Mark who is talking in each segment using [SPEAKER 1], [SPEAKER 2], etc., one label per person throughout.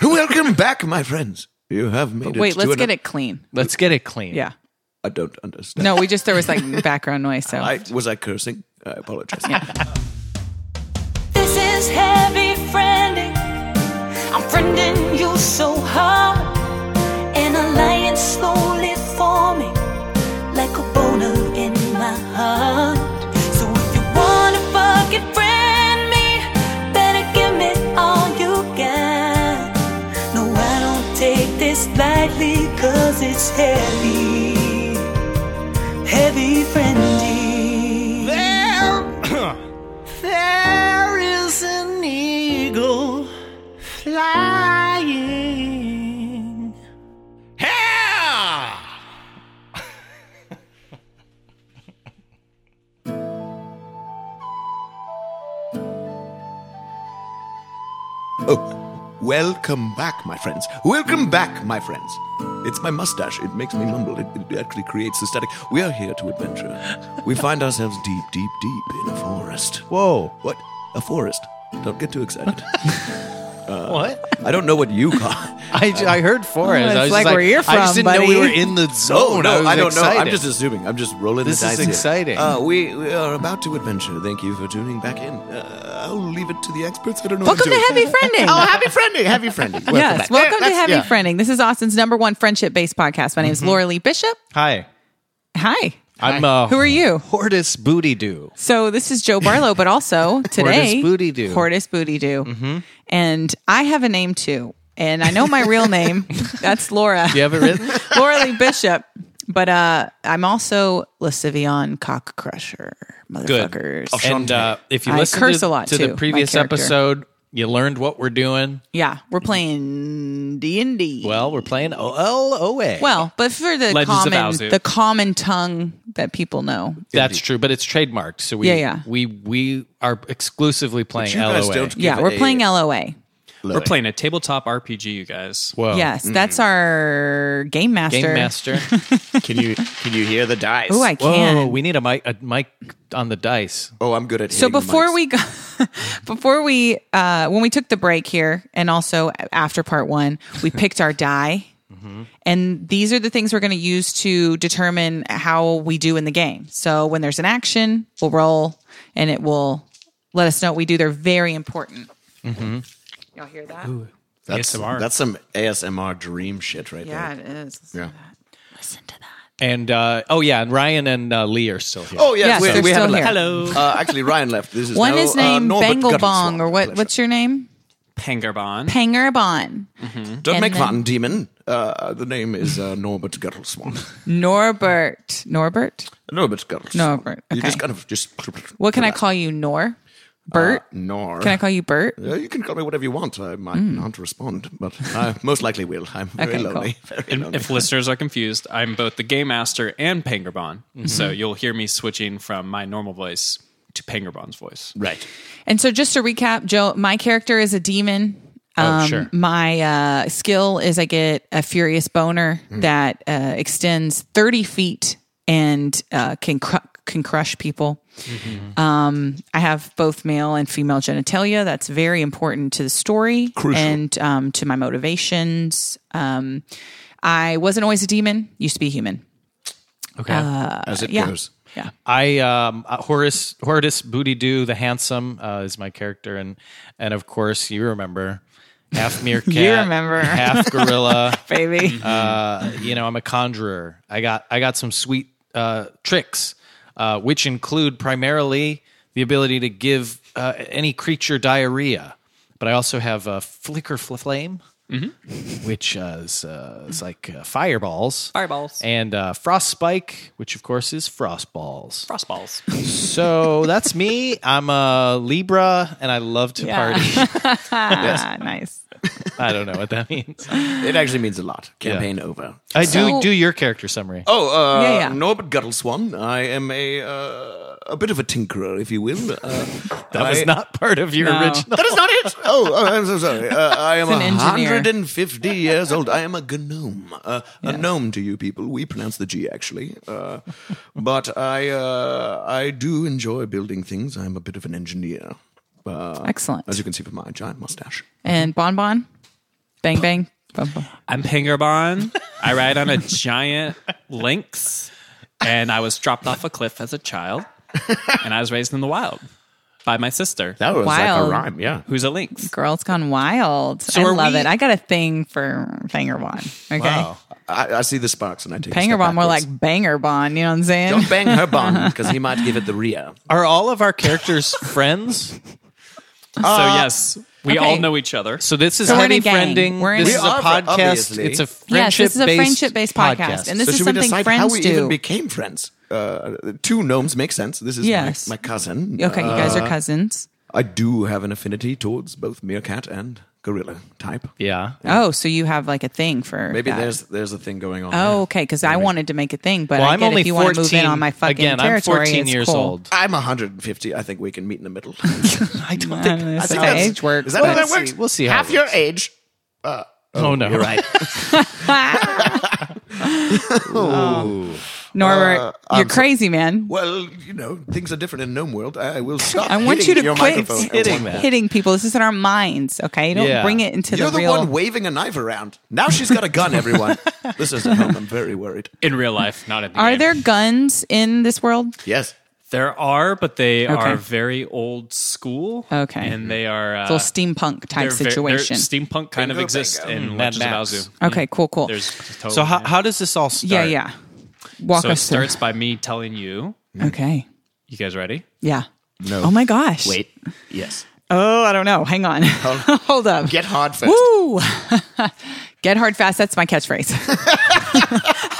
[SPEAKER 1] coming back, my friends. You have made it.
[SPEAKER 2] Wait, let's
[SPEAKER 1] to
[SPEAKER 2] get
[SPEAKER 1] an-
[SPEAKER 2] it clean.
[SPEAKER 3] Let's get it clean.
[SPEAKER 2] Yeah.
[SPEAKER 1] I don't understand.
[SPEAKER 2] No, we just there was like background noise. So
[SPEAKER 1] I was I cursing? I apologize.
[SPEAKER 4] This is heavy friending. I'm friending you so hard. An alliance slowly forming, like a boner in my heart. So if you wanna fucking friend me, better give me all you got. No, I don't take this lightly, cause it's heavy. Heavy friending.
[SPEAKER 5] There, there is an eagle flying. Yeah!
[SPEAKER 1] Oh, welcome back, my friends. Welcome back, my friends. It's my mustache. It makes me mumble. It, it actually creates the static. We are here to adventure. We find ourselves deep, deep, deep in a forest.
[SPEAKER 3] Whoa.
[SPEAKER 1] What? A forest? Don't get too excited.
[SPEAKER 3] What?
[SPEAKER 1] I don't know what you call.
[SPEAKER 3] I, ju- I heard Forrest.
[SPEAKER 2] It's
[SPEAKER 3] I was
[SPEAKER 2] like
[SPEAKER 3] just
[SPEAKER 2] where you're
[SPEAKER 3] I just
[SPEAKER 2] from,
[SPEAKER 3] didn't know we
[SPEAKER 2] buddy.
[SPEAKER 3] were in the zone.
[SPEAKER 1] Oh, no,
[SPEAKER 3] was
[SPEAKER 1] I don't know. I'm
[SPEAKER 3] excited.
[SPEAKER 1] just assuming. I'm just rolling
[SPEAKER 3] This
[SPEAKER 1] the
[SPEAKER 3] is
[SPEAKER 1] dice. here.
[SPEAKER 3] exciting.
[SPEAKER 1] Uh, we, we are about to adventure. Thank you for tuning back in. Uh, I'll leave it to the experts. I don't know. what
[SPEAKER 2] welcome to
[SPEAKER 1] do.
[SPEAKER 2] Heavy Friending.
[SPEAKER 5] Oh, happy friending, happy friending. Welcome
[SPEAKER 2] yes,
[SPEAKER 5] back.
[SPEAKER 2] welcome to
[SPEAKER 5] That's-
[SPEAKER 2] Heavy
[SPEAKER 5] yeah.
[SPEAKER 2] Friending. This is Austin's number one friendship based podcast. My name is Laura Lee Bishop.
[SPEAKER 3] Hi.
[SPEAKER 2] Hi.
[SPEAKER 3] I'm uh,
[SPEAKER 2] Who are you?
[SPEAKER 3] Hortus Booty Doo.
[SPEAKER 2] So this is Joe Barlow, but also today
[SPEAKER 3] Booty Doo.
[SPEAKER 2] Hortus Booty Doo, and I have a name too, and I know my real name. That's Laura.
[SPEAKER 3] You have it written?
[SPEAKER 2] Laura Lee Bishop. But uh, I'm also Lascivion Cock Crusher,
[SPEAKER 1] Oh,
[SPEAKER 2] motherfuckers.
[SPEAKER 3] and uh, if you
[SPEAKER 2] I
[SPEAKER 3] listen
[SPEAKER 2] curse a
[SPEAKER 3] to,
[SPEAKER 2] lot,
[SPEAKER 3] to
[SPEAKER 2] too,
[SPEAKER 3] the
[SPEAKER 2] my
[SPEAKER 3] previous
[SPEAKER 2] character.
[SPEAKER 3] episode, you learned what we're doing.
[SPEAKER 2] Yeah, we're playing D and D.
[SPEAKER 3] Well, we're playing OLOA.
[SPEAKER 2] Well, but for the
[SPEAKER 3] Legends of
[SPEAKER 2] common
[SPEAKER 3] Alzu.
[SPEAKER 2] the common tongue that people know.
[SPEAKER 3] that's true, but it's trademarked. So we
[SPEAKER 2] Yeah, yeah.
[SPEAKER 3] we we are exclusively playing
[SPEAKER 1] you guys
[SPEAKER 3] LOA.
[SPEAKER 1] don't-
[SPEAKER 2] Yeah,
[SPEAKER 1] Give
[SPEAKER 2] we're
[SPEAKER 1] a-
[SPEAKER 2] playing LOA.
[SPEAKER 6] We're playing a tabletop RPG, you guys.
[SPEAKER 3] Whoa.
[SPEAKER 2] Yes, that's our game master.
[SPEAKER 3] Oh, mm-hmm. Game Master.
[SPEAKER 5] Can you can you hear the dice?
[SPEAKER 2] Oh, I can.
[SPEAKER 3] Whoa, we need a mic a mic on the dice.
[SPEAKER 1] Oh, I'm good at.
[SPEAKER 2] so before we got before we uh when we took the break here and also after part one we picked our die
[SPEAKER 3] Mm-hmm.
[SPEAKER 2] and these are the things we're going to use to determine how we do in the game so when there's an action we'll roll and it will let us know what we do they're very important
[SPEAKER 3] Mm-hmm.
[SPEAKER 2] y'all hear that
[SPEAKER 1] that's,
[SPEAKER 6] ASMR.
[SPEAKER 1] That's some ASMR dream shit right
[SPEAKER 2] yeah
[SPEAKER 1] there.
[SPEAKER 2] it is
[SPEAKER 1] Yeah.
[SPEAKER 3] And uh, oh yeah, and Ryan and uh, Lee are still here.
[SPEAKER 1] Oh yes,
[SPEAKER 2] Yes,
[SPEAKER 1] we,
[SPEAKER 2] they're
[SPEAKER 1] we
[SPEAKER 2] still
[SPEAKER 1] haven't left.
[SPEAKER 2] here.
[SPEAKER 6] Hello.
[SPEAKER 1] Uh, actually, Ryan left. This is
[SPEAKER 2] one
[SPEAKER 1] now,
[SPEAKER 2] is
[SPEAKER 1] uh,
[SPEAKER 2] named
[SPEAKER 1] Norbert
[SPEAKER 2] Bangle
[SPEAKER 1] Guttenswan.
[SPEAKER 2] Bong, or what?
[SPEAKER 1] Pleasure.
[SPEAKER 2] What's your name?
[SPEAKER 6] Pangarbon.
[SPEAKER 2] Pangerbon.
[SPEAKER 1] Don't
[SPEAKER 2] and
[SPEAKER 1] make
[SPEAKER 2] then-
[SPEAKER 1] fun, demon. Uh, the name is uh, Norbert Guttelswan.
[SPEAKER 2] Norbert. Norbert.
[SPEAKER 1] Norbert Guttelswan.
[SPEAKER 2] Norbert,
[SPEAKER 1] You
[SPEAKER 2] okay.
[SPEAKER 1] just kind of just.
[SPEAKER 2] What can I call you? Nor. Bert.
[SPEAKER 1] Uh, Nor.
[SPEAKER 2] Can I call you Bert?
[SPEAKER 1] Uh, you can call me whatever you want. I might not respond, but I most likely will. I'm very
[SPEAKER 2] Okay, cool.
[SPEAKER 1] lonely. Very
[SPEAKER 6] And
[SPEAKER 1] lonely.
[SPEAKER 6] if listeners are confused, I'm both the game master and Pangarbon.
[SPEAKER 2] Mm-hmm.
[SPEAKER 6] So you'll hear me switching from my normal voice to Pangarbon's voice.
[SPEAKER 1] right.
[SPEAKER 2] And so, just to recap, Joe, my character is a demon. Um,
[SPEAKER 3] sure.
[SPEAKER 2] My uh, skill is I get a furious boner that uh, extends 30 feet and uh, can, cru- can crush people. Um, I have both male and female genitalia. That's very important to the story and um, to my motivations. Um, I wasn't always a demon, used to be human.
[SPEAKER 3] Okay.
[SPEAKER 2] Uh,
[SPEAKER 1] As it
[SPEAKER 2] yeah.
[SPEAKER 1] goes.
[SPEAKER 2] Yeah.
[SPEAKER 3] I um uh, Horace Hortus Booty Doo the handsome uh, is my character and and of course you remember half meerkat
[SPEAKER 2] remember.
[SPEAKER 3] half gorilla
[SPEAKER 2] Baby.
[SPEAKER 3] uh, you know I'm a conjurer I got I got some sweet uh, tricks uh, which include primarily the ability to give uh, any creature diarrhea but I also have a flicker fl- flame which uh, is, uh, is like uh, fireballs
[SPEAKER 6] Fireballs.
[SPEAKER 3] and uh, frost spike which of course is frost balls
[SPEAKER 6] Frostballs.
[SPEAKER 3] so that's me. I'm a Libra and I love to
[SPEAKER 2] Yeah.
[SPEAKER 3] party.
[SPEAKER 2] Ah, nice.
[SPEAKER 3] I don't know what that means.
[SPEAKER 1] It actually means a lot. Campaign over.
[SPEAKER 3] I
[SPEAKER 2] So-
[SPEAKER 3] do do your character summary.
[SPEAKER 1] Oh, uh,
[SPEAKER 2] Yeah, yeah.
[SPEAKER 1] Norbert Guttelswan. I am a uh, a bit of a tinkerer, if you will. Uh,
[SPEAKER 3] that was
[SPEAKER 1] I-
[SPEAKER 3] not part of your
[SPEAKER 2] No.
[SPEAKER 3] original.
[SPEAKER 1] That is not it. Oh, oh, I'm so sorry. Uh, I am
[SPEAKER 2] It's an engineer.
[SPEAKER 1] 150 years old. I am a gnome. Uh, A gnome to you people. We pronounce the G actually. Uh, but I uh, I do enjoy building things. I'm a bit of an engineer. Uh,
[SPEAKER 2] Excellent.
[SPEAKER 1] As you can see from my giant mustache.
[SPEAKER 2] And Bon Bon, Bang Bang, Bum, bum.
[SPEAKER 6] I'm Pingerbon. I ride on a giant lynx, and I was dropped off a cliff as a child, and I was raised in the wild by my sister,
[SPEAKER 1] That was like a
[SPEAKER 2] Wild.
[SPEAKER 1] rhyme, yeah.
[SPEAKER 6] who's a lynx.
[SPEAKER 2] Girls Gone Wild. I
[SPEAKER 3] are
[SPEAKER 2] love
[SPEAKER 3] we-
[SPEAKER 2] it. I got a thing for Banger Bond. Okay.
[SPEAKER 3] Wow.
[SPEAKER 1] I, I see the sparks and I take a
[SPEAKER 2] Banger
[SPEAKER 1] step
[SPEAKER 2] Bond, more
[SPEAKER 1] backwards.
[SPEAKER 2] like Banger Bond. You know what I'm saying?
[SPEAKER 1] Don't bang her bond because he might give it the rear.
[SPEAKER 3] Are all of our characters friends?
[SPEAKER 6] so yes, we all
[SPEAKER 2] Uh, okay.
[SPEAKER 6] know each other.
[SPEAKER 3] So this is
[SPEAKER 2] So we're in a
[SPEAKER 3] honey
[SPEAKER 2] gang.
[SPEAKER 3] friending.
[SPEAKER 2] We're in-
[SPEAKER 3] this
[SPEAKER 2] We
[SPEAKER 3] is
[SPEAKER 1] are,
[SPEAKER 3] a podcast.
[SPEAKER 1] obviously.
[SPEAKER 3] It's a friendship.
[SPEAKER 2] Yes, this is a friendship-based podcast. And this
[SPEAKER 1] so
[SPEAKER 2] is
[SPEAKER 1] should we
[SPEAKER 2] something
[SPEAKER 1] decide how
[SPEAKER 2] friends
[SPEAKER 1] we
[SPEAKER 2] do.
[SPEAKER 1] even became friends? Uh, two gnomes make sense. This is my-
[SPEAKER 2] Yes.
[SPEAKER 1] my, cousin.
[SPEAKER 2] okay, you guys
[SPEAKER 1] Uh,
[SPEAKER 2] are cousins.
[SPEAKER 1] I do have an affinity towards both meerkat and gorilla type.
[SPEAKER 3] yeah.
[SPEAKER 2] Oh, so you have like a thing for
[SPEAKER 1] Maybe
[SPEAKER 2] that.
[SPEAKER 1] there's there's a thing going on.
[SPEAKER 2] Oh,
[SPEAKER 1] there.
[SPEAKER 2] okay. Because I wanted to make a thing, but
[SPEAKER 3] Well,
[SPEAKER 2] I
[SPEAKER 3] I'm
[SPEAKER 2] get
[SPEAKER 3] only
[SPEAKER 2] if you want to move
[SPEAKER 3] 14.
[SPEAKER 2] in on my fucking
[SPEAKER 3] Again, I'm
[SPEAKER 2] territory,
[SPEAKER 3] 14
[SPEAKER 2] it's
[SPEAKER 3] years
[SPEAKER 2] cool.
[SPEAKER 3] old.
[SPEAKER 1] I'm 150. I think we can meet in the middle.
[SPEAKER 3] I don't
[SPEAKER 2] I don't know, that's
[SPEAKER 1] think
[SPEAKER 2] how
[SPEAKER 1] that's-
[SPEAKER 2] age works.
[SPEAKER 1] Is that how
[SPEAKER 2] but-
[SPEAKER 1] that works?
[SPEAKER 3] We'll see how
[SPEAKER 1] Half
[SPEAKER 3] it
[SPEAKER 1] your age.
[SPEAKER 3] Oh, no. You're right.
[SPEAKER 1] Uh,
[SPEAKER 2] Norbert, you're crazy, man.
[SPEAKER 1] Well, you know things are different in gnome world. I, I will stop.
[SPEAKER 2] I want you
[SPEAKER 1] hitting
[SPEAKER 2] to
[SPEAKER 1] your
[SPEAKER 2] quit
[SPEAKER 1] microphone at
[SPEAKER 3] hitting
[SPEAKER 1] one
[SPEAKER 3] that.
[SPEAKER 1] point.
[SPEAKER 2] hitting people. This is in our minds, okay? Don't
[SPEAKER 3] Yeah.
[SPEAKER 2] bring it into
[SPEAKER 1] You're
[SPEAKER 2] the
[SPEAKER 1] the,
[SPEAKER 2] real.
[SPEAKER 1] one waving a knife around. Now she's got a gun. Everyone, this is at home. I'm very worried.
[SPEAKER 6] in real life, not in the
[SPEAKER 2] Are
[SPEAKER 6] game.
[SPEAKER 2] there guns in this world?
[SPEAKER 1] Yes.
[SPEAKER 6] There are, but they
[SPEAKER 2] Okay.
[SPEAKER 6] are very old school.
[SPEAKER 2] Okay.
[SPEAKER 6] and they are uh,
[SPEAKER 2] It's a little steampunk type
[SPEAKER 6] they're ve- they're-
[SPEAKER 2] situation.
[SPEAKER 6] steampunk kind of
[SPEAKER 1] Bingo,
[SPEAKER 6] exists
[SPEAKER 1] bingo.
[SPEAKER 6] in
[SPEAKER 3] Mad
[SPEAKER 6] Legends of
[SPEAKER 3] Max.
[SPEAKER 6] Azu.
[SPEAKER 2] okay, cool, cool.
[SPEAKER 6] There's totally,
[SPEAKER 3] so how, how does this all start?
[SPEAKER 2] yeah, yeah. Walk
[SPEAKER 6] so it
[SPEAKER 2] us through.
[SPEAKER 6] starts by me telling you.
[SPEAKER 2] Okay.
[SPEAKER 6] You guys ready?
[SPEAKER 2] Yeah. No. Oh my gosh.
[SPEAKER 5] Wait. Yes.
[SPEAKER 2] Oh, I don't know. Hang on. Hold up.
[SPEAKER 1] Oh, Get hard first.
[SPEAKER 2] Woo! Get hard fast. That's my catchphrase.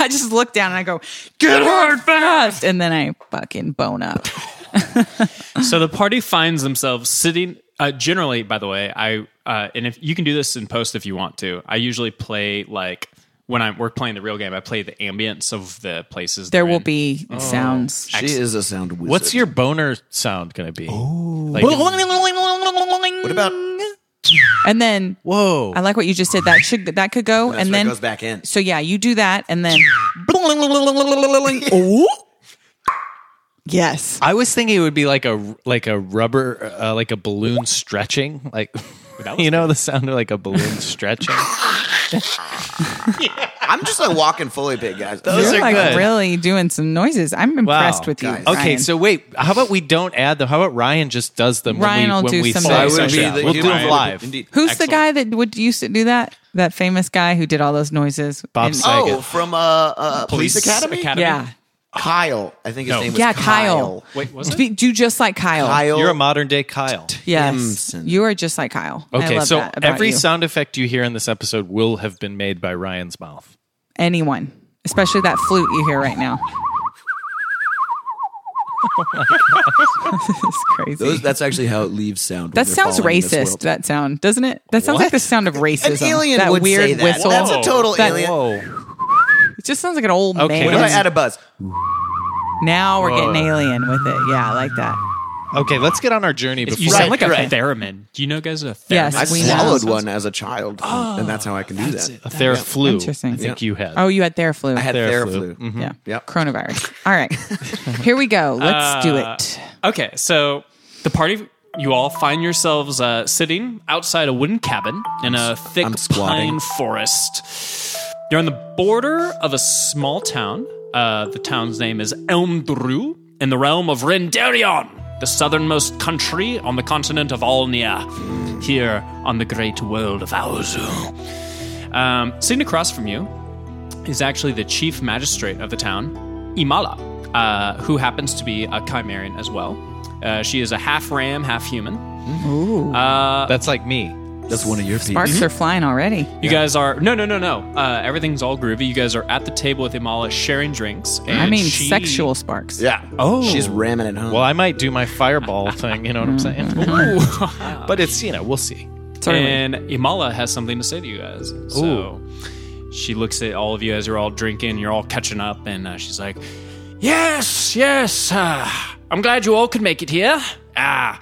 [SPEAKER 2] I just look down and I go, "Get hard fast," and then I fucking bone up.
[SPEAKER 6] so the party finds themselves sitting. Uh, generally, by the way, I uh, and if you can do this in post if you want to. I usually play like when I'm we're playing the real game. I play the ambience of the places.
[SPEAKER 2] There
[SPEAKER 6] they're
[SPEAKER 2] will
[SPEAKER 6] in.
[SPEAKER 2] be sounds.
[SPEAKER 1] She is a sound wizard.
[SPEAKER 3] What's your boner sound going to be? Like,
[SPEAKER 1] What about?
[SPEAKER 2] And then
[SPEAKER 3] whoa.
[SPEAKER 2] I like what you just did. That should that could go,
[SPEAKER 1] That's
[SPEAKER 2] and
[SPEAKER 1] where it
[SPEAKER 2] then
[SPEAKER 1] goes back in.
[SPEAKER 2] So yeah, you do that, and then
[SPEAKER 1] Ooh.
[SPEAKER 2] yes,
[SPEAKER 3] I was thinking it would be like a like a rubber uh, like a balloon stretching like you know the sound of like a balloon stretching.
[SPEAKER 1] I'm just a walking fully pig, guys.
[SPEAKER 3] Those
[SPEAKER 2] you're
[SPEAKER 3] are
[SPEAKER 2] like
[SPEAKER 3] good.
[SPEAKER 2] really doing some noises. I'm impressed with you.
[SPEAKER 1] guys.
[SPEAKER 3] Okay,
[SPEAKER 2] Ryan.
[SPEAKER 3] so wait, how about we don't add them? How about Ryan just does them
[SPEAKER 2] Ryan will
[SPEAKER 3] when we when
[SPEAKER 2] do
[SPEAKER 3] we
[SPEAKER 2] some
[SPEAKER 3] say
[SPEAKER 2] I
[SPEAKER 1] I
[SPEAKER 2] would
[SPEAKER 1] would
[SPEAKER 3] something?
[SPEAKER 1] be
[SPEAKER 6] Yeah.
[SPEAKER 1] the
[SPEAKER 3] We'll do
[SPEAKER 1] human
[SPEAKER 3] them live.
[SPEAKER 1] Indeed.
[SPEAKER 2] who's
[SPEAKER 6] Excellent.
[SPEAKER 2] the guy that would used to do that? That famous guy who did all those noises.
[SPEAKER 3] Bob
[SPEAKER 2] And-
[SPEAKER 3] Saget.
[SPEAKER 1] Oh, from uh, uh, Police, Academy?
[SPEAKER 2] yeah,
[SPEAKER 1] Kyle. I think his
[SPEAKER 6] No.
[SPEAKER 1] name was
[SPEAKER 2] yeah,
[SPEAKER 1] Kyle.
[SPEAKER 2] Kyle.
[SPEAKER 6] Wait, was it?
[SPEAKER 2] Be- Do just like Kyle.
[SPEAKER 1] Kyle.
[SPEAKER 3] You're a modern day Kyle.
[SPEAKER 2] Yes,
[SPEAKER 1] Simpson.
[SPEAKER 2] you are just like Kyle. I
[SPEAKER 3] Okay,
[SPEAKER 2] love
[SPEAKER 3] so
[SPEAKER 2] that about
[SPEAKER 3] every
[SPEAKER 2] you.
[SPEAKER 3] sound effect you hear in this episode will have been made by Ryan's mouth.
[SPEAKER 2] anyone, especially that flute you hear right now. this is crazy.
[SPEAKER 1] Those, that's actually how it leaves sound.
[SPEAKER 2] That sounds racist. That sound doesn't it? That sounds like the
[SPEAKER 1] What?
[SPEAKER 2] sound of racism.
[SPEAKER 1] An alien
[SPEAKER 2] that
[SPEAKER 1] would
[SPEAKER 2] weird
[SPEAKER 1] say that.
[SPEAKER 2] whistle.
[SPEAKER 1] That's a total
[SPEAKER 2] That-
[SPEAKER 1] alien.
[SPEAKER 3] Whoa.
[SPEAKER 2] It just sounds like an old
[SPEAKER 3] Okay.
[SPEAKER 1] What
[SPEAKER 2] man.
[SPEAKER 1] if I add a buzz?
[SPEAKER 2] now we're getting alien with it. Yeah, I like that.
[SPEAKER 3] Okay, let's get on our journey before
[SPEAKER 6] You
[SPEAKER 1] Right,
[SPEAKER 6] sound like
[SPEAKER 1] right.
[SPEAKER 6] a theremin. Do you know guys a theremin?
[SPEAKER 2] Yes,
[SPEAKER 1] I
[SPEAKER 2] We know.
[SPEAKER 1] swallowed one as a child,
[SPEAKER 2] Oh,
[SPEAKER 1] and that's how I can do that.
[SPEAKER 3] a Theraflu. flu.
[SPEAKER 2] Interesting.
[SPEAKER 3] I think
[SPEAKER 1] Yeah.
[SPEAKER 3] you had.
[SPEAKER 2] Oh, you had their flu.
[SPEAKER 1] I had
[SPEAKER 3] Theraflu.
[SPEAKER 1] Theraflu.
[SPEAKER 2] yeah.
[SPEAKER 1] Yep.
[SPEAKER 2] Coronavirus. All right. Here we go. Let's do it.
[SPEAKER 1] Uh,
[SPEAKER 6] Okay, so the party, you all find yourselves uh, sitting outside a wooden cabin in a thick
[SPEAKER 1] I'm squatting.
[SPEAKER 6] pine forest. You're on the border of a small town. Uh, the town's name is Elmdru, in the realm of Renderion, the southernmost country on the continent of Alnia, here on the great world of Aozu. Um, sitting across from you is actually the chief magistrate of the town, Imala, uh, who happens to be a Chimerian as well. Uh, she is a half ram, half human.
[SPEAKER 3] That's like me.
[SPEAKER 1] That's one of your people.
[SPEAKER 2] Sparks are flying already.
[SPEAKER 6] You guys are no, no, no, no. Uh, everything's all groovy. You guys are at the table with Imala, sharing drinks. And
[SPEAKER 2] I mean,
[SPEAKER 6] she-
[SPEAKER 2] sexual sparks.
[SPEAKER 1] Yeah.
[SPEAKER 3] Oh.
[SPEAKER 1] She's ramming it home.
[SPEAKER 3] Well, I might do my fireball thing, you know what I'm saying? but it's, you know, we'll see.
[SPEAKER 2] Totally.
[SPEAKER 6] And Imala has something to say to you guys. So she looks at all of you as you're all drinking, you're all catching up, and uh, she's like, Yes, yes, uh, I'm glad you all could make it here. Ah,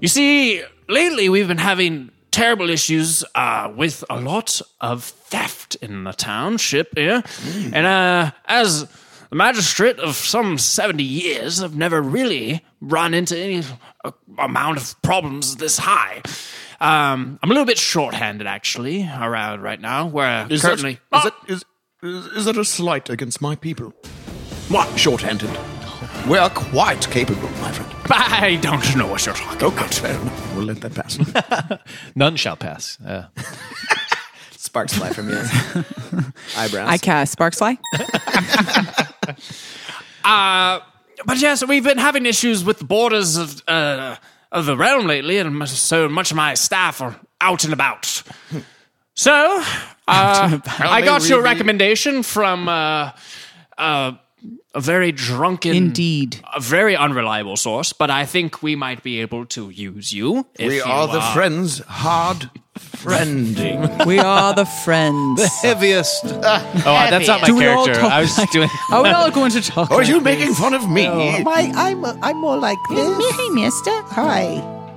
[SPEAKER 6] you see, lately we've been having terrible issues uh, with a lot of theft in the township here.
[SPEAKER 1] Hmm.
[SPEAKER 6] And uh, as the magistrate of some 70 years, I've never really run into any uh, amount of problems this high. Um, I'm a little bit short-handed actually around right now. Where
[SPEAKER 1] Is that-
[SPEAKER 6] currently,
[SPEAKER 1] is that, is, is, is that a slight against my people? What? Short-handed. We are quite capable, my friend.
[SPEAKER 6] I don't know what you're talking.
[SPEAKER 1] Okay, fair enough. We'll let that pass.
[SPEAKER 3] None shall pass. Uh,
[SPEAKER 5] Sparks fly from your eyebrows.
[SPEAKER 2] I cast sparks fly.
[SPEAKER 6] Uh, But yes, we've been having issues with the borders of uh, of the realm lately, and much- so much of my staff are out and about. So, uh, I got your recommendation from uh, uh, a very drunken,
[SPEAKER 2] Indeed.
[SPEAKER 6] a very unreliable source, but I think we might be able to use you. If
[SPEAKER 1] we
[SPEAKER 6] you uh,
[SPEAKER 1] are the friends hard friending.
[SPEAKER 2] We are the friends.
[SPEAKER 3] heaviest. oh, that's not my
[SPEAKER 2] Do we all
[SPEAKER 3] character.
[SPEAKER 2] talk
[SPEAKER 3] I was
[SPEAKER 2] like-
[SPEAKER 3] doing.
[SPEAKER 2] Are Oh, we all going to talk?
[SPEAKER 1] Are
[SPEAKER 2] like
[SPEAKER 1] Oh, you
[SPEAKER 2] this?
[SPEAKER 1] making fun of me?
[SPEAKER 7] Why, I'm, I'm more like this.
[SPEAKER 2] Hey, mister.
[SPEAKER 7] Hi.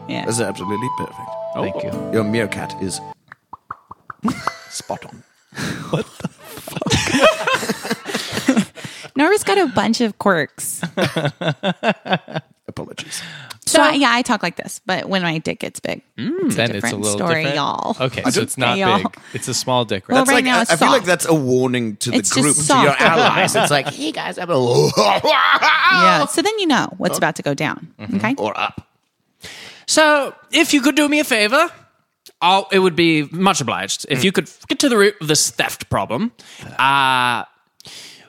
[SPEAKER 2] Yeah.
[SPEAKER 1] That's absolutely perfect.
[SPEAKER 3] Thank you.
[SPEAKER 1] Your meerkat is spot on.
[SPEAKER 2] Nora's got a bunch of quirks.
[SPEAKER 1] Apologies.
[SPEAKER 2] So, I- yeah, I talk like this, but when my dick gets big,
[SPEAKER 1] Mm.
[SPEAKER 2] it's a
[SPEAKER 3] Then it's
[SPEAKER 2] different
[SPEAKER 3] a little
[SPEAKER 2] story,
[SPEAKER 3] different.
[SPEAKER 2] y'all.
[SPEAKER 3] Okay, so it's not
[SPEAKER 2] Hey, y'all.
[SPEAKER 3] big. It's a small dick. Right?
[SPEAKER 2] Well,
[SPEAKER 1] That's
[SPEAKER 2] right
[SPEAKER 1] like
[SPEAKER 2] now
[SPEAKER 1] I,
[SPEAKER 2] it's
[SPEAKER 1] I feel like
[SPEAKER 2] soft.
[SPEAKER 1] that's a warning to the
[SPEAKER 2] It's just
[SPEAKER 1] group, to
[SPEAKER 2] soft.
[SPEAKER 1] your allies. It's like, hey guys, I'm a
[SPEAKER 2] Yeah. So then you know
[SPEAKER 1] Oh.
[SPEAKER 2] what's about to go down. Okay.
[SPEAKER 1] or up.
[SPEAKER 6] So, if you could do me a favor, I'll, it would be much obliged if you could get to the root of this theft problem. Uh,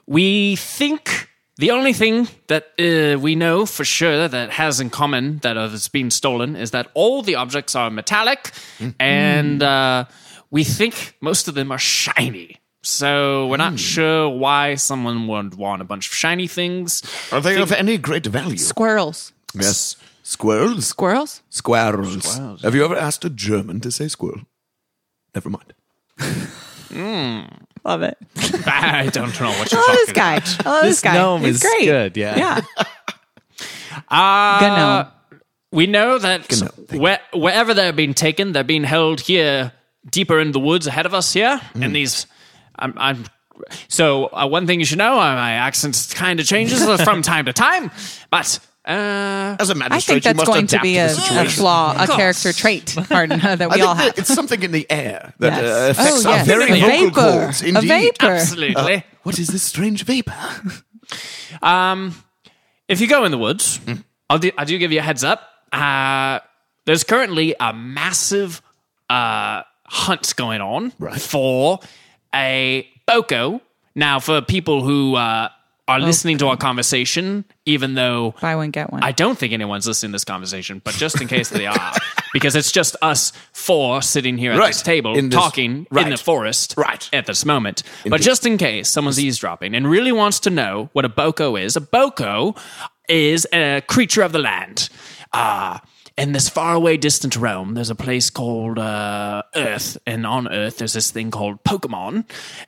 [SPEAKER 6] we think the only thing that uh, we know for sure that has in common that has been stolen is that all the objects are metallic, and uh, we think most of them are shiny. So we're not sure why someone would want a bunch of shiny things.
[SPEAKER 1] Are they of any great value?
[SPEAKER 2] Squirrels.
[SPEAKER 1] yes. Squirrels?
[SPEAKER 2] Squirrels?
[SPEAKER 1] Squirrels. Have you ever asked a German to say squirrel? Never mind.
[SPEAKER 2] Love it.
[SPEAKER 6] I don't know
[SPEAKER 2] I
[SPEAKER 6] what you're
[SPEAKER 2] love
[SPEAKER 6] talking
[SPEAKER 2] this guy. I love this,
[SPEAKER 3] This
[SPEAKER 2] guy.
[SPEAKER 3] gnome
[SPEAKER 2] He's
[SPEAKER 3] is
[SPEAKER 2] great.
[SPEAKER 3] good, yeah.
[SPEAKER 2] Yeah.
[SPEAKER 6] about.
[SPEAKER 2] Good gnome.
[SPEAKER 6] We know that
[SPEAKER 1] Good note, thank
[SPEAKER 6] where, wherever they're being taken, they're being held here, deeper in the woods ahead of us here.
[SPEAKER 1] Mm.
[SPEAKER 6] And these, I'm, I'm so uh, one thing you should know, uh, my accent kind of changes from time to time, but uh,
[SPEAKER 1] As a
[SPEAKER 2] I
[SPEAKER 1] magistrate,
[SPEAKER 2] think
[SPEAKER 1] you
[SPEAKER 2] that's
[SPEAKER 1] must
[SPEAKER 2] going to
[SPEAKER 1] adapt
[SPEAKER 2] be
[SPEAKER 1] the
[SPEAKER 2] a, a
[SPEAKER 1] situation.
[SPEAKER 2] flaw, a character trait, pardon, that
[SPEAKER 1] I
[SPEAKER 2] we all
[SPEAKER 1] think
[SPEAKER 2] have.
[SPEAKER 1] that it's something in the air that
[SPEAKER 2] Yes.
[SPEAKER 1] uh, affects
[SPEAKER 2] Oh,
[SPEAKER 1] our
[SPEAKER 2] yes.
[SPEAKER 1] very
[SPEAKER 2] A
[SPEAKER 1] vocal
[SPEAKER 2] vapor.
[SPEAKER 1] cords.
[SPEAKER 2] A
[SPEAKER 1] Indeed.
[SPEAKER 2] vapor.
[SPEAKER 6] absolutely.
[SPEAKER 1] What is this strange vapor?
[SPEAKER 6] if you go in the woods,
[SPEAKER 1] Mm.
[SPEAKER 6] I'll do, I do give you a heads up. Uh, there's currently a massive uh, hunt going on
[SPEAKER 1] Right.
[SPEAKER 6] for a boko. Now, for people who uh, are listening to our conversation, even though
[SPEAKER 2] Buy one, get one.
[SPEAKER 6] I don't think anyone's listening to this conversation, but just in case they are, because it's just us four sitting here at
[SPEAKER 1] Right.
[SPEAKER 6] this table
[SPEAKER 1] In this-
[SPEAKER 6] talking in
[SPEAKER 1] right.
[SPEAKER 6] the forest
[SPEAKER 1] Right.
[SPEAKER 6] at this moment. But just in case someone's eavesdropping and really wants to know what a boko is, a boko is a creature of the land. Uh, in this faraway, distant realm, there's a place called uh, Earth, and on Earth, there's this thing called Pokemon.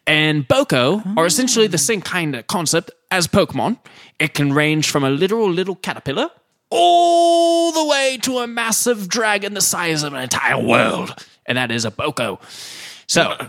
[SPEAKER 6] And boko are essentially the same kind of concept as Pokemon. It can range from a literal little caterpillar all the way to a massive dragon the size of an entire world, and that is a boko. So,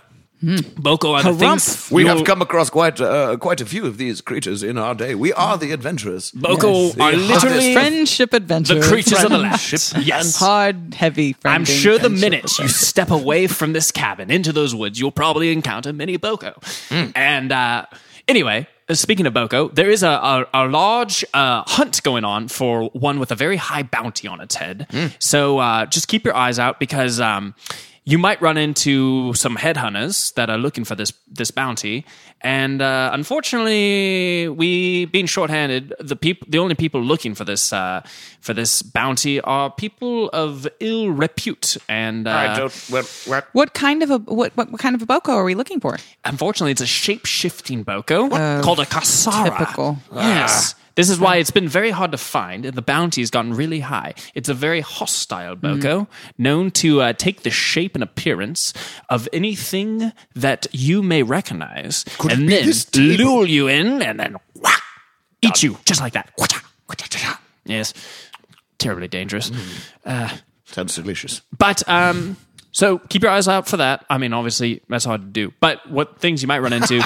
[SPEAKER 6] Boko are the
[SPEAKER 2] Harumph.
[SPEAKER 6] things
[SPEAKER 1] We have
[SPEAKER 6] you'll-
[SPEAKER 1] come across quite uh, quite a few of these creatures in our day. We are the adventurers.
[SPEAKER 6] Boko
[SPEAKER 1] Yes.
[SPEAKER 6] are
[SPEAKER 1] The
[SPEAKER 6] literally
[SPEAKER 1] hardest-
[SPEAKER 2] Friendship adventure.
[SPEAKER 6] the creatures of the land. Yes.
[SPEAKER 2] Hard, heavy
[SPEAKER 6] I'm
[SPEAKER 2] friending
[SPEAKER 6] sure the
[SPEAKER 2] friendship
[SPEAKER 6] minute you
[SPEAKER 2] adventure.
[SPEAKER 6] step away from this cabin into those woods, you'll probably encounter many Boko.
[SPEAKER 1] Hmm.
[SPEAKER 6] And uh, anyway, uh, speaking of Boko, there is a, a, a large uh, hunt going on for one with a very high bounty on its head.
[SPEAKER 1] Hmm.
[SPEAKER 6] So uh, just keep your eyes out because. Um, you might run into some headhunters that are looking for this this bounty, and uh, unfortunately, we being shorthanded, the people, the only people looking for this uh, for this bounty are people of ill repute, and uh,
[SPEAKER 1] I don't. Well, well,
[SPEAKER 2] What kind of a what, what what kind of a boko are we looking for?
[SPEAKER 6] unfortunately, it's a shape shifting boko
[SPEAKER 1] Oh,
[SPEAKER 6] called a kasara.
[SPEAKER 2] Typical.
[SPEAKER 6] Yes. This is why it's been very hard to find. and The bounty has gotten really high. It's a very hostile
[SPEAKER 1] Mm.
[SPEAKER 6] boko, known to uh, take the shape and appearance of anything that you may recognize,
[SPEAKER 1] Could it
[SPEAKER 6] and
[SPEAKER 1] be
[SPEAKER 6] then
[SPEAKER 1] this table?
[SPEAKER 6] lure you in, and then whack, eat you just like that.
[SPEAKER 1] Mm.
[SPEAKER 6] Yes, terribly dangerous. Uh,
[SPEAKER 1] sounds delicious.
[SPEAKER 6] But um, So keep your eyes out for that. I mean, obviously that's hard to do, but what things you might run into,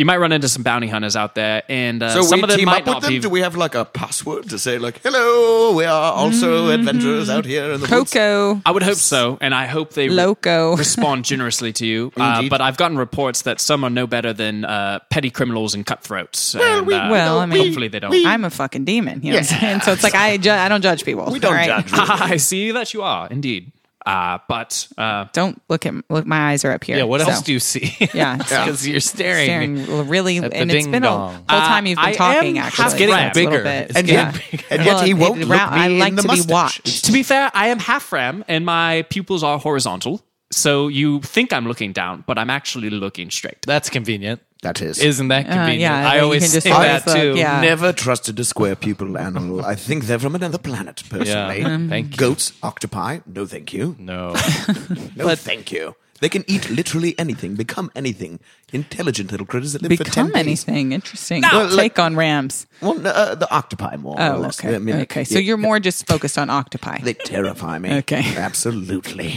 [SPEAKER 6] you might run into some bounty hunters out there, and uh,
[SPEAKER 1] So
[SPEAKER 6] some
[SPEAKER 1] we
[SPEAKER 6] of them
[SPEAKER 1] team
[SPEAKER 6] might
[SPEAKER 1] up
[SPEAKER 6] not
[SPEAKER 1] with them.
[SPEAKER 6] be.
[SPEAKER 1] Do we have like a password to say like, "Hello, we are also
[SPEAKER 2] Mm-hmm.
[SPEAKER 1] adventurers out here in the woods"?
[SPEAKER 2] Coco.
[SPEAKER 6] I would hope so, and I hope they re-
[SPEAKER 2] Loco.
[SPEAKER 6] respond generously to you. Uh,
[SPEAKER 1] Indeed.
[SPEAKER 6] but I've gotten reports that some are no better than uh, petty criminals and cutthroats. and,
[SPEAKER 1] we-
[SPEAKER 6] uh,
[SPEAKER 2] Well, I mean,
[SPEAKER 6] hopefully they don't.
[SPEAKER 2] I'm a fucking demon. You know what I'm saying? So it's like I ju- I don't judge people.
[SPEAKER 1] We don't
[SPEAKER 2] all right?
[SPEAKER 1] judge. really.
[SPEAKER 6] I see that you are indeed. Uh, but uh,
[SPEAKER 2] Don't look at look. My eyes are up here.
[SPEAKER 3] Yeah, what
[SPEAKER 2] So,
[SPEAKER 3] else do you see?
[SPEAKER 2] Yeah.
[SPEAKER 3] because you're staring.
[SPEAKER 2] staring really,
[SPEAKER 3] the
[SPEAKER 2] and it's been a
[SPEAKER 3] ding-dong.
[SPEAKER 2] whole time you've been
[SPEAKER 6] I am
[SPEAKER 2] talking. Actually,
[SPEAKER 6] half getting
[SPEAKER 2] So it's a
[SPEAKER 3] bigger.
[SPEAKER 2] little bit-
[SPEAKER 3] It's
[SPEAKER 2] yeah.
[SPEAKER 3] getting bigger.
[SPEAKER 1] And yet
[SPEAKER 2] Well,
[SPEAKER 1] he
[SPEAKER 2] it-
[SPEAKER 1] won't
[SPEAKER 2] it-
[SPEAKER 1] look me
[SPEAKER 2] I like
[SPEAKER 1] in the
[SPEAKER 2] to
[SPEAKER 1] mustache.
[SPEAKER 2] be watched.
[SPEAKER 6] To be fair, I am half ram and my pupils are horizontal. So you think I'm looking down, but I'm actually looking straight.
[SPEAKER 3] That's convenient.
[SPEAKER 1] That is.
[SPEAKER 3] Isn't that convenient?
[SPEAKER 2] Uh, yeah,
[SPEAKER 3] I
[SPEAKER 2] you
[SPEAKER 3] always
[SPEAKER 2] can just
[SPEAKER 3] say
[SPEAKER 2] always
[SPEAKER 3] that too.
[SPEAKER 2] look, yeah.
[SPEAKER 1] Never trusted a square pupil animal. I think they're from another planet, personally.
[SPEAKER 3] Yeah, Um, thank you.
[SPEAKER 1] Goats, octopi, no thank you.
[SPEAKER 2] Mm.
[SPEAKER 3] No.
[SPEAKER 1] No thank you. They can eat literally anything, become anything. Intelligent little critters that live for 10
[SPEAKER 2] Become
[SPEAKER 1] days.
[SPEAKER 2] anything interesting.
[SPEAKER 1] Well, like-
[SPEAKER 2] Take on rams.
[SPEAKER 1] Well, no, uh, the octopi more or
[SPEAKER 2] Oh,
[SPEAKER 1] less.
[SPEAKER 2] okay.
[SPEAKER 1] I mean, they-
[SPEAKER 2] okay. So
[SPEAKER 1] yeah,
[SPEAKER 2] you're more just focused on octopi.
[SPEAKER 1] They terrify me.
[SPEAKER 2] Okay.
[SPEAKER 1] Absolutely.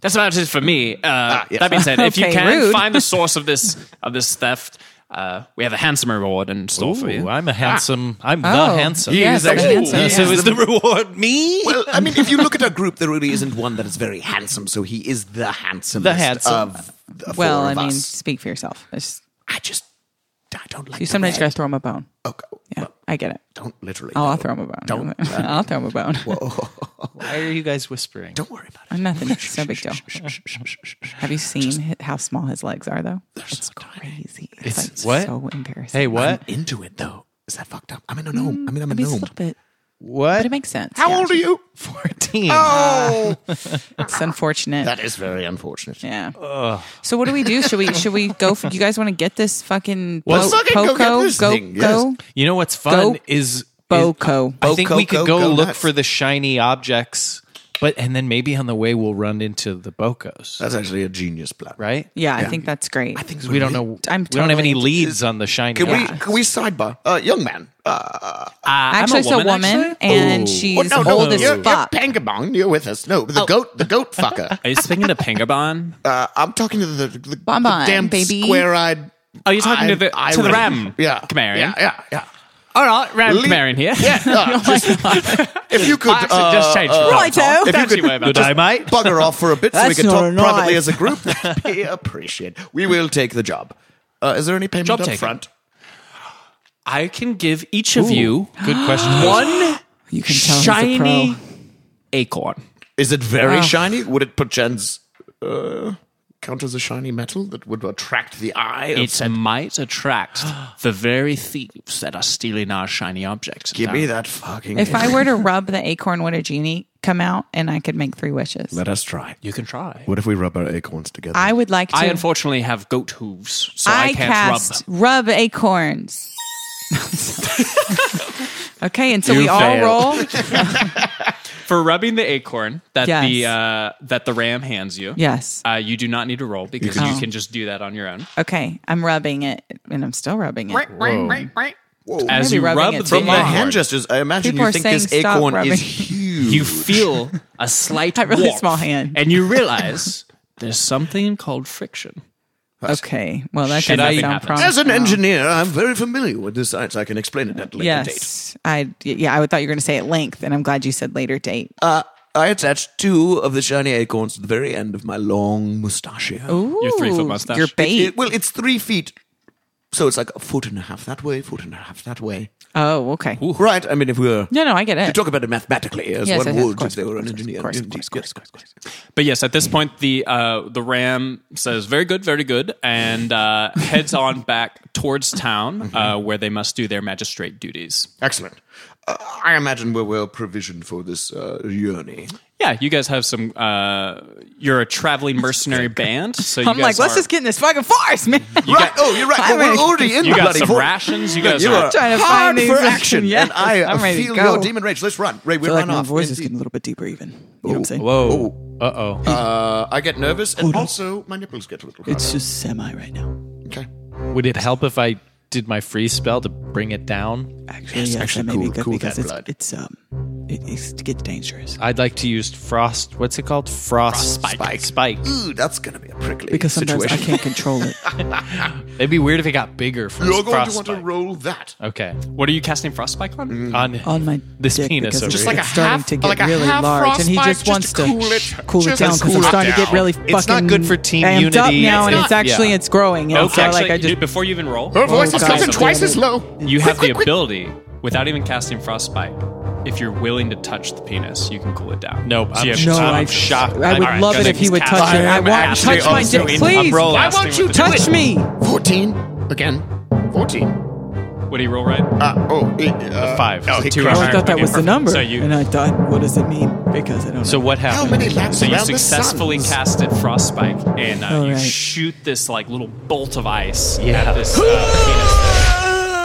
[SPEAKER 6] That's about it for me. Uh,
[SPEAKER 1] yes.
[SPEAKER 6] That being said, if you
[SPEAKER 2] Okay,
[SPEAKER 6] can
[SPEAKER 2] rude.
[SPEAKER 6] find the source of this of this theft, uh, we have a handsome reward in store for
[SPEAKER 3] Ooh,
[SPEAKER 6] you.
[SPEAKER 3] I'm a handsome. I'm
[SPEAKER 2] Ah. Oh.
[SPEAKER 3] the handsome.
[SPEAKER 2] Yeah,
[SPEAKER 1] is
[SPEAKER 2] so
[SPEAKER 1] actually-
[SPEAKER 2] handsome.
[SPEAKER 1] Ooh.
[SPEAKER 3] Uh,
[SPEAKER 2] Yeah.
[SPEAKER 3] So is the reward me?
[SPEAKER 1] Well, I mean, if you look at our group, there really isn't one that is very handsome, so he is the handsomest
[SPEAKER 3] The handsome.
[SPEAKER 1] of the
[SPEAKER 2] well,
[SPEAKER 1] four
[SPEAKER 2] I
[SPEAKER 1] of
[SPEAKER 2] mean,
[SPEAKER 1] us.
[SPEAKER 2] speak for yourself. It's,
[SPEAKER 1] I just, I don't like
[SPEAKER 2] you
[SPEAKER 1] the Oh,
[SPEAKER 2] sometimes
[SPEAKER 1] red.
[SPEAKER 2] gotta throw him a bone.
[SPEAKER 1] Okay.
[SPEAKER 2] Yeah,
[SPEAKER 1] Well,
[SPEAKER 2] I get it.
[SPEAKER 1] don't literally.
[SPEAKER 2] Oh, I'll
[SPEAKER 1] though.
[SPEAKER 2] throw him a bone.
[SPEAKER 1] Uh, Don't.
[SPEAKER 2] I'll throw him a bone.
[SPEAKER 3] Why are you guys whispering?
[SPEAKER 1] Don't worry about it.
[SPEAKER 2] I'm nothing. It's no big deal. Have you seen hi- how small his legs are, though? It's crazy. It's,
[SPEAKER 3] It's-
[SPEAKER 2] like
[SPEAKER 3] what?
[SPEAKER 2] so embarrassing.
[SPEAKER 3] Hey, what?
[SPEAKER 1] Into it though. Is that fucked up? I mean, a gnome. I mean, I'm a
[SPEAKER 2] He's a
[SPEAKER 1] gnome.
[SPEAKER 2] little bit,
[SPEAKER 3] What?
[SPEAKER 2] but it makes sense.
[SPEAKER 1] How
[SPEAKER 2] Yeah.
[SPEAKER 1] old are you?
[SPEAKER 3] Fourteen.
[SPEAKER 1] Oh,
[SPEAKER 2] It's unfortunate.
[SPEAKER 1] that is very unfortunate.
[SPEAKER 2] yeah. So what do we do? Should we? Should we go? For, you guys want to get this fucking
[SPEAKER 1] Well,
[SPEAKER 2] bo-
[SPEAKER 1] fucking go
[SPEAKER 2] poco?
[SPEAKER 1] get this
[SPEAKER 2] go
[SPEAKER 1] thing,
[SPEAKER 2] go
[SPEAKER 3] You know what's fun
[SPEAKER 2] Go-
[SPEAKER 3] is
[SPEAKER 2] Boco.
[SPEAKER 3] I think
[SPEAKER 1] Boco,
[SPEAKER 3] we could go,
[SPEAKER 1] go
[SPEAKER 3] look
[SPEAKER 1] nuts.
[SPEAKER 3] for the shiny objects, but and then maybe on the way we'll run into the bocos,
[SPEAKER 1] That's actually a genius plan,
[SPEAKER 3] right?
[SPEAKER 2] Yeah, I think that's great.
[SPEAKER 1] I think
[SPEAKER 3] we don't know.
[SPEAKER 2] I'm
[SPEAKER 3] we don't have
[SPEAKER 2] totally-
[SPEAKER 3] any leads on the shiny.
[SPEAKER 1] Can we?
[SPEAKER 3] objects.
[SPEAKER 1] Can we sidebar? Uh, young man. Uh,
[SPEAKER 2] actually, it's a woman, and she's
[SPEAKER 1] Oh. well, no, no,
[SPEAKER 2] old as
[SPEAKER 1] you're, you're
[SPEAKER 2] fuck. Oh.
[SPEAKER 1] Pangabong. You're with us. No, the goat. The goat fucker.
[SPEAKER 6] Are you speaking to Pangabon?
[SPEAKER 1] Uh, I'm talking to the the, the
[SPEAKER 2] Bonbon,
[SPEAKER 1] damn
[SPEAKER 2] baby.
[SPEAKER 1] square-eyed.
[SPEAKER 6] Are you talking to the
[SPEAKER 1] I-
[SPEAKER 6] to the
[SPEAKER 1] Iron.
[SPEAKER 6] ram?
[SPEAKER 1] Yeah,
[SPEAKER 6] Camarion.
[SPEAKER 1] Yeah, yeah, yeah.
[SPEAKER 6] All right, ram
[SPEAKER 1] Le-
[SPEAKER 6] Camarion here.
[SPEAKER 1] Yeah,
[SPEAKER 2] Oh
[SPEAKER 1] uh, just- if you could,
[SPEAKER 6] I actually just
[SPEAKER 1] uh,
[SPEAKER 6] changed.
[SPEAKER 1] uh,
[SPEAKER 2] Righto.
[SPEAKER 1] if you
[SPEAKER 6] Don't
[SPEAKER 1] could
[SPEAKER 6] you worry about
[SPEAKER 1] just
[SPEAKER 6] it.
[SPEAKER 3] mate.
[SPEAKER 1] bugger off for a bit so we
[SPEAKER 2] That's
[SPEAKER 1] can
[SPEAKER 2] not
[SPEAKER 1] talk
[SPEAKER 2] an
[SPEAKER 1] privately
[SPEAKER 2] eye.
[SPEAKER 1] as a group, that'd be appreciated. We will take the job. Uh, is there any payment
[SPEAKER 6] Job
[SPEAKER 1] up
[SPEAKER 6] taken.
[SPEAKER 1] front?
[SPEAKER 6] I can give each of you
[SPEAKER 3] Good question.
[SPEAKER 6] one
[SPEAKER 2] You can tell he's a
[SPEAKER 6] shiny
[SPEAKER 2] pro.
[SPEAKER 6] acorn.
[SPEAKER 1] Is it very
[SPEAKER 2] Ah.
[SPEAKER 1] shiny? Would it perchance uh, count as a shiny metal that would attract the eye? of-
[SPEAKER 6] It might attract the very thieves that are stealing our shiny objects.
[SPEAKER 1] Give me that fucking.
[SPEAKER 2] If I were to rub the acorn, would a genie come out and I could make three wishes?
[SPEAKER 1] Let us try.
[SPEAKER 6] You can try.
[SPEAKER 1] What if we rub our acorns together?
[SPEAKER 2] I would like to.
[SPEAKER 6] I unfortunately have goat hooves, so I,
[SPEAKER 2] I
[SPEAKER 6] can't
[SPEAKER 2] cast rub
[SPEAKER 6] rub.
[SPEAKER 2] acorns. okay, and so we all
[SPEAKER 6] failed.
[SPEAKER 2] roll.
[SPEAKER 6] For rubbing the acorn that
[SPEAKER 2] Yes.
[SPEAKER 6] the uh, that the ram hands you,
[SPEAKER 2] Yes.
[SPEAKER 6] uh, you do not need to roll because you
[SPEAKER 2] can
[SPEAKER 6] can,
[SPEAKER 2] just-
[SPEAKER 6] just do that on your own.
[SPEAKER 2] Okay, I'm rubbing it, and I'm still rubbing it.
[SPEAKER 6] As
[SPEAKER 2] Maybe
[SPEAKER 6] you
[SPEAKER 2] rubbing
[SPEAKER 6] rub
[SPEAKER 2] it
[SPEAKER 6] the
[SPEAKER 2] too
[SPEAKER 1] From the
[SPEAKER 2] long.
[SPEAKER 1] hand
[SPEAKER 6] acorn,
[SPEAKER 1] gestures, I imagine
[SPEAKER 2] People
[SPEAKER 1] you
[SPEAKER 2] are
[SPEAKER 1] think
[SPEAKER 2] saying
[SPEAKER 1] this
[SPEAKER 2] stop
[SPEAKER 1] acorn
[SPEAKER 2] rubbing.
[SPEAKER 1] is huge.
[SPEAKER 6] you feel a slight
[SPEAKER 2] I have really
[SPEAKER 6] warmth,
[SPEAKER 2] small hand.
[SPEAKER 6] and you realize there's something called friction.
[SPEAKER 2] Okay, well that
[SPEAKER 6] Shit,
[SPEAKER 2] doesn't
[SPEAKER 6] nothing
[SPEAKER 2] sound
[SPEAKER 6] happens.
[SPEAKER 2] promising.
[SPEAKER 1] As an engineer, I'm very familiar with the science. I can explain it at a later date.
[SPEAKER 2] Oh, yes, I yeah, I thought you were going to say at length, and I'm glad you said later date.
[SPEAKER 1] Uh, I attached two of the shiny acorns to the very end of my long mustachio.
[SPEAKER 6] your three-foot
[SPEAKER 2] Ooh,
[SPEAKER 6] mustache.
[SPEAKER 2] Your
[SPEAKER 6] It-
[SPEAKER 2] bait.
[SPEAKER 1] It- well, it's three feet. So it's like a foot and a half that way, foot and a half that way.
[SPEAKER 2] oh, okay.
[SPEAKER 1] Right? I mean, if we were
[SPEAKER 2] No, no, I get
[SPEAKER 1] to
[SPEAKER 2] it.
[SPEAKER 1] talk about it mathematically, as
[SPEAKER 2] Yes,
[SPEAKER 1] one
[SPEAKER 2] yes, yes, of
[SPEAKER 1] would
[SPEAKER 2] course,
[SPEAKER 1] if they were an
[SPEAKER 2] of course,
[SPEAKER 1] engineer.
[SPEAKER 2] of course, of
[SPEAKER 1] Indeed,
[SPEAKER 2] course, of
[SPEAKER 1] yes,
[SPEAKER 6] But yes, at this point, the uh, the ram says, "Very good, very good," and uh, heads on back towards town, uh, where they must do their magistrate duties.
[SPEAKER 1] Excellent. Uh, I imagine we're well provisioned for this uh, journey.
[SPEAKER 6] Yeah, you guys have some. Uh, you're a traveling mercenary band, so you
[SPEAKER 2] I'm like,
[SPEAKER 6] guys
[SPEAKER 2] let's
[SPEAKER 6] are-
[SPEAKER 2] just get in this fucking forest, man.
[SPEAKER 1] right? oh, you're right. Well,
[SPEAKER 2] I'm
[SPEAKER 1] we're
[SPEAKER 2] ready.
[SPEAKER 1] already in
[SPEAKER 6] You
[SPEAKER 1] the
[SPEAKER 6] got
[SPEAKER 1] bloody
[SPEAKER 6] some
[SPEAKER 1] forest.
[SPEAKER 6] rations. You guys
[SPEAKER 1] You
[SPEAKER 6] are.
[SPEAKER 1] are
[SPEAKER 2] trying to
[SPEAKER 1] hard
[SPEAKER 2] find these
[SPEAKER 1] for
[SPEAKER 2] things.
[SPEAKER 1] action,
[SPEAKER 2] Yes,
[SPEAKER 1] and I uh,
[SPEAKER 2] I'm ready to
[SPEAKER 1] feel
[SPEAKER 2] go.
[SPEAKER 1] your demon rage. Let's run, Ray. We're
[SPEAKER 2] like
[SPEAKER 1] running
[SPEAKER 2] my
[SPEAKER 1] off.
[SPEAKER 2] voice is
[SPEAKER 1] Indeed. Oh,
[SPEAKER 2] getting a little bit deeper, even. You know what I'm saying?
[SPEAKER 3] Whoa. Uh oh.
[SPEAKER 1] Uh, I get nervous, and also my nipples get a little hard.
[SPEAKER 7] It's just semi right now.
[SPEAKER 1] Okay.
[SPEAKER 3] Would it help if I did my freeze spell to bring it down?
[SPEAKER 7] Actually, yes,
[SPEAKER 1] actually,
[SPEAKER 7] that may be
[SPEAKER 1] cool-
[SPEAKER 7] good
[SPEAKER 1] cool
[SPEAKER 7] because
[SPEAKER 1] that
[SPEAKER 7] it's,
[SPEAKER 1] blood.
[SPEAKER 7] it's um
[SPEAKER 2] it, it gets dangerous
[SPEAKER 3] I'd like to use frost. What's it called? Frost,
[SPEAKER 1] Frostspike.
[SPEAKER 3] Spike.
[SPEAKER 1] Ooh, that's gonna be a prickly
[SPEAKER 2] because sometimes
[SPEAKER 1] situation.
[SPEAKER 2] I can't control it.
[SPEAKER 3] It'd be weird if it got bigger. From
[SPEAKER 1] You're going to
[SPEAKER 3] frost
[SPEAKER 1] want to roll that.
[SPEAKER 3] Okay.
[SPEAKER 6] What are you casting Frostbite on?
[SPEAKER 1] Mm.
[SPEAKER 3] On,
[SPEAKER 2] on my
[SPEAKER 3] This
[SPEAKER 2] dick
[SPEAKER 3] penis
[SPEAKER 2] because
[SPEAKER 3] over
[SPEAKER 2] it's
[SPEAKER 3] here.
[SPEAKER 1] Just like a
[SPEAKER 2] starting
[SPEAKER 1] half-
[SPEAKER 2] to get
[SPEAKER 1] like a
[SPEAKER 2] really
[SPEAKER 1] half
[SPEAKER 2] large, and he
[SPEAKER 1] frostbite
[SPEAKER 2] just
[SPEAKER 1] just
[SPEAKER 2] wants
[SPEAKER 1] to
[SPEAKER 2] to
[SPEAKER 1] cool it-
[SPEAKER 2] cool it
[SPEAKER 1] just
[SPEAKER 2] down because
[SPEAKER 1] cool
[SPEAKER 2] I'm
[SPEAKER 1] it
[SPEAKER 2] starting to get
[SPEAKER 1] down.
[SPEAKER 2] really
[SPEAKER 1] It's
[SPEAKER 2] fucking.
[SPEAKER 3] not good for team
[SPEAKER 2] amped up
[SPEAKER 3] unity.
[SPEAKER 2] now,
[SPEAKER 3] It's
[SPEAKER 2] and
[SPEAKER 3] not-
[SPEAKER 2] it's actually
[SPEAKER 3] yeah.
[SPEAKER 2] it's growing. And
[SPEAKER 6] Oh,
[SPEAKER 2] so
[SPEAKER 6] actually,
[SPEAKER 2] like I just
[SPEAKER 6] dude, before you even roll,
[SPEAKER 1] Her voice is
[SPEAKER 2] God.
[SPEAKER 1] something twice as low.
[SPEAKER 6] you have the
[SPEAKER 1] quick, quick.
[SPEAKER 6] ability, without even casting Frostbite, if you're willing to touch the penis, you can cool it down.
[SPEAKER 3] Nope,
[SPEAKER 6] So
[SPEAKER 3] I'm
[SPEAKER 6] you have-
[SPEAKER 3] No,
[SPEAKER 6] I'm
[SPEAKER 2] I-
[SPEAKER 6] shocked.
[SPEAKER 2] I would
[SPEAKER 6] Alright,
[SPEAKER 2] love it
[SPEAKER 6] good.
[SPEAKER 2] if he would
[SPEAKER 6] He's
[SPEAKER 2] touch
[SPEAKER 6] casting-
[SPEAKER 2] it. I
[SPEAKER 6] I'm
[SPEAKER 2] want
[SPEAKER 6] actually
[SPEAKER 2] touch my
[SPEAKER 6] also
[SPEAKER 2] dick,
[SPEAKER 6] in-
[SPEAKER 2] please.
[SPEAKER 6] I'm rolling.
[SPEAKER 1] Why
[SPEAKER 6] Casting
[SPEAKER 1] won't you
[SPEAKER 6] with the-
[SPEAKER 2] touch me.
[SPEAKER 1] 14 again. 14.
[SPEAKER 6] What do you roll, right?
[SPEAKER 1] Uh, oh, eight, uh,
[SPEAKER 6] five.
[SPEAKER 1] Oh,
[SPEAKER 6] So
[SPEAKER 1] he
[SPEAKER 6] two
[SPEAKER 1] crushed
[SPEAKER 6] or
[SPEAKER 2] Oh, I
[SPEAKER 1] it.
[SPEAKER 2] thought that
[SPEAKER 6] Okay,
[SPEAKER 2] was the
[SPEAKER 6] perfect.
[SPEAKER 2] number,
[SPEAKER 6] So you-
[SPEAKER 2] and I thought, what does it mean? Because I don't
[SPEAKER 3] So
[SPEAKER 2] know.
[SPEAKER 3] what happened?
[SPEAKER 1] How many laps
[SPEAKER 6] So you
[SPEAKER 1] around the sun?
[SPEAKER 6] successfully casted Frostbite, and uh, you
[SPEAKER 2] Alright.
[SPEAKER 6] shoot this like little bolt of ice
[SPEAKER 3] Yeah.
[SPEAKER 6] at this uh,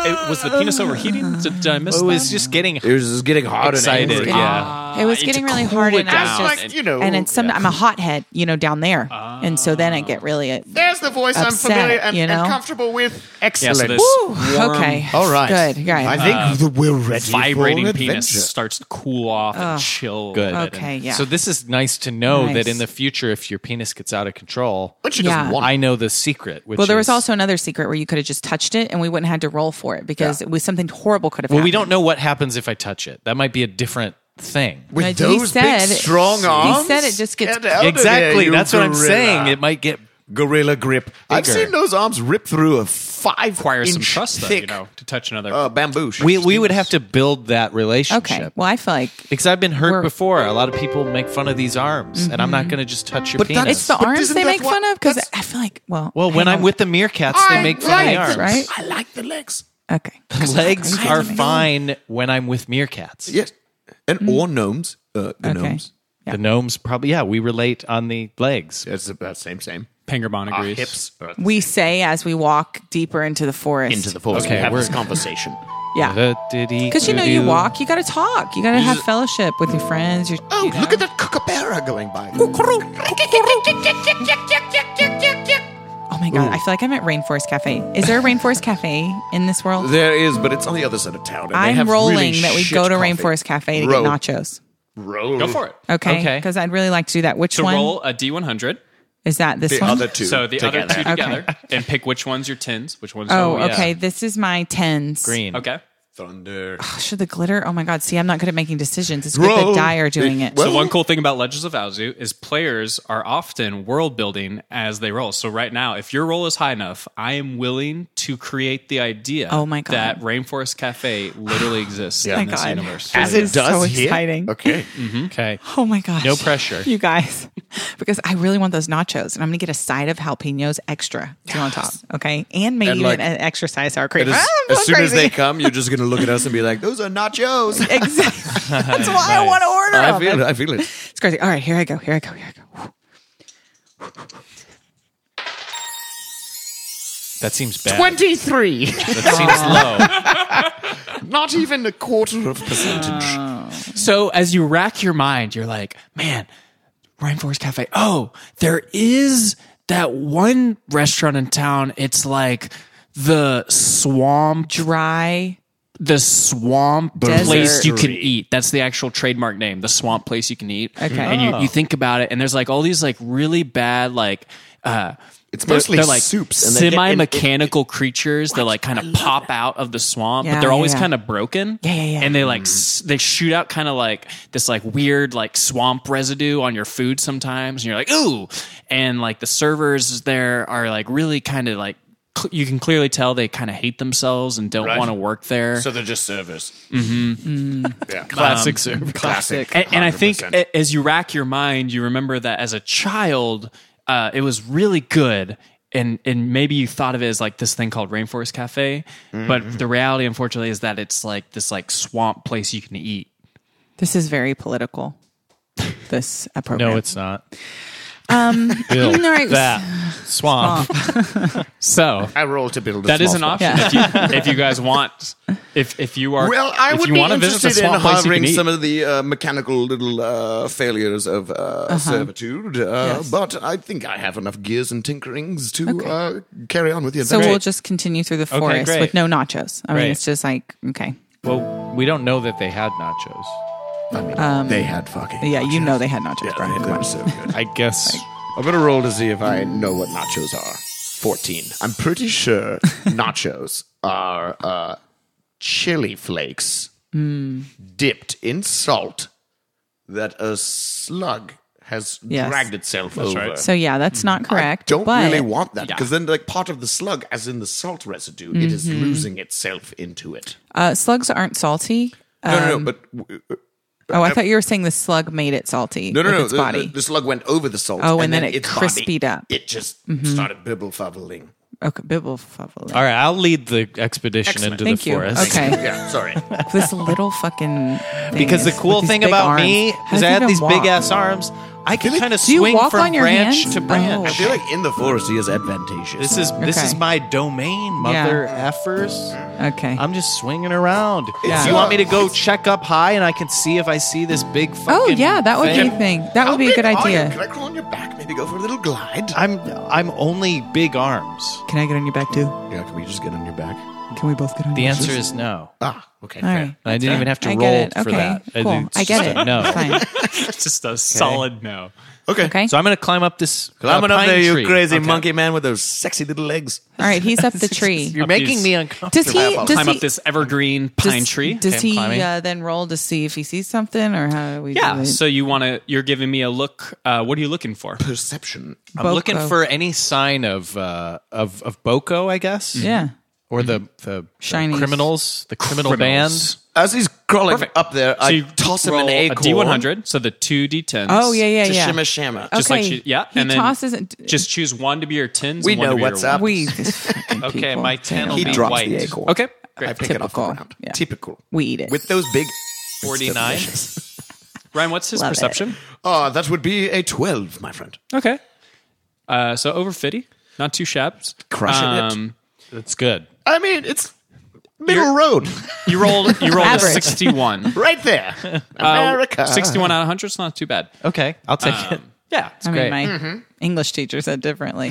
[SPEAKER 6] penis. It, was the penis overheating? Did, did I miss
[SPEAKER 3] It
[SPEAKER 6] that?
[SPEAKER 3] was just getting
[SPEAKER 1] It was just getting hot
[SPEAKER 3] excited.
[SPEAKER 1] and angry.
[SPEAKER 3] Yeah.
[SPEAKER 2] It was
[SPEAKER 6] Ah,
[SPEAKER 2] getting
[SPEAKER 6] to
[SPEAKER 2] really
[SPEAKER 6] cool
[SPEAKER 2] hard,
[SPEAKER 6] it
[SPEAKER 2] and I was
[SPEAKER 6] down.
[SPEAKER 2] just,
[SPEAKER 1] Like, you know,
[SPEAKER 2] and it's some. I'm a hothead, you know, down there, and so then I get really. uh,
[SPEAKER 1] There's the voice I'm
[SPEAKER 2] Upset,
[SPEAKER 1] familiar and,
[SPEAKER 2] you
[SPEAKER 1] and
[SPEAKER 2] know?
[SPEAKER 1] comfortable with.
[SPEAKER 6] Yeah,
[SPEAKER 1] Excellent.
[SPEAKER 6] so this
[SPEAKER 2] Woo,
[SPEAKER 6] warm,
[SPEAKER 2] okay.
[SPEAKER 1] All right.
[SPEAKER 2] Good. Right.
[SPEAKER 1] I think that we're ready for
[SPEAKER 6] Uh, vibrating
[SPEAKER 1] an
[SPEAKER 6] penis
[SPEAKER 1] adventure.
[SPEAKER 6] starts to cool off and chill.
[SPEAKER 3] Good.
[SPEAKER 6] a bit.
[SPEAKER 2] okay. Yeah.
[SPEAKER 3] So this is nice to know that
[SPEAKER 2] Nice.
[SPEAKER 3] in the future, if your penis gets out of control,
[SPEAKER 1] But she doesn't
[SPEAKER 2] Yeah.
[SPEAKER 1] want
[SPEAKER 3] I know the secret. Which
[SPEAKER 2] well, there was
[SPEAKER 3] is-
[SPEAKER 2] also another secret where you could have just touched it, and we wouldn't have had to roll for it because it was something horrible could have.
[SPEAKER 3] Well,
[SPEAKER 2] happened.
[SPEAKER 3] we don't know what happens if I touch it. That might be a different thing.
[SPEAKER 2] No,
[SPEAKER 1] With
[SPEAKER 2] he
[SPEAKER 1] those
[SPEAKER 2] said-
[SPEAKER 1] big, strong
[SPEAKER 2] he
[SPEAKER 1] arms?
[SPEAKER 2] said it just gets-
[SPEAKER 1] Get out of
[SPEAKER 3] exactly.
[SPEAKER 1] there, you
[SPEAKER 3] That's what I'm
[SPEAKER 1] gorilla.
[SPEAKER 3] saying. It might get.
[SPEAKER 1] Gorilla grip. I've
[SPEAKER 3] Bigger.
[SPEAKER 1] seen those arms rip through a five
[SPEAKER 6] Requires
[SPEAKER 1] inch
[SPEAKER 6] some trust, though,
[SPEAKER 1] thick
[SPEAKER 6] you know, to touch another.
[SPEAKER 1] uh, bamboo.
[SPEAKER 3] We we would have to build that relationship.
[SPEAKER 2] Okay. Well, I feel like
[SPEAKER 3] Because I've been hurt
[SPEAKER 2] We're-
[SPEAKER 3] before. A lot of people make fun of these arms, and I'm not going to just touch your
[SPEAKER 1] But
[SPEAKER 3] penis.
[SPEAKER 1] that-
[SPEAKER 2] it's the
[SPEAKER 1] But
[SPEAKER 2] arms
[SPEAKER 1] isn't
[SPEAKER 2] they
[SPEAKER 1] that
[SPEAKER 2] make
[SPEAKER 1] what-
[SPEAKER 2] fun of because
[SPEAKER 1] that's-
[SPEAKER 2] I feel like well.
[SPEAKER 3] well, when I'm with the meerkats, they make fun of the
[SPEAKER 2] legs,
[SPEAKER 3] arms.
[SPEAKER 2] right?
[SPEAKER 1] I like the legs.
[SPEAKER 2] okay,
[SPEAKER 3] Legs
[SPEAKER 2] I
[SPEAKER 3] are
[SPEAKER 2] don't know.
[SPEAKER 3] fine when I'm with meerkats.
[SPEAKER 1] Yes. And or gnomes. Uh, the
[SPEAKER 2] Mm. Okay.
[SPEAKER 1] gnomes.
[SPEAKER 3] The gnomes probably yeah. We relate on the legs.
[SPEAKER 1] It's about same same.
[SPEAKER 6] Pengerbon
[SPEAKER 1] Our
[SPEAKER 6] agrees.
[SPEAKER 1] hips are
[SPEAKER 2] We say as we walk deeper into the forest.
[SPEAKER 1] into the forest.
[SPEAKER 3] Okay,
[SPEAKER 1] we have
[SPEAKER 3] we're-
[SPEAKER 1] this conversation.
[SPEAKER 2] yeah. Because
[SPEAKER 3] Because
[SPEAKER 2] you know, you walk, you got to talk, you got to have fellowship with your friends. Your,
[SPEAKER 1] Oh,
[SPEAKER 2] you know.
[SPEAKER 1] look at that kookaburra going by.
[SPEAKER 2] Oh my god, I feel like I'm at Rainforest Cafe. Is there a Rainforest Cafe in this world?
[SPEAKER 1] There is, but it's on the other side of town. and they
[SPEAKER 2] I'm
[SPEAKER 1] have
[SPEAKER 2] rolling
[SPEAKER 1] really
[SPEAKER 2] that we
[SPEAKER 1] shit
[SPEAKER 2] go to
[SPEAKER 1] coffee.
[SPEAKER 2] Rainforest Cafe to
[SPEAKER 1] Roll.
[SPEAKER 2] get nachos.
[SPEAKER 1] Roll.
[SPEAKER 6] Go for it.
[SPEAKER 2] Okay,
[SPEAKER 3] Okay.
[SPEAKER 2] because I'd really like to do that. Which
[SPEAKER 6] To
[SPEAKER 2] one
[SPEAKER 6] roll a D100.
[SPEAKER 2] is that? This
[SPEAKER 1] The
[SPEAKER 2] one.
[SPEAKER 1] other two.
[SPEAKER 6] So the
[SPEAKER 1] together.
[SPEAKER 6] other two
[SPEAKER 2] Okay.
[SPEAKER 6] together, and pick which ones your tins, which ones.
[SPEAKER 2] Oh,
[SPEAKER 6] are-
[SPEAKER 2] okay. This is my tens.
[SPEAKER 3] green.
[SPEAKER 6] Okay.
[SPEAKER 1] Thunder.
[SPEAKER 2] Should the glitter? Oh my god! See, I'm not good at making decisions. It's good
[SPEAKER 1] Roll.
[SPEAKER 2] that die are doing it.
[SPEAKER 1] Well-
[SPEAKER 6] So one cool thing about Legends of Azu is players are often world building as they roll. So right now, if your roll is high enough, I am willing to create the idea
[SPEAKER 2] Oh my God.
[SPEAKER 6] that Rainforest Cafe literally exists
[SPEAKER 2] Oh my
[SPEAKER 6] in this
[SPEAKER 2] God.
[SPEAKER 6] universe.
[SPEAKER 2] This is so
[SPEAKER 1] here?
[SPEAKER 2] exciting.
[SPEAKER 1] Okay. mm-hmm.
[SPEAKER 3] Okay.
[SPEAKER 2] Oh my gosh.
[SPEAKER 3] No pressure.
[SPEAKER 2] You guys, because I really want those nachos and I'm going to get a side of jalapenos extra to on top. Okay. And maybe
[SPEAKER 1] And, like,
[SPEAKER 2] even an extra side of sour cream.
[SPEAKER 1] And as,
[SPEAKER 2] Ah, I'm
[SPEAKER 1] as
[SPEAKER 2] going
[SPEAKER 1] soon as
[SPEAKER 2] crazy.
[SPEAKER 1] they come, you're just going to look at us and be like, "Those are nachos."
[SPEAKER 2] Exactly. That's why I want to order
[SPEAKER 1] I
[SPEAKER 2] them.
[SPEAKER 1] feel it. I feel it.
[SPEAKER 2] It's crazy. All right. Here I go. Here I go. Here I go.
[SPEAKER 3] That seems bad.
[SPEAKER 1] Twenty-three.
[SPEAKER 3] That seems low.
[SPEAKER 1] Not even a quarter of a percentage.
[SPEAKER 6] So as you rack your mind, you're like, man, Rainforest Cafe. Oh, there is that one restaurant in town. It's like the swamp,
[SPEAKER 2] Dry.
[SPEAKER 6] the swamp
[SPEAKER 2] Desert.
[SPEAKER 6] place you can eat. That's the actual trademark name, the swamp place you can eat.
[SPEAKER 2] Okay.
[SPEAKER 6] And you, you think about it, and there's like all these like really bad like. uh
[SPEAKER 1] It's
[SPEAKER 6] they're-
[SPEAKER 1] mostly
[SPEAKER 6] they're, like
[SPEAKER 1] soups and they-
[SPEAKER 6] semi-mechanical creatures that like kind of pop out of the swamp, but
[SPEAKER 2] Yeah,
[SPEAKER 6] they're
[SPEAKER 2] yeah,
[SPEAKER 6] always
[SPEAKER 2] yeah.
[SPEAKER 6] kind of broken.
[SPEAKER 2] Yeah, yeah, yeah.
[SPEAKER 6] And they like s- they shoot out kind of like this like weird like swamp residue on your food sometimes, and you're like ooh, and like the servers there are like really kind of like cl- you can clearly tell they kind of hate themselves and don't want to work there.
[SPEAKER 1] they're just servers. Mm. Um,
[SPEAKER 3] Classic server.
[SPEAKER 1] Classic.
[SPEAKER 6] and, and I think
[SPEAKER 1] 100%.
[SPEAKER 6] a- as you rack your mind, you remember that as a child, uh, it was really good. And, and maybe you thought of it as like this thing called Rainforest Cafe, but the reality, unfortunately, is that it's like this like swamp place you can eat.
[SPEAKER 2] This is very political. This uh, program.
[SPEAKER 3] No, it's not. Um, Bill,
[SPEAKER 2] all right.
[SPEAKER 3] that swamp.
[SPEAKER 6] So
[SPEAKER 1] I roll to build. A
[SPEAKER 6] that is
[SPEAKER 1] small
[SPEAKER 6] an
[SPEAKER 1] farm.
[SPEAKER 6] option if, you, if you guys want. If if you are
[SPEAKER 1] Well, I
[SPEAKER 6] if
[SPEAKER 1] would
[SPEAKER 6] you
[SPEAKER 1] be
[SPEAKER 6] want to visit the
[SPEAKER 1] interested in
[SPEAKER 6] swamp place you can
[SPEAKER 1] harboring
[SPEAKER 6] eat.
[SPEAKER 1] some of the uh, mechanical little uh, failures of uh, servitude, uh,
[SPEAKER 2] Uh-huh. Yes.
[SPEAKER 1] but I think I have enough gears and tinkerings to uh, carry on with the
[SPEAKER 2] So
[SPEAKER 1] adventure.
[SPEAKER 2] we'll just continue through the forest
[SPEAKER 3] great.
[SPEAKER 2] with no nachos. I mean,
[SPEAKER 3] Great.
[SPEAKER 2] it's just like, okay.
[SPEAKER 3] well, we don't know that they had nachos.
[SPEAKER 1] I mean, they had fucking.
[SPEAKER 2] um, Yeah, you know they had nachos,
[SPEAKER 1] Yeah,
[SPEAKER 2] Brian.
[SPEAKER 1] they-
[SPEAKER 2] Come
[SPEAKER 1] they
[SPEAKER 2] on.
[SPEAKER 1] were so good.
[SPEAKER 3] I guess
[SPEAKER 1] I'm gonna roll to see if I know what nachos are. Fourteen. I'm pretty sure nachos are uh, chili flakes
[SPEAKER 2] Hmm.
[SPEAKER 1] dipped in salt that a slug has
[SPEAKER 2] Yes.
[SPEAKER 1] dragged itself over.
[SPEAKER 2] So yeah, that's not correct.
[SPEAKER 1] Don't
[SPEAKER 2] but
[SPEAKER 1] really want that because then, like part of the slug, as in the salt residue, it is
[SPEAKER 2] Mm-hmm.
[SPEAKER 1] losing itself into it.
[SPEAKER 2] uh, slugs aren't salty.
[SPEAKER 1] No, no, no. But w-
[SPEAKER 2] Oh, I thought you were saying the slug made it salty.
[SPEAKER 1] no, no,
[SPEAKER 2] with
[SPEAKER 1] no.
[SPEAKER 2] Its
[SPEAKER 1] the,
[SPEAKER 2] body.
[SPEAKER 1] The, the slug went over the salt.
[SPEAKER 2] Oh, and then it
[SPEAKER 1] its body,
[SPEAKER 2] crispied up. Mm-hmm.
[SPEAKER 1] It just started bibble fubbling.
[SPEAKER 2] okay, bibble fubbling.
[SPEAKER 3] All right, I'll lead the expedition into
[SPEAKER 2] Thank
[SPEAKER 3] the
[SPEAKER 2] you.
[SPEAKER 3] forest.
[SPEAKER 2] Okay.
[SPEAKER 1] yeah, sorry.
[SPEAKER 2] this little fucking. Thing
[SPEAKER 3] Because the
[SPEAKER 2] is- with
[SPEAKER 3] cool
[SPEAKER 2] these
[SPEAKER 3] thing
[SPEAKER 2] big
[SPEAKER 3] about
[SPEAKER 2] arms.
[SPEAKER 3] me
[SPEAKER 2] How does
[SPEAKER 3] is I
[SPEAKER 2] it
[SPEAKER 3] have
[SPEAKER 2] even
[SPEAKER 3] these
[SPEAKER 2] walk?
[SPEAKER 3] big ass arms. I can kind of
[SPEAKER 2] Do you
[SPEAKER 3] swing
[SPEAKER 2] walk
[SPEAKER 3] from
[SPEAKER 2] on your
[SPEAKER 3] branch
[SPEAKER 2] hands?
[SPEAKER 3] to branch.
[SPEAKER 1] I feel like in the forest he is advantageous.
[SPEAKER 3] This is this
[SPEAKER 2] Okay.
[SPEAKER 3] is my domain, mother effers.
[SPEAKER 2] Okay.
[SPEAKER 3] I'm just swinging around.
[SPEAKER 2] Yeah.
[SPEAKER 3] Do you want me to go check up high and I can see if I see this big fucking
[SPEAKER 2] oh yeah, that would be
[SPEAKER 3] thing?
[SPEAKER 2] a thing. That
[SPEAKER 1] How
[SPEAKER 2] would be a
[SPEAKER 1] big
[SPEAKER 2] good
[SPEAKER 1] are you?
[SPEAKER 2] idea.
[SPEAKER 1] Can I crawl on your back? Maybe go for a little glide.
[SPEAKER 3] I'm I'm only big arms.
[SPEAKER 2] Can I get on your back too?
[SPEAKER 1] Yeah, can we just get on your back?
[SPEAKER 2] Can we both get on?
[SPEAKER 3] The
[SPEAKER 2] your
[SPEAKER 3] answer is no.
[SPEAKER 1] Ah, okay.
[SPEAKER 2] All
[SPEAKER 1] fair.
[SPEAKER 2] right.
[SPEAKER 3] I didn't even have to
[SPEAKER 2] I
[SPEAKER 3] roll
[SPEAKER 2] get it.
[SPEAKER 3] for
[SPEAKER 2] okay.
[SPEAKER 3] that.
[SPEAKER 2] Cool.
[SPEAKER 3] It's
[SPEAKER 2] I get
[SPEAKER 3] just
[SPEAKER 2] it.
[SPEAKER 3] a No.
[SPEAKER 2] Fine.
[SPEAKER 6] Just a solid no.
[SPEAKER 1] Okay.
[SPEAKER 2] Okay.
[SPEAKER 3] So I'm gonna climb up this
[SPEAKER 1] Climbing
[SPEAKER 3] uh,
[SPEAKER 1] up
[SPEAKER 3] pine
[SPEAKER 1] there,
[SPEAKER 3] tree.
[SPEAKER 1] you crazy
[SPEAKER 3] Okay.
[SPEAKER 1] monkey man with those sexy little legs.
[SPEAKER 2] All right. He's up the tree.
[SPEAKER 3] You're
[SPEAKER 6] Up
[SPEAKER 3] making
[SPEAKER 6] these-
[SPEAKER 3] me uncomfortable.
[SPEAKER 2] Does he? Does
[SPEAKER 6] Climb
[SPEAKER 2] he?
[SPEAKER 6] up this evergreen pine
[SPEAKER 2] does,
[SPEAKER 6] tree.
[SPEAKER 2] Does
[SPEAKER 3] Okay,
[SPEAKER 2] he
[SPEAKER 3] climbing.
[SPEAKER 2] uh, then roll to see if he sees something or how do we?
[SPEAKER 6] yeah.
[SPEAKER 2] Do it?
[SPEAKER 6] So you want to? You're giving me a look. Uh, what are you looking for?
[SPEAKER 1] Perception.
[SPEAKER 3] I'm
[SPEAKER 2] Boko.
[SPEAKER 3] looking for any sign of uh, of of Boko, I guess.
[SPEAKER 2] yeah.
[SPEAKER 3] Or the the, the
[SPEAKER 2] Shinies.
[SPEAKER 3] criminals, the criminal
[SPEAKER 6] Criminals.
[SPEAKER 3] band.
[SPEAKER 1] As he's crawling
[SPEAKER 6] Perfect.
[SPEAKER 1] up there,
[SPEAKER 6] So
[SPEAKER 1] I
[SPEAKER 6] you
[SPEAKER 1] toss him an
[SPEAKER 6] roll a
[SPEAKER 1] acorn.
[SPEAKER 6] D100, so the two D10s.
[SPEAKER 2] Oh yeah yeah
[SPEAKER 1] To
[SPEAKER 2] yeah.
[SPEAKER 1] shimmer shimmer.
[SPEAKER 6] Just like
[SPEAKER 2] Okay.
[SPEAKER 6] she, yeah,
[SPEAKER 2] He
[SPEAKER 6] and then
[SPEAKER 2] tosses it.
[SPEAKER 6] Just choose one to be your tins.
[SPEAKER 1] We
[SPEAKER 6] and one to
[SPEAKER 1] know
[SPEAKER 6] be your
[SPEAKER 1] what's up.
[SPEAKER 6] ones.
[SPEAKER 2] we. these fucking
[SPEAKER 6] Okay,
[SPEAKER 2] people.
[SPEAKER 6] my
[SPEAKER 2] They
[SPEAKER 6] ten
[SPEAKER 2] don't
[SPEAKER 6] will
[SPEAKER 1] He
[SPEAKER 6] be
[SPEAKER 2] know.
[SPEAKER 1] drops
[SPEAKER 6] white.
[SPEAKER 1] the acorn.
[SPEAKER 6] Okay,
[SPEAKER 1] I
[SPEAKER 6] great.
[SPEAKER 1] pick it
[SPEAKER 2] Typical.
[SPEAKER 1] off the ground.
[SPEAKER 2] Yeah.
[SPEAKER 1] Typical.
[SPEAKER 2] We eat it.
[SPEAKER 1] With those big.
[SPEAKER 6] 49.
[SPEAKER 1] It's delicious.
[SPEAKER 6] Ryan, what's his
[SPEAKER 2] Love it.
[SPEAKER 6] perception?
[SPEAKER 1] Ah, that would be a 12, my friend.
[SPEAKER 6] Okay, uh, so over fifty, not too shabs. Um,
[SPEAKER 1] Crushing it.
[SPEAKER 3] That's good.
[SPEAKER 1] I mean, it's middle road.
[SPEAKER 6] it. You rolled. You rolled a
[SPEAKER 2] Average. Uh.
[SPEAKER 6] sixty-one.
[SPEAKER 1] right there.
[SPEAKER 3] Uh,
[SPEAKER 1] America.
[SPEAKER 6] Sixty-one out of hundred. It's not too bad.
[SPEAKER 3] Okay, I'll take it.
[SPEAKER 6] Yeah, it's
[SPEAKER 2] I
[SPEAKER 6] great.
[SPEAKER 2] mean, my
[SPEAKER 1] Mm-hmm.
[SPEAKER 2] English teacher said differently.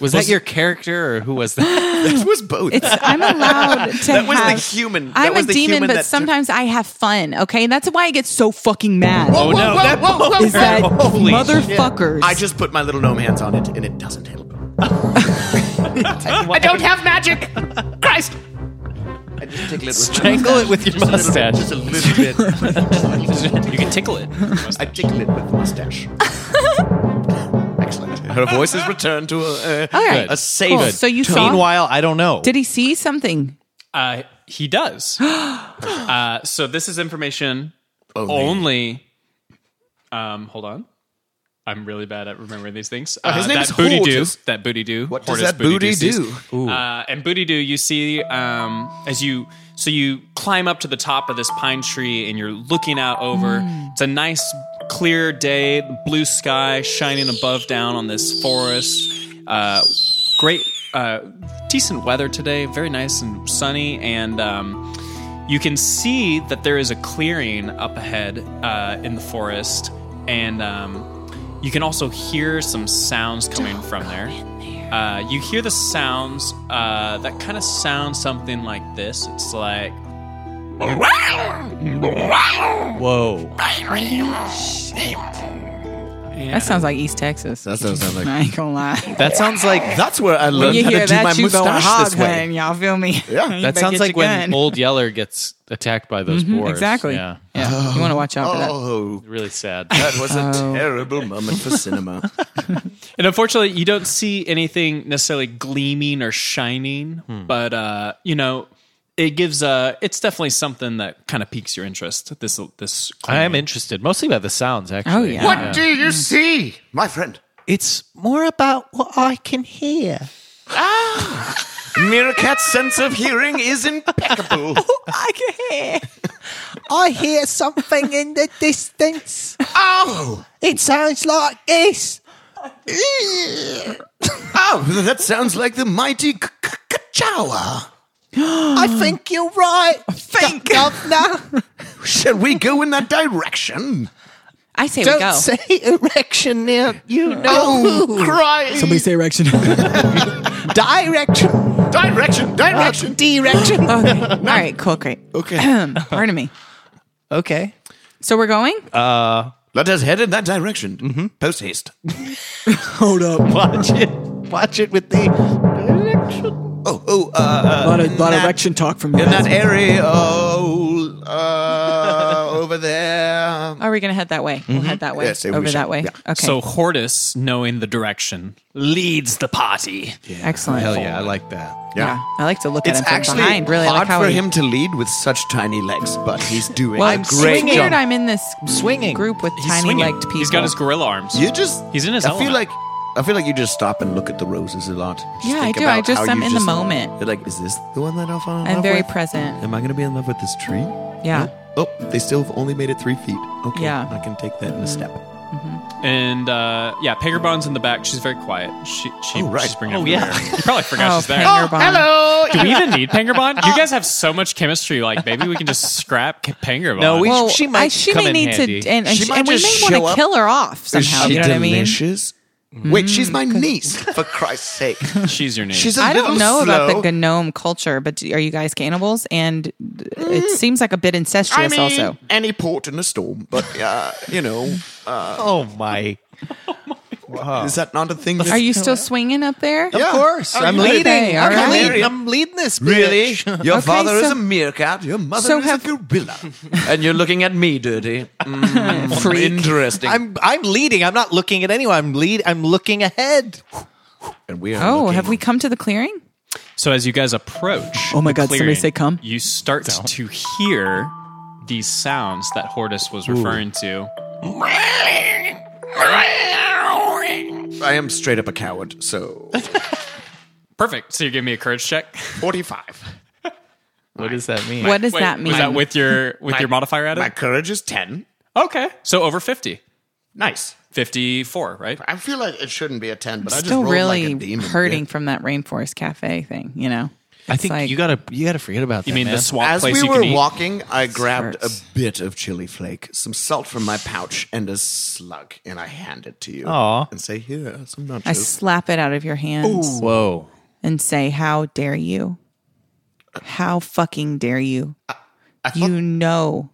[SPEAKER 3] Was that your character or who was that?
[SPEAKER 1] That was both.
[SPEAKER 2] It's I'm allowed to.
[SPEAKER 1] That was the
[SPEAKER 2] have-
[SPEAKER 1] human- that
[SPEAKER 2] I'm
[SPEAKER 1] was
[SPEAKER 2] a
[SPEAKER 1] the
[SPEAKER 2] demon,
[SPEAKER 1] human
[SPEAKER 2] but
[SPEAKER 1] that took-
[SPEAKER 2] sometimes I have fun. Okay, that's why I get so fucking mad.
[SPEAKER 1] oh, no. that,
[SPEAKER 2] is that
[SPEAKER 1] Holy
[SPEAKER 2] motherfuckers?
[SPEAKER 1] I just put my little gnome hands on it, and it doesn't help.
[SPEAKER 7] I don't have magic. Christ.
[SPEAKER 1] I just tickle it with
[SPEAKER 3] Strangle it with your mustache.
[SPEAKER 1] Just a little bit. Just a little bit.
[SPEAKER 6] you can tickle it.
[SPEAKER 1] I tickle it with the mustache. Excellent. Her voice has returned to uh, a, a,
[SPEAKER 2] All right.
[SPEAKER 1] a safe
[SPEAKER 2] Cool. So you saw?
[SPEAKER 3] Meanwhile, I don't know.
[SPEAKER 2] Did he see something?
[SPEAKER 6] Uh, he does. uh, so this is information
[SPEAKER 3] Oh.
[SPEAKER 1] Only.
[SPEAKER 6] only. Um, hold on. I'm really bad at remembering these things. Uh,
[SPEAKER 1] Oh, his name
[SPEAKER 6] that
[SPEAKER 1] is
[SPEAKER 6] booty do.
[SPEAKER 1] Hortus.
[SPEAKER 6] That booty do.
[SPEAKER 1] What does that booty do?
[SPEAKER 6] Uh, and booty do. You see, um, as you so you climb up to the top of this pine tree, and you're looking out over.
[SPEAKER 1] Hmm.
[SPEAKER 6] It's a nice, clear day. Blue sky shining above down on this forest. Uh, great, uh, decent weather today. Very nice and sunny, and um, you can see that there is a clearing up ahead uh, in the forest, and um, you can also hear some sounds coming from there. Uh, you hear the sounds uh, that kind of sound something like this. It's like
[SPEAKER 3] Whoa.
[SPEAKER 2] That sounds like East Texas.
[SPEAKER 1] That's what it sounds like.
[SPEAKER 2] I ain't gonna lie.
[SPEAKER 3] That sounds like
[SPEAKER 1] That's where I
[SPEAKER 2] When
[SPEAKER 1] learned
[SPEAKER 2] you
[SPEAKER 1] how
[SPEAKER 2] hear
[SPEAKER 1] to do
[SPEAKER 2] that,
[SPEAKER 1] my
[SPEAKER 2] you go
[SPEAKER 1] mustache
[SPEAKER 2] hog
[SPEAKER 1] this way.
[SPEAKER 2] when y'all feel me.
[SPEAKER 1] Yeah.
[SPEAKER 2] You
[SPEAKER 3] that
[SPEAKER 2] better
[SPEAKER 3] sounds
[SPEAKER 2] get
[SPEAKER 3] like
[SPEAKER 2] your
[SPEAKER 3] when
[SPEAKER 2] gun. Mm-hmm,
[SPEAKER 3] Old Yeller gets attacked by those boars.
[SPEAKER 2] exactly.
[SPEAKER 3] Yeah.
[SPEAKER 2] Yeah, you want to watch out for that.
[SPEAKER 1] Oh,
[SPEAKER 3] Really sad.
[SPEAKER 1] that was a
[SPEAKER 2] Oh.
[SPEAKER 1] terrible moment for cinema.
[SPEAKER 6] And unfortunately, you don't see anything necessarily gleaming or shining, but uh, you know, it gives uh It's definitely something that kind of piques your interest. This this
[SPEAKER 3] I am interested, mostly by the sounds. Actually,
[SPEAKER 2] Oh, yeah.
[SPEAKER 1] What do you
[SPEAKER 6] Mm-hmm.
[SPEAKER 1] see, my friend?
[SPEAKER 3] It's
[SPEAKER 7] More about what I can hear.
[SPEAKER 1] Meerkat's sense of hearing is impeccable.
[SPEAKER 7] I can hear. I hear something in the distance.
[SPEAKER 1] Oh,
[SPEAKER 7] It sounds like this.
[SPEAKER 1] oh, that sounds like the mighty K- K- Kachawa.
[SPEAKER 7] I think you're right. Think, Governor.
[SPEAKER 1] Shall we go in that direction?
[SPEAKER 2] I say we
[SPEAKER 7] Don't
[SPEAKER 2] go.
[SPEAKER 7] say erection now. You know
[SPEAKER 1] Oh, Christ!
[SPEAKER 2] say erection.
[SPEAKER 7] direction,
[SPEAKER 1] Direction, direction.
[SPEAKER 7] direction, direction.
[SPEAKER 2] All right, cool, great.
[SPEAKER 1] Okay.
[SPEAKER 2] Pardon me.
[SPEAKER 3] Okay.
[SPEAKER 2] So we're going?
[SPEAKER 1] Uh, Let us head in that direction. Mm-hmm. Post haste.
[SPEAKER 8] Hold up.
[SPEAKER 3] Watch it. Watch it with the direction.
[SPEAKER 1] Oh, oh, uh,
[SPEAKER 8] A lot of, lot of action talk from you.
[SPEAKER 1] in that area, oh, uh, over there.
[SPEAKER 2] Are we going to head that way? We'll head that way.
[SPEAKER 1] mm-hmm. Yes, we
[SPEAKER 2] Over
[SPEAKER 1] shall.
[SPEAKER 2] that way.
[SPEAKER 1] Yeah.
[SPEAKER 2] Okay.
[SPEAKER 6] So Hortus, knowing the direction, leads the party.
[SPEAKER 2] Excellent.
[SPEAKER 3] Hell yeah, I like that.
[SPEAKER 1] Yeah.
[SPEAKER 2] I like to look
[SPEAKER 1] It's
[SPEAKER 2] at him from
[SPEAKER 1] actually
[SPEAKER 2] behind. Really
[SPEAKER 1] hard
[SPEAKER 2] like how
[SPEAKER 1] for
[SPEAKER 2] he,
[SPEAKER 1] him to lead with such tiny legs, but he's doing
[SPEAKER 2] Well,
[SPEAKER 1] a
[SPEAKER 2] I'm
[SPEAKER 1] great
[SPEAKER 2] swinging.
[SPEAKER 1] job.
[SPEAKER 2] I'm in this
[SPEAKER 3] Swinging.
[SPEAKER 2] group with
[SPEAKER 6] He's
[SPEAKER 2] tiny
[SPEAKER 6] swinging.
[SPEAKER 2] legged people.
[SPEAKER 6] He's got his gorilla arms.
[SPEAKER 1] You just
[SPEAKER 6] He's in his
[SPEAKER 1] I feel
[SPEAKER 6] element.
[SPEAKER 1] like I feel like you just stop and look at the roses a lot. Just
[SPEAKER 2] Yeah, I
[SPEAKER 1] think
[SPEAKER 2] do. I
[SPEAKER 1] about
[SPEAKER 2] just-
[SPEAKER 1] how
[SPEAKER 2] I'm
[SPEAKER 1] you
[SPEAKER 2] in the
[SPEAKER 1] just-
[SPEAKER 2] moment.
[SPEAKER 1] You're like, is this the one that I fall in
[SPEAKER 2] I'm
[SPEAKER 1] love
[SPEAKER 2] very
[SPEAKER 1] with?
[SPEAKER 2] present.
[SPEAKER 1] Am I going to be in love with this tree?
[SPEAKER 2] Yeah.
[SPEAKER 1] Oh, they still have only made it three feet. Okay,
[SPEAKER 2] Yeah. Mm.
[SPEAKER 1] I can take that in a step.
[SPEAKER 6] And uh, yeah, Peggerbond's in the back. She's very quiet. She, she,
[SPEAKER 1] Oh, right.
[SPEAKER 6] She's bringing oh, yeah. You probably forgot
[SPEAKER 2] Oh,
[SPEAKER 6] she's there.
[SPEAKER 2] Pangerbond.
[SPEAKER 6] Do we even need Pengerbond? You guys have so much chemistry. Like maybe we can just scrap K- Pengerbond.
[SPEAKER 3] No, we-
[SPEAKER 2] Well,
[SPEAKER 3] She might
[SPEAKER 2] I, she
[SPEAKER 3] come
[SPEAKER 2] may
[SPEAKER 3] in
[SPEAKER 2] need
[SPEAKER 3] handy.
[SPEAKER 2] to, and, and,
[SPEAKER 1] She
[SPEAKER 2] she-
[SPEAKER 1] might
[SPEAKER 2] and we may
[SPEAKER 1] just
[SPEAKER 2] want
[SPEAKER 1] show
[SPEAKER 2] to
[SPEAKER 1] up.
[SPEAKER 2] kill her off somehow. You know what I mean?
[SPEAKER 1] delicious? Wait, she's my
[SPEAKER 2] Mm,
[SPEAKER 1] niece, for Christ's sake.
[SPEAKER 6] she's your name.
[SPEAKER 1] She's a
[SPEAKER 2] I
[SPEAKER 1] little
[SPEAKER 2] don't know about
[SPEAKER 1] slow.
[SPEAKER 2] the gnome culture, but do- are you guys cannibals? And it seems like a bit
[SPEAKER 1] Mm. I
[SPEAKER 2] incestuous,
[SPEAKER 1] mean,
[SPEAKER 2] also.
[SPEAKER 1] any port in a storm, but uh, you know,
[SPEAKER 3] Oh my.
[SPEAKER 1] is that not a thing?
[SPEAKER 2] Are you still swinging up there?
[SPEAKER 1] Yeah.
[SPEAKER 3] Of course.
[SPEAKER 1] Are
[SPEAKER 3] I'm
[SPEAKER 1] you-
[SPEAKER 3] leading.
[SPEAKER 2] Okay, all
[SPEAKER 3] I'm,
[SPEAKER 2] right.
[SPEAKER 3] leading. I'm leading this.
[SPEAKER 1] Really?
[SPEAKER 3] bitch.
[SPEAKER 1] Your
[SPEAKER 2] Okay,
[SPEAKER 1] father is
[SPEAKER 2] so-
[SPEAKER 1] a meerkat. Your mother
[SPEAKER 2] so
[SPEAKER 1] is
[SPEAKER 2] have-
[SPEAKER 1] a gorilla, and you're looking at me, dirty. Mm, Interesting.
[SPEAKER 3] I'm I'm leading. I'm not looking at anyone. I'm lead. I'm looking ahead.
[SPEAKER 1] and we are
[SPEAKER 2] Oh,
[SPEAKER 1] looking-
[SPEAKER 2] have we come to the clearing?
[SPEAKER 6] so as you guys approach,
[SPEAKER 8] Oh my
[SPEAKER 6] the
[SPEAKER 8] God, somebody
[SPEAKER 6] clearing,
[SPEAKER 8] say come.
[SPEAKER 6] You start to hear these sounds that Hortus was referring to.
[SPEAKER 1] I am straight up a coward. So
[SPEAKER 6] Perfect. So you give me a courage check.
[SPEAKER 1] forty-five.
[SPEAKER 3] What does that mean?
[SPEAKER 2] What does
[SPEAKER 6] Wait,
[SPEAKER 2] that mean?
[SPEAKER 6] Was that with your with your modifier
[SPEAKER 1] My
[SPEAKER 6] added?
[SPEAKER 1] courage is ten.
[SPEAKER 6] okay, so over fifty.
[SPEAKER 1] Nice.
[SPEAKER 6] 54, right?
[SPEAKER 1] I feel like it shouldn't be a ten, but I just
[SPEAKER 2] Still
[SPEAKER 1] rolled like
[SPEAKER 2] really
[SPEAKER 1] a demon.
[SPEAKER 2] hurting
[SPEAKER 1] Yeah.
[SPEAKER 2] from that rainforest cafe thing, you know?
[SPEAKER 3] I
[SPEAKER 2] It's
[SPEAKER 3] think
[SPEAKER 2] like-
[SPEAKER 3] you gotta you gotta forget about that.
[SPEAKER 6] You mean
[SPEAKER 3] man.
[SPEAKER 6] the swamp
[SPEAKER 1] As
[SPEAKER 6] place
[SPEAKER 1] we
[SPEAKER 6] you
[SPEAKER 1] were
[SPEAKER 6] can eat?
[SPEAKER 1] walking, I grabbed a
[SPEAKER 2] hurts.
[SPEAKER 1] bit of chili flake, some salt from my pouch, and a slug, and I hand it to you.
[SPEAKER 3] Aw.
[SPEAKER 1] And say, here, are some
[SPEAKER 2] I
[SPEAKER 1] nachos.
[SPEAKER 2] slap it out of your hands
[SPEAKER 3] Whoa.
[SPEAKER 2] and say, How dare you? How fucking dare you? you know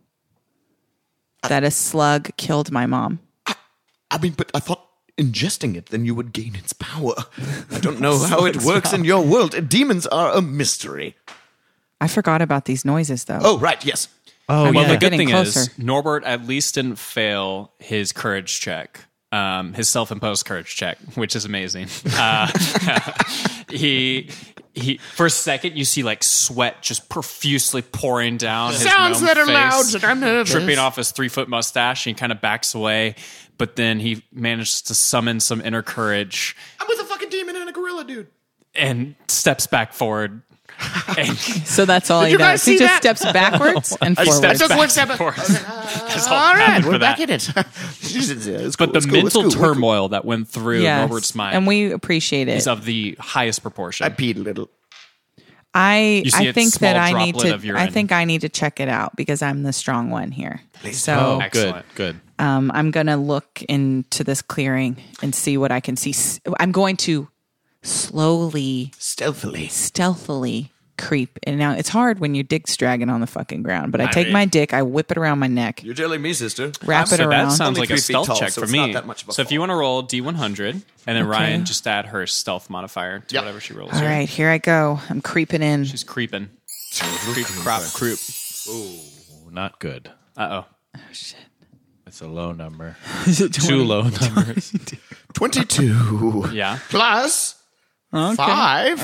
[SPEAKER 2] that a slug killed my mom.
[SPEAKER 1] I mean, but I thought ingesting it, then you would gain its power. I don't know how it works in your world. Demons are a mystery.
[SPEAKER 2] I forgot about these noises, though.
[SPEAKER 1] Oh, right, yes.
[SPEAKER 3] Oh
[SPEAKER 6] Well,
[SPEAKER 3] yeah.
[SPEAKER 6] the good
[SPEAKER 2] Getting
[SPEAKER 6] thing
[SPEAKER 2] closer.
[SPEAKER 6] is Norbert at least didn't fail his courage check, um, his self-imposed courage check, which is amazing. Uh, he he. For a second, you see like sweat just profusely pouring down. His
[SPEAKER 1] Sounds
[SPEAKER 6] gnome
[SPEAKER 1] that are
[SPEAKER 6] face,
[SPEAKER 1] loud, and I'm nervous.
[SPEAKER 6] Tripping off his three-foot mustache, and he kind of backs away, but then he manages to summon some inner courage
[SPEAKER 1] I'm with a fucking demon and a gorilla, dude.
[SPEAKER 6] and steps back forward. And
[SPEAKER 2] So that's all he
[SPEAKER 1] you guys
[SPEAKER 2] does. He
[SPEAKER 1] see
[SPEAKER 2] just
[SPEAKER 1] that?
[SPEAKER 2] steps backwards and forwards.
[SPEAKER 6] steps
[SPEAKER 1] Just
[SPEAKER 6] back
[SPEAKER 1] one
[SPEAKER 6] and
[SPEAKER 1] step-
[SPEAKER 6] forth. That's all
[SPEAKER 1] All
[SPEAKER 6] that
[SPEAKER 1] right,
[SPEAKER 6] happened
[SPEAKER 1] we're
[SPEAKER 6] for
[SPEAKER 1] back in
[SPEAKER 6] that.
[SPEAKER 1] it. It's cool,
[SPEAKER 6] But the
[SPEAKER 1] it's cool, it's
[SPEAKER 6] mental
[SPEAKER 1] cool, we're cool.
[SPEAKER 6] turmoil that went through
[SPEAKER 2] Yes.
[SPEAKER 6] Norbert's mind
[SPEAKER 2] And we appreciate it.
[SPEAKER 6] is of the highest proportion.
[SPEAKER 1] I peed a little.
[SPEAKER 2] I
[SPEAKER 6] You see
[SPEAKER 2] I
[SPEAKER 6] a
[SPEAKER 2] think
[SPEAKER 6] small
[SPEAKER 2] that I need
[SPEAKER 6] droplet
[SPEAKER 2] to
[SPEAKER 6] of urine.
[SPEAKER 2] I think I need to check it out because I'm the strong one here. So
[SPEAKER 3] oh good.
[SPEAKER 6] Excellent.
[SPEAKER 3] Good.
[SPEAKER 2] um, I'm gonna look into this clearing and see what I can see. S- I'm going to slowly,
[SPEAKER 1] Stealthily.
[SPEAKER 2] stealthily creep. And now it's hard when your dick's dragging on the fucking ground. But I take my dick, I whip it around my neck,
[SPEAKER 1] You're telling me, sister.
[SPEAKER 2] wrap it
[SPEAKER 6] so that
[SPEAKER 2] around.
[SPEAKER 6] sounds
[SPEAKER 1] Only
[SPEAKER 6] like
[SPEAKER 1] three
[SPEAKER 6] a
[SPEAKER 1] feet
[SPEAKER 6] stealth
[SPEAKER 1] tall,
[SPEAKER 6] check
[SPEAKER 1] so
[SPEAKER 6] for
[SPEAKER 1] it's
[SPEAKER 6] me.
[SPEAKER 1] not that much of a
[SPEAKER 6] so if you want to roll D100, and then Ryan just add her stealth modifier to
[SPEAKER 1] Yep.
[SPEAKER 6] whatever she rolls.
[SPEAKER 2] all
[SPEAKER 6] here.
[SPEAKER 2] right, here I go. I'm creeping in.
[SPEAKER 6] She's creeping. Creep, crop, croup.
[SPEAKER 3] Not good.
[SPEAKER 6] Uh oh.
[SPEAKER 3] It's a low number. Two low numbers.
[SPEAKER 1] 22.
[SPEAKER 6] Yeah.
[SPEAKER 1] Plus five.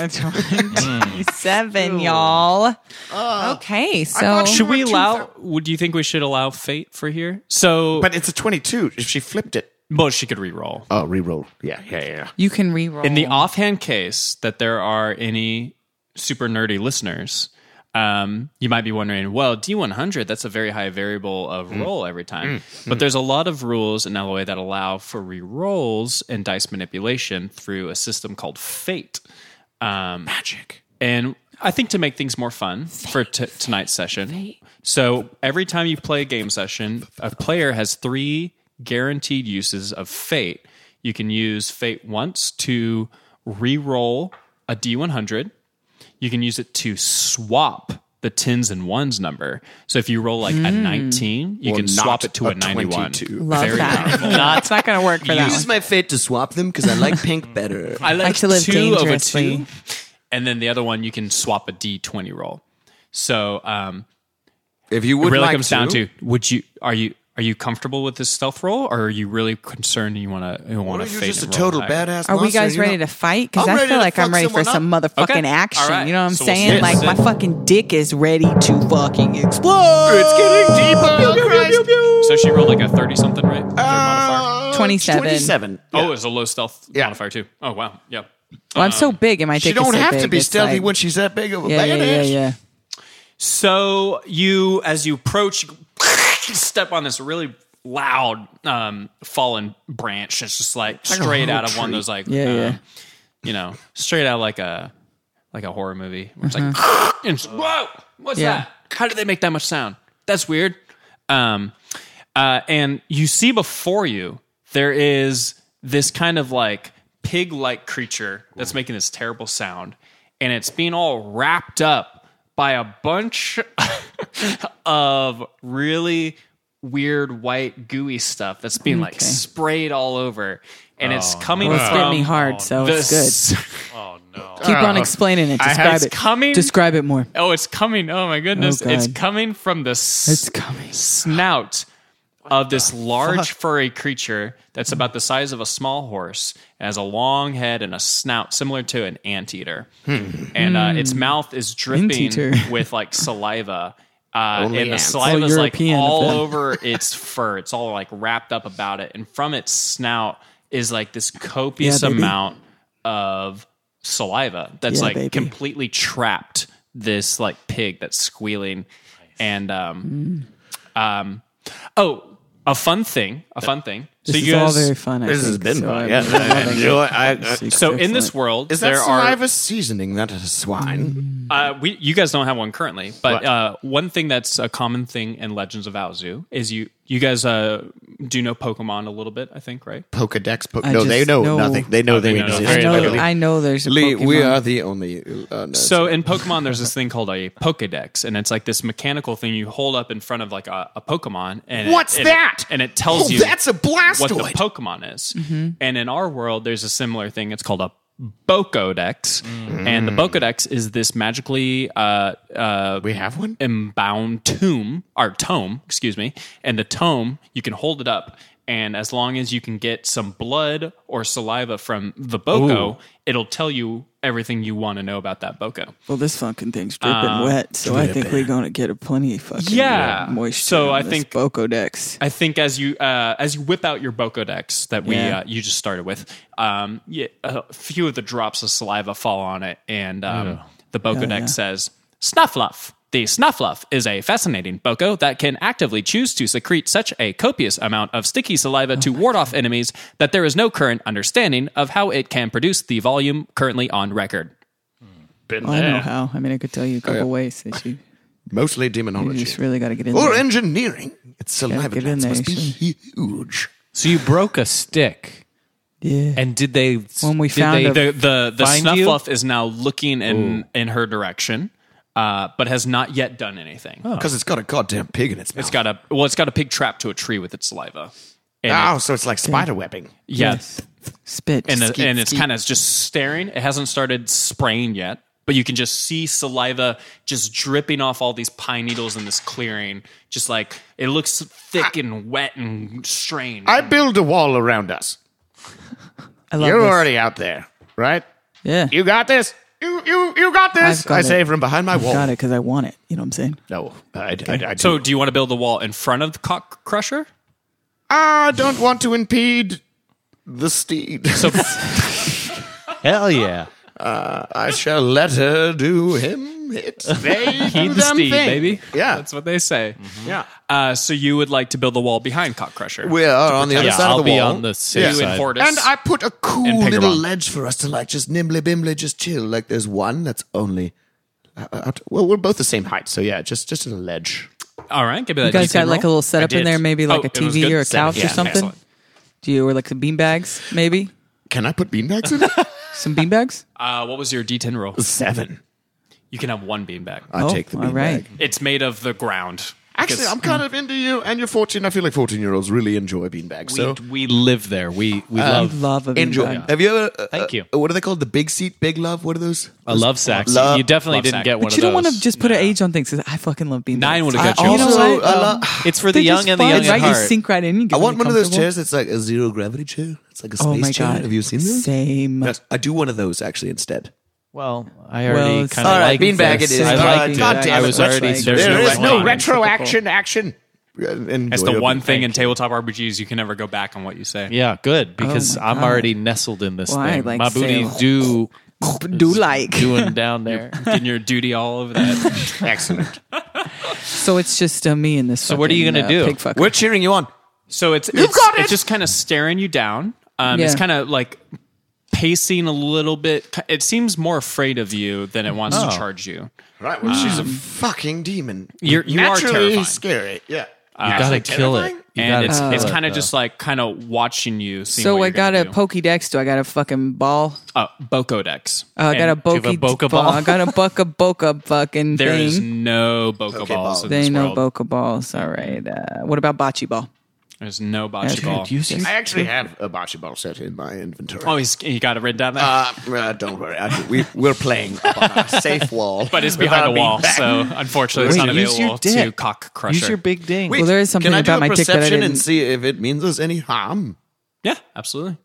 [SPEAKER 2] Seven, y'all. okay, so
[SPEAKER 1] thought
[SPEAKER 6] Should we
[SPEAKER 1] Two
[SPEAKER 6] allow? Would you think we should allow fate for here? So,
[SPEAKER 1] But it's a 22 if she flipped it.
[SPEAKER 6] well, she could re-roll.
[SPEAKER 1] Oh, reroll. Yeah, yeah, yeah.
[SPEAKER 2] you can reroll.
[SPEAKER 6] In the offhand case that there are any super nerdy listeners, um, you might be wondering, well, D100, that's a very high variable of roll every time. But there's a lot of rules in LOA that allow for re rolls and dice manipulation through a system called Fate. Um,
[SPEAKER 1] Magic.
[SPEAKER 6] and I think to make things more fun for t- tonight's session. So every time you play a game session, a player has three guaranteed uses of fate. You can use fate once to re-roll a d100. You can use it to swap the tens and ones number. So if you roll like a 19, you
[SPEAKER 1] Or
[SPEAKER 6] can swap
[SPEAKER 1] not
[SPEAKER 6] it to a,
[SPEAKER 1] a
[SPEAKER 6] 91.
[SPEAKER 1] 22.
[SPEAKER 2] Love
[SPEAKER 6] Very
[SPEAKER 2] that.
[SPEAKER 6] powerful.
[SPEAKER 2] Not, it's not going to work for that
[SPEAKER 5] Use
[SPEAKER 2] one.
[SPEAKER 5] my fate to swap them because I like pink better.
[SPEAKER 6] I like,
[SPEAKER 2] Like to live
[SPEAKER 6] two of a two,
[SPEAKER 2] dangerously.
[SPEAKER 6] and then the other one you can swap a D twenty roll. So um,
[SPEAKER 1] If you
[SPEAKER 6] it
[SPEAKER 1] would
[SPEAKER 6] really
[SPEAKER 1] like
[SPEAKER 6] comes down to would you are you are you comfortable with this stealth roll, or are you really concerned and you want to you want
[SPEAKER 1] Or
[SPEAKER 6] to
[SPEAKER 1] you're
[SPEAKER 6] fade
[SPEAKER 1] just a
[SPEAKER 6] and roll
[SPEAKER 1] total
[SPEAKER 6] high?
[SPEAKER 1] badass.
[SPEAKER 2] Are we guys ready to fight? Because I feel like I'm ready for some motherfucking
[SPEAKER 6] Okay. All
[SPEAKER 2] action.
[SPEAKER 6] right.
[SPEAKER 2] You know what I'm
[SPEAKER 6] So we'll
[SPEAKER 2] saying?
[SPEAKER 6] sit.
[SPEAKER 2] like my
[SPEAKER 6] Sit.
[SPEAKER 2] fucking dick is ready to fucking explode.
[SPEAKER 1] It's getting deeper.
[SPEAKER 2] Oh,
[SPEAKER 6] So she rolled like a thirty something, right? With
[SPEAKER 1] Uh,
[SPEAKER 6] her modifier?
[SPEAKER 2] Twenty-seven.
[SPEAKER 5] Twenty-seven.
[SPEAKER 6] Oh, it was a low stealth modifier too. Oh wow, yeah.
[SPEAKER 2] Well, I'm so
[SPEAKER 6] Um,
[SPEAKER 2] big, and my dick
[SPEAKER 1] She
[SPEAKER 2] is so
[SPEAKER 1] don't have to
[SPEAKER 2] big,
[SPEAKER 1] be
[SPEAKER 2] it's
[SPEAKER 1] stealthy
[SPEAKER 2] like-
[SPEAKER 1] when she's that big of a
[SPEAKER 2] yeah,
[SPEAKER 1] badass.
[SPEAKER 2] yeah, yeah, yeah.
[SPEAKER 6] So you, as you approach, you step on this really loud um, fallen branch. It's just like straight out of one of those like,
[SPEAKER 2] Yeah,
[SPEAKER 6] um,
[SPEAKER 2] yeah.
[SPEAKER 6] you know, straight out of like a like a horror movie. Where it's like, and it's, whoa, what's
[SPEAKER 2] Mm-hmm. Yeah.
[SPEAKER 6] that? How did they make that much sound? That's weird. Um, uh, and you see before you there is this kind of like pig-like creature that's making this terrible sound, and it's being all wrapped up by a bunch of really weird white gooey stuff that's being like
[SPEAKER 2] Okay.
[SPEAKER 6] sprayed all over, and it's coming
[SPEAKER 2] Well, it's
[SPEAKER 6] from
[SPEAKER 2] hit me hard, so
[SPEAKER 6] the
[SPEAKER 2] it's good.
[SPEAKER 6] s-
[SPEAKER 2] Keep on explaining it.
[SPEAKER 6] had-
[SPEAKER 2] Describe
[SPEAKER 6] it's
[SPEAKER 2] it.
[SPEAKER 6] coming-
[SPEAKER 2] Describe it more.
[SPEAKER 6] Oh, it's coming. Oh my goodness.
[SPEAKER 2] Oh, God.
[SPEAKER 6] it's coming from the s-
[SPEAKER 2] It's coming.
[SPEAKER 6] snout of this large furry creature that's about the size of a small horse, has a long head and a snout similar to an anteater. And uh, its mouth is dripping
[SPEAKER 2] Anteater.
[SPEAKER 6] with like saliva. Uh,
[SPEAKER 1] Only
[SPEAKER 6] and the
[SPEAKER 1] ants.
[SPEAKER 6] saliva is
[SPEAKER 2] All
[SPEAKER 6] like
[SPEAKER 2] European of
[SPEAKER 6] all
[SPEAKER 2] them.
[SPEAKER 6] over its fur. It's all like wrapped up about it. And from its snout is like this copious
[SPEAKER 8] Yeah, baby.
[SPEAKER 6] amount of saliva that's
[SPEAKER 8] Yeah,
[SPEAKER 6] like
[SPEAKER 8] baby.
[SPEAKER 6] completely trapped this like pig that's squealing. And um, um, oh, a fun thing, a fun thing.
[SPEAKER 2] This
[SPEAKER 6] so
[SPEAKER 2] is
[SPEAKER 6] you
[SPEAKER 2] all
[SPEAKER 6] guys,
[SPEAKER 2] very fun. I
[SPEAKER 1] This
[SPEAKER 2] think,
[SPEAKER 1] has been
[SPEAKER 2] so
[SPEAKER 1] fun.
[SPEAKER 2] I'm
[SPEAKER 1] Yeah, I
[SPEAKER 2] loving
[SPEAKER 1] enjoy-
[SPEAKER 2] it.
[SPEAKER 1] I- I-
[SPEAKER 2] This is
[SPEAKER 6] uh, so in this
[SPEAKER 2] excellent.
[SPEAKER 6] world,
[SPEAKER 1] Is that
[SPEAKER 6] there are
[SPEAKER 1] saliva seasoning that swine?
[SPEAKER 6] Uh, we, you guys don't have one currently, but
[SPEAKER 1] Right.
[SPEAKER 6] uh, one thing that's a common thing in Legends of Aozu is you you guys uh, do know Pokemon a little bit, I think, right?
[SPEAKER 1] Pokedex. Po-
[SPEAKER 2] I
[SPEAKER 1] no, they
[SPEAKER 2] just
[SPEAKER 1] know
[SPEAKER 2] know-
[SPEAKER 1] nothing. They know they
[SPEAKER 6] know
[SPEAKER 1] exist.
[SPEAKER 2] I
[SPEAKER 6] Very
[SPEAKER 2] know,
[SPEAKER 6] luckily.
[SPEAKER 2] I know there's a
[SPEAKER 1] Lee,
[SPEAKER 2] Pokemon.
[SPEAKER 1] we are the only. Uh, no,
[SPEAKER 6] So in Pokemon, there's this thing called a Pokedex, and it's like this mechanical thing you hold up in front of like a, a Pokemon. And it-
[SPEAKER 1] What's
[SPEAKER 6] and it-
[SPEAKER 1] that?
[SPEAKER 6] and it tells
[SPEAKER 1] Oh,
[SPEAKER 6] you
[SPEAKER 1] that's a Mm-hmm.
[SPEAKER 6] what the
[SPEAKER 1] Blastoid.
[SPEAKER 6] Pokemon is. And in our world, there's a similar thing. It's called a Bokodex,
[SPEAKER 1] Mm-hmm.
[SPEAKER 6] and the Bokodex is this magically uh, uh,
[SPEAKER 1] we have one.
[SPEAKER 6] Inbound tomb or tome, excuse me, and the tome you can hold it up, and as long as you can get some blood or saliva from the boko, it'll tell you everything you want to know about that boko.
[SPEAKER 8] Well, this fucking thing's dripping
[SPEAKER 1] Uh,
[SPEAKER 8] wet, so I think we're gonna get a plenty of fucking
[SPEAKER 6] Yeah.
[SPEAKER 8] uh, moisture.
[SPEAKER 6] So
[SPEAKER 8] on
[SPEAKER 6] I
[SPEAKER 8] this
[SPEAKER 6] think-
[SPEAKER 8] Boco Dex.
[SPEAKER 6] I think as you uh, as you whip out your boko decks that we
[SPEAKER 8] Yeah.
[SPEAKER 6] uh, you just started with, um, yeah, a few of the drops of saliva fall on it, and um, the boko deck says snuffluff. The snuffluff is a fascinating boko that can actively choose to secrete such a copious amount of sticky saliva to ward off enemies that there is no current understanding of how it can produce the volume currently on record.
[SPEAKER 1] Been
[SPEAKER 8] Well, I know how. I mean, I could tell you a couple ways that you,
[SPEAKER 1] Mostly
[SPEAKER 8] you
[SPEAKER 1] demonology
[SPEAKER 8] just really got to get in
[SPEAKER 1] or
[SPEAKER 8] there.
[SPEAKER 1] engineering. It's saliva.
[SPEAKER 8] get in
[SPEAKER 1] glands
[SPEAKER 8] there,
[SPEAKER 1] must be huge.
[SPEAKER 3] So you broke a stick,
[SPEAKER 8] yeah.
[SPEAKER 3] and did they?
[SPEAKER 8] When we
[SPEAKER 3] did
[SPEAKER 8] found
[SPEAKER 3] they,
[SPEAKER 8] a-
[SPEAKER 6] the the the
[SPEAKER 3] Find
[SPEAKER 6] snuff
[SPEAKER 3] you?
[SPEAKER 6] fluff is now looking in in her direction, uh, but has not yet done anything.
[SPEAKER 1] Because it's got a goddamn pig in its mouth.
[SPEAKER 6] It's got a well, it's got a pig trapped to a tree with its saliva. And
[SPEAKER 1] Oh,
[SPEAKER 6] it-
[SPEAKER 1] so it's like spider webbing.
[SPEAKER 6] yeah,
[SPEAKER 8] Yes. Spit.
[SPEAKER 6] and uh,
[SPEAKER 8] Skeet,
[SPEAKER 6] and it's
[SPEAKER 8] skeet.
[SPEAKER 6] kind of just staring. It hasn't started spraying yet, but you can just see saliva just dripping off all these pine needles in this clearing. Just like it looks thick and wet and strained.
[SPEAKER 1] I build a wall around us.
[SPEAKER 2] I
[SPEAKER 6] Oh,
[SPEAKER 2] love
[SPEAKER 1] You're
[SPEAKER 2] this.
[SPEAKER 1] already out there, right?
[SPEAKER 8] yeah.
[SPEAKER 1] You got this. You you you got this.
[SPEAKER 8] I've got
[SPEAKER 1] I
[SPEAKER 8] it.
[SPEAKER 1] say from behind my wall.
[SPEAKER 8] Got it because I want it. You know what I'm saying?
[SPEAKER 1] No, I, I, I,
[SPEAKER 6] so, do you want to build the wall in front of the cock crusher?
[SPEAKER 1] I don't want to impede the steed.
[SPEAKER 6] So,
[SPEAKER 3] Hell yeah!
[SPEAKER 1] I shall let her do him. It's they do
[SPEAKER 6] feed the
[SPEAKER 1] them
[SPEAKER 6] steed,
[SPEAKER 1] thing.
[SPEAKER 6] baby.
[SPEAKER 1] Yeah.
[SPEAKER 6] that's what they say.
[SPEAKER 1] Yeah,
[SPEAKER 6] Uh, so, you would like to build the wall behind cock crusher?
[SPEAKER 1] we are on the other
[SPEAKER 3] Yeah,
[SPEAKER 1] side
[SPEAKER 3] I'll
[SPEAKER 1] of the
[SPEAKER 3] be
[SPEAKER 1] wall.
[SPEAKER 3] on the safe
[SPEAKER 6] you
[SPEAKER 3] side.
[SPEAKER 6] and Fortis.
[SPEAKER 1] and I put a cool
[SPEAKER 6] And Pegaron.
[SPEAKER 1] little ledge for us to like just nimbly bimbly just chill. Like there's one that's only. Out. Well, we're both the same height, so yeah, just just a ledge.
[SPEAKER 6] All right, give me that.
[SPEAKER 2] You guys
[SPEAKER 6] DC
[SPEAKER 2] got like a
[SPEAKER 6] roll.
[SPEAKER 2] little
[SPEAKER 6] I
[SPEAKER 2] setup in
[SPEAKER 6] did.
[SPEAKER 2] there, maybe like
[SPEAKER 6] Oh,
[SPEAKER 2] a
[SPEAKER 6] it was
[SPEAKER 2] TV
[SPEAKER 6] good.
[SPEAKER 2] or a
[SPEAKER 6] Seven.
[SPEAKER 2] couch
[SPEAKER 6] Yeah,
[SPEAKER 2] or something.
[SPEAKER 6] excellent.
[SPEAKER 2] Do you or like the beanbags? Maybe
[SPEAKER 1] Can I put beanbags in it?
[SPEAKER 2] some beanbags.
[SPEAKER 6] Uh, what was your D10 roll?
[SPEAKER 1] Seven.
[SPEAKER 6] You can have one beanbag.
[SPEAKER 1] I take the
[SPEAKER 2] all right.
[SPEAKER 1] beanbag.
[SPEAKER 6] It's made of the ground.
[SPEAKER 1] Actually,
[SPEAKER 6] Because
[SPEAKER 1] I'm kind of into you, and you're 14. I feel like 14 year olds really enjoy beanbags.
[SPEAKER 3] We,
[SPEAKER 1] So
[SPEAKER 3] we live there. We we
[SPEAKER 2] I
[SPEAKER 3] love
[SPEAKER 2] love a
[SPEAKER 1] enjoy.
[SPEAKER 2] beanbag.
[SPEAKER 1] Have you ever? Uh,
[SPEAKER 3] Thank you.
[SPEAKER 1] uh, what are they called? The big seat, big love. What are those?
[SPEAKER 3] a love sack.
[SPEAKER 1] Love-
[SPEAKER 3] you definitely
[SPEAKER 6] love
[SPEAKER 3] didn't
[SPEAKER 6] sack.
[SPEAKER 3] get one
[SPEAKER 2] But
[SPEAKER 3] of
[SPEAKER 2] you don't want
[SPEAKER 3] those.
[SPEAKER 2] to just put an age on things. 'cause I fucking love beanbags.
[SPEAKER 3] Nine would
[SPEAKER 2] I
[SPEAKER 3] have got
[SPEAKER 1] I
[SPEAKER 3] you.
[SPEAKER 1] also,
[SPEAKER 2] know what?
[SPEAKER 1] I,
[SPEAKER 2] Um,
[SPEAKER 1] lo-
[SPEAKER 3] it's for the
[SPEAKER 2] They're
[SPEAKER 3] young
[SPEAKER 2] just
[SPEAKER 3] and the
[SPEAKER 2] fun,
[SPEAKER 3] young
[SPEAKER 2] right?
[SPEAKER 3] at heart.
[SPEAKER 2] You sink right in. You get
[SPEAKER 1] I want
[SPEAKER 2] really
[SPEAKER 1] one of those
[SPEAKER 2] comfortable.
[SPEAKER 1] chairs that's like a zero gravity chair. It's like a space
[SPEAKER 2] Oh my
[SPEAKER 1] chair.
[SPEAKER 2] god!
[SPEAKER 1] Have you seen those?
[SPEAKER 2] Same.
[SPEAKER 1] Yes, I do one of those actually instead.
[SPEAKER 3] Well, I
[SPEAKER 2] Well,
[SPEAKER 3] already
[SPEAKER 2] it's-
[SPEAKER 3] kind of
[SPEAKER 2] All
[SPEAKER 1] right,
[SPEAKER 3] like
[SPEAKER 1] beanbag it is.
[SPEAKER 3] I
[SPEAKER 1] All
[SPEAKER 3] like
[SPEAKER 1] right, God
[SPEAKER 3] it.
[SPEAKER 1] damn
[SPEAKER 3] I
[SPEAKER 1] it,
[SPEAKER 3] was
[SPEAKER 1] that's
[SPEAKER 3] already.
[SPEAKER 2] right.
[SPEAKER 3] There's
[SPEAKER 2] There
[SPEAKER 3] no
[SPEAKER 2] is no
[SPEAKER 3] retcon.
[SPEAKER 2] retcon. retroaction
[SPEAKER 1] action.
[SPEAKER 6] That's the one thing in tabletop RPGs you can never go back on what you say.
[SPEAKER 3] Yeah, good because
[SPEAKER 2] my
[SPEAKER 3] I'm
[SPEAKER 2] God.
[SPEAKER 3] already nestled in this
[SPEAKER 2] Well, I
[SPEAKER 3] thing.
[SPEAKER 2] like
[SPEAKER 3] My
[SPEAKER 2] to
[SPEAKER 3] booty
[SPEAKER 2] say-
[SPEAKER 3] do
[SPEAKER 2] Do like.
[SPEAKER 3] doing down there.
[SPEAKER 6] Getting your duty all over that.
[SPEAKER 1] Excellent.
[SPEAKER 2] So it's just uh, me and this. So
[SPEAKER 3] what are you gonna do?
[SPEAKER 2] Pig fucker.
[SPEAKER 5] We're cheering you on.
[SPEAKER 6] So it's it's,
[SPEAKER 1] got
[SPEAKER 6] it's
[SPEAKER 1] it!
[SPEAKER 6] just kind of staring you down. Um, It's
[SPEAKER 2] Yeah.
[SPEAKER 6] kind of like pacing a little bit. It seems more afraid of you than it wants to charge you.
[SPEAKER 1] Right.
[SPEAKER 8] Uh,
[SPEAKER 1] Well, she's a fucking demon.
[SPEAKER 6] You're- you are
[SPEAKER 1] naturally
[SPEAKER 6] terrifying.
[SPEAKER 1] scary. Yeah.
[SPEAKER 3] You gotta kill it.
[SPEAKER 1] terrifying?
[SPEAKER 3] You
[SPEAKER 6] and
[SPEAKER 3] gotta
[SPEAKER 6] it's
[SPEAKER 3] kill
[SPEAKER 6] it's
[SPEAKER 3] it,
[SPEAKER 6] kind of
[SPEAKER 3] though.
[SPEAKER 6] just like kind of watching you. Seeing
[SPEAKER 2] So
[SPEAKER 6] what
[SPEAKER 2] I
[SPEAKER 6] you're gonna
[SPEAKER 2] got a
[SPEAKER 6] do.
[SPEAKER 2] Pokédex. Do I got a fucking ball?
[SPEAKER 6] uh, Bocodex.
[SPEAKER 2] Uh, I got a
[SPEAKER 6] And
[SPEAKER 3] you have a
[SPEAKER 2] Boki
[SPEAKER 3] Boca
[SPEAKER 2] ball.
[SPEAKER 3] ball?
[SPEAKER 2] I got a Boca Boca fucking
[SPEAKER 6] There is
[SPEAKER 2] thing.
[SPEAKER 6] no Boco balls. In
[SPEAKER 2] There
[SPEAKER 6] this
[SPEAKER 2] ain't no
[SPEAKER 6] world.
[SPEAKER 2] Boca balls. All right. Uh, what about bocce ball?
[SPEAKER 6] There's no bocce ball.
[SPEAKER 3] Do you see?
[SPEAKER 1] I actually have a bocce ball set in my inventory.
[SPEAKER 6] Oh, he's, he got it written down there.
[SPEAKER 1] Uh, uh, don't worry. I, we, we're playing up on a safe wall.
[SPEAKER 6] but it's behind a wall, so unfortunately, it's
[SPEAKER 3] Wait,
[SPEAKER 6] not
[SPEAKER 3] use your
[SPEAKER 6] available to
[SPEAKER 3] dick.
[SPEAKER 6] cock crusher.
[SPEAKER 3] Use your big ding.
[SPEAKER 2] Well, there is something
[SPEAKER 1] Can I
[SPEAKER 2] about
[SPEAKER 1] do
[SPEAKER 2] my
[SPEAKER 1] a
[SPEAKER 2] dick that I
[SPEAKER 1] perception
[SPEAKER 2] didn't-
[SPEAKER 1] and see if it means us any harm?
[SPEAKER 6] yeah, absolutely.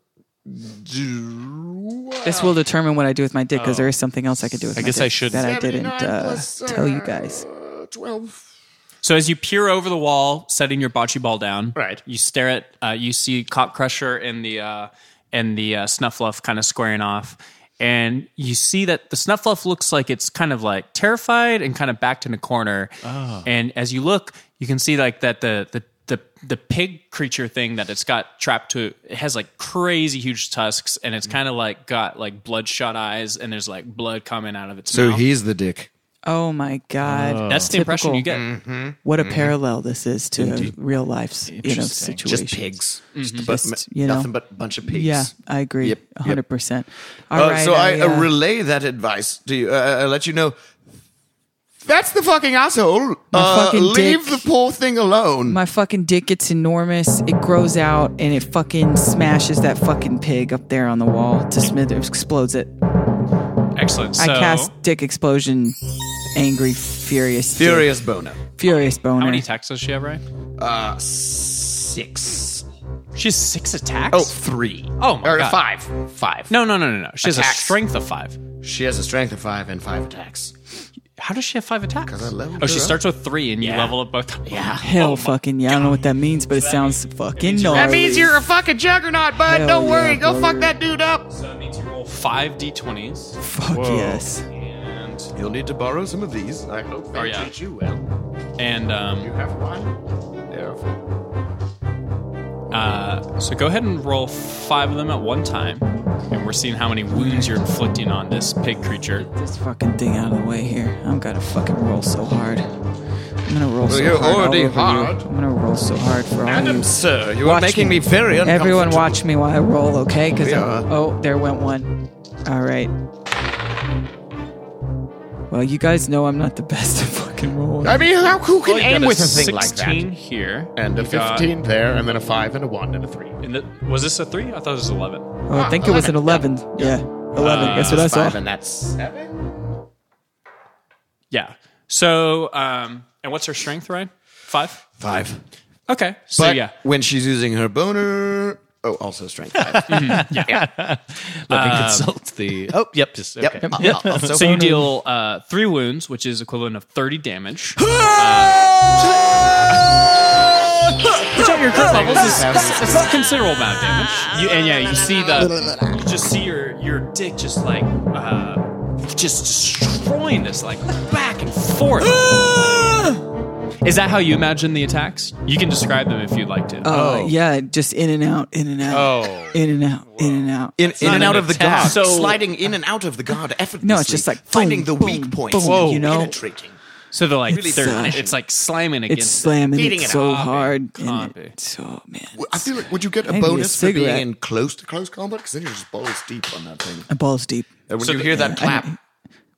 [SPEAKER 2] This
[SPEAKER 1] uh,
[SPEAKER 2] will determine what I do with my dick because there is something else I could do with I my
[SPEAKER 3] guess
[SPEAKER 2] dick
[SPEAKER 3] I should-
[SPEAKER 2] that I
[SPEAKER 1] 79
[SPEAKER 2] didn't uh,
[SPEAKER 1] plus, uh,
[SPEAKER 2] tell you guys.
[SPEAKER 1] Uh, Twelve.
[SPEAKER 6] So as you peer over the wall, setting your bocce ball down,
[SPEAKER 1] Right.
[SPEAKER 6] You stare at. Uh, you see cock crusher and the uh, and the uh, snuffluff kind of squaring off, and you see that the snuffluff looks like it's kind of like terrified and kind of backed in a corner. And as you look, you can see like that the the the the pig creature thing that it's got trapped to it has like crazy huge tusks and it's kind of like got like bloodshot eyes and there's like blood coming out of its mouth.
[SPEAKER 1] he's the dick.
[SPEAKER 2] Oh my god!
[SPEAKER 6] That's the impression you get.
[SPEAKER 2] What
[SPEAKER 1] Mm-hmm.
[SPEAKER 2] a parallel this is to real life's you know
[SPEAKER 3] Interesting.
[SPEAKER 2] situation.
[SPEAKER 1] pigs.
[SPEAKER 2] Just, you know.
[SPEAKER 1] nothing but a bunch of pigs.
[SPEAKER 2] Yeah, I agree,
[SPEAKER 1] Yep, yep.
[SPEAKER 2] hundred percent. All
[SPEAKER 1] Uh,
[SPEAKER 2] right.
[SPEAKER 1] so I,
[SPEAKER 2] uh,
[SPEAKER 1] uh, relay that advice to you. Uh, I let you know. That's the fucking asshole. Uh,
[SPEAKER 2] fucking
[SPEAKER 1] leave
[SPEAKER 2] dick.
[SPEAKER 1] the poor thing alone.
[SPEAKER 2] my fucking dick gets enormous. It grows out and it fucking smashes that fucking pig up there on the wall to smithers, explodes it.
[SPEAKER 6] Excellent. So,
[SPEAKER 2] I cast dick explosion, angry, furious, dick.
[SPEAKER 1] Furious boner.
[SPEAKER 2] furious boner.
[SPEAKER 6] How many attacks does she have, right?
[SPEAKER 1] Uh, six.
[SPEAKER 6] She has six attacks.
[SPEAKER 1] Oh, three.
[SPEAKER 6] Oh my
[SPEAKER 1] or
[SPEAKER 6] God.
[SPEAKER 1] five. Five.
[SPEAKER 6] no, no, no, no, no. She has a
[SPEAKER 1] Attacks.
[SPEAKER 6] strength of five.
[SPEAKER 1] She has a strength of five and five attacks.
[SPEAKER 6] How does she have five attacks?
[SPEAKER 1] 'Cause I leveled
[SPEAKER 6] Oh, she
[SPEAKER 1] her up.
[SPEAKER 6] starts with three, and you level up both. Yeah.
[SPEAKER 1] Oh
[SPEAKER 2] Hell fucking yeah! I don't know what that means, but it sounds fucking gnarly.
[SPEAKER 1] a fucking juggernaut, bud.
[SPEAKER 2] Hell Don't worry. yeah, Go brother.
[SPEAKER 1] fuck that dude up.
[SPEAKER 6] So that means you roll five d20s,
[SPEAKER 2] Fuck yes.
[SPEAKER 6] and
[SPEAKER 1] You'll need to borrow some of these. I hope they
[SPEAKER 6] Oh, yeah.
[SPEAKER 1] treat you well.
[SPEAKER 6] and um,
[SPEAKER 1] You have one. There.
[SPEAKER 6] uh, so go ahead and roll five of them at one time, and we're seeing how many wounds you're inflicting on this pig creature.
[SPEAKER 2] This fucking thing out of the way here. I'm gonna fucking roll so hard. I'm gonna roll so
[SPEAKER 1] you're
[SPEAKER 2] hard. all
[SPEAKER 1] already
[SPEAKER 2] over you.
[SPEAKER 1] hard.
[SPEAKER 2] I'm gonna roll so hard for all of you.
[SPEAKER 1] sir, you
[SPEAKER 2] Watch me.
[SPEAKER 1] very
[SPEAKER 2] Everyone watch me while I roll, okay? Because
[SPEAKER 1] We are.
[SPEAKER 2] oh, there went one. All right. Well, you guys know I'm not the best at fucking rolling.
[SPEAKER 1] I mean, how, who can
[SPEAKER 6] Well, you got
[SPEAKER 1] aim
[SPEAKER 6] a
[SPEAKER 1] with a thing like
[SPEAKER 6] 16
[SPEAKER 1] that?
[SPEAKER 6] here,
[SPEAKER 1] And a
[SPEAKER 6] You got-
[SPEAKER 1] 15 there, and then a 5 and a 1 and a 3.
[SPEAKER 6] And the, was this a three? I thought it was eleven.
[SPEAKER 2] oh, I think it was an 11. Yeah, 11. Guess what I saw?
[SPEAKER 1] and that's 7?
[SPEAKER 6] Yeah. So, um, and what's her strength, Ryan? Five.
[SPEAKER 1] 5.
[SPEAKER 6] Okay. So
[SPEAKER 1] But
[SPEAKER 6] yeah.
[SPEAKER 1] when she's using her boner. Oh, also strength 5.
[SPEAKER 2] Mm-hmm.
[SPEAKER 3] Let me consult the. Oh, yep. Just okay.
[SPEAKER 1] Yep. Uh, uh,
[SPEAKER 6] So, you deal uh, three wounds, which is equivalent of thirty damage.
[SPEAKER 2] Watch out your curve levels.
[SPEAKER 6] This is, this is a considerable amount of damage. You, and yeah, you see the, you just see your your dick just like, uh, just destroying this like back and forth. Is that how you imagine the attacks? You can describe them if you'd like to.
[SPEAKER 2] Uh, yeah, just in and out, in and out,
[SPEAKER 3] Oh.
[SPEAKER 2] in and out, in and out.
[SPEAKER 1] in, in
[SPEAKER 6] not
[SPEAKER 1] and
[SPEAKER 6] an
[SPEAKER 1] out of the
[SPEAKER 6] attack.
[SPEAKER 1] guard,
[SPEAKER 6] So-
[SPEAKER 1] sliding in and out of the guard effortlessly.
[SPEAKER 2] No, it's just like boom,
[SPEAKER 1] finding the
[SPEAKER 2] boom,
[SPEAKER 1] weak points,
[SPEAKER 2] boom,
[SPEAKER 1] and
[SPEAKER 2] you know?
[SPEAKER 1] penetrating.
[SPEAKER 6] so they're like,
[SPEAKER 1] Really
[SPEAKER 6] they're-
[SPEAKER 1] slashing.
[SPEAKER 6] it's like slamming
[SPEAKER 2] uh,
[SPEAKER 6] against.
[SPEAKER 2] It's slamming
[SPEAKER 1] Beating
[SPEAKER 2] it
[SPEAKER 1] it
[SPEAKER 2] so
[SPEAKER 1] up.
[SPEAKER 2] hard. And
[SPEAKER 6] Copy.
[SPEAKER 2] it's so man,
[SPEAKER 1] I feel like would you get a
[SPEAKER 2] Maybe a
[SPEAKER 1] bonus for being
[SPEAKER 2] cigarette.
[SPEAKER 1] in close to close combat? Because then you're just balls deep on that thing.
[SPEAKER 2] balls deep.
[SPEAKER 1] And when
[SPEAKER 6] So
[SPEAKER 1] you
[SPEAKER 6] the-
[SPEAKER 1] hear that clap,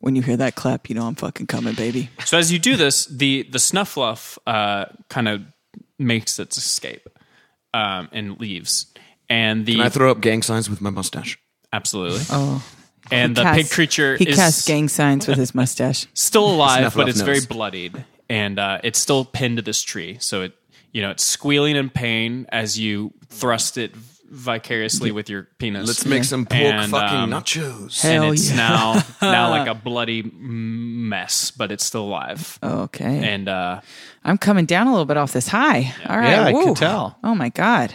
[SPEAKER 8] When you hear that clap, you know I'm fucking coming, baby.
[SPEAKER 6] So as you do this, the the snuffluff uh, kind of makes its escape um, and leaves. And the
[SPEAKER 5] I throw up gang signs with my mustache.
[SPEAKER 6] absolutely. Oh. And the
[SPEAKER 2] Casts-
[SPEAKER 6] pig creature
[SPEAKER 2] He
[SPEAKER 6] is
[SPEAKER 2] casts gang signs with his mustache.
[SPEAKER 6] still alive,
[SPEAKER 5] Snuffleupagus
[SPEAKER 6] but it's
[SPEAKER 5] knows.
[SPEAKER 6] very bloodied, and uh, it's still pinned to this tree. So it, you know, it's squealing in pain as you thrust it vicariously with your penis.
[SPEAKER 5] Let's make some pork
[SPEAKER 6] And,
[SPEAKER 5] fucking
[SPEAKER 6] um,
[SPEAKER 5] nachos.
[SPEAKER 6] and
[SPEAKER 2] Hell
[SPEAKER 6] it's
[SPEAKER 2] yeah.
[SPEAKER 6] now now like a bloody mess, but it's still alive.
[SPEAKER 2] Oh. Okay.
[SPEAKER 6] And uh,
[SPEAKER 2] I'm coming down a little bit off this high. All right.
[SPEAKER 3] Yeah, I
[SPEAKER 2] woo.
[SPEAKER 3] could tell.
[SPEAKER 2] Oh my God.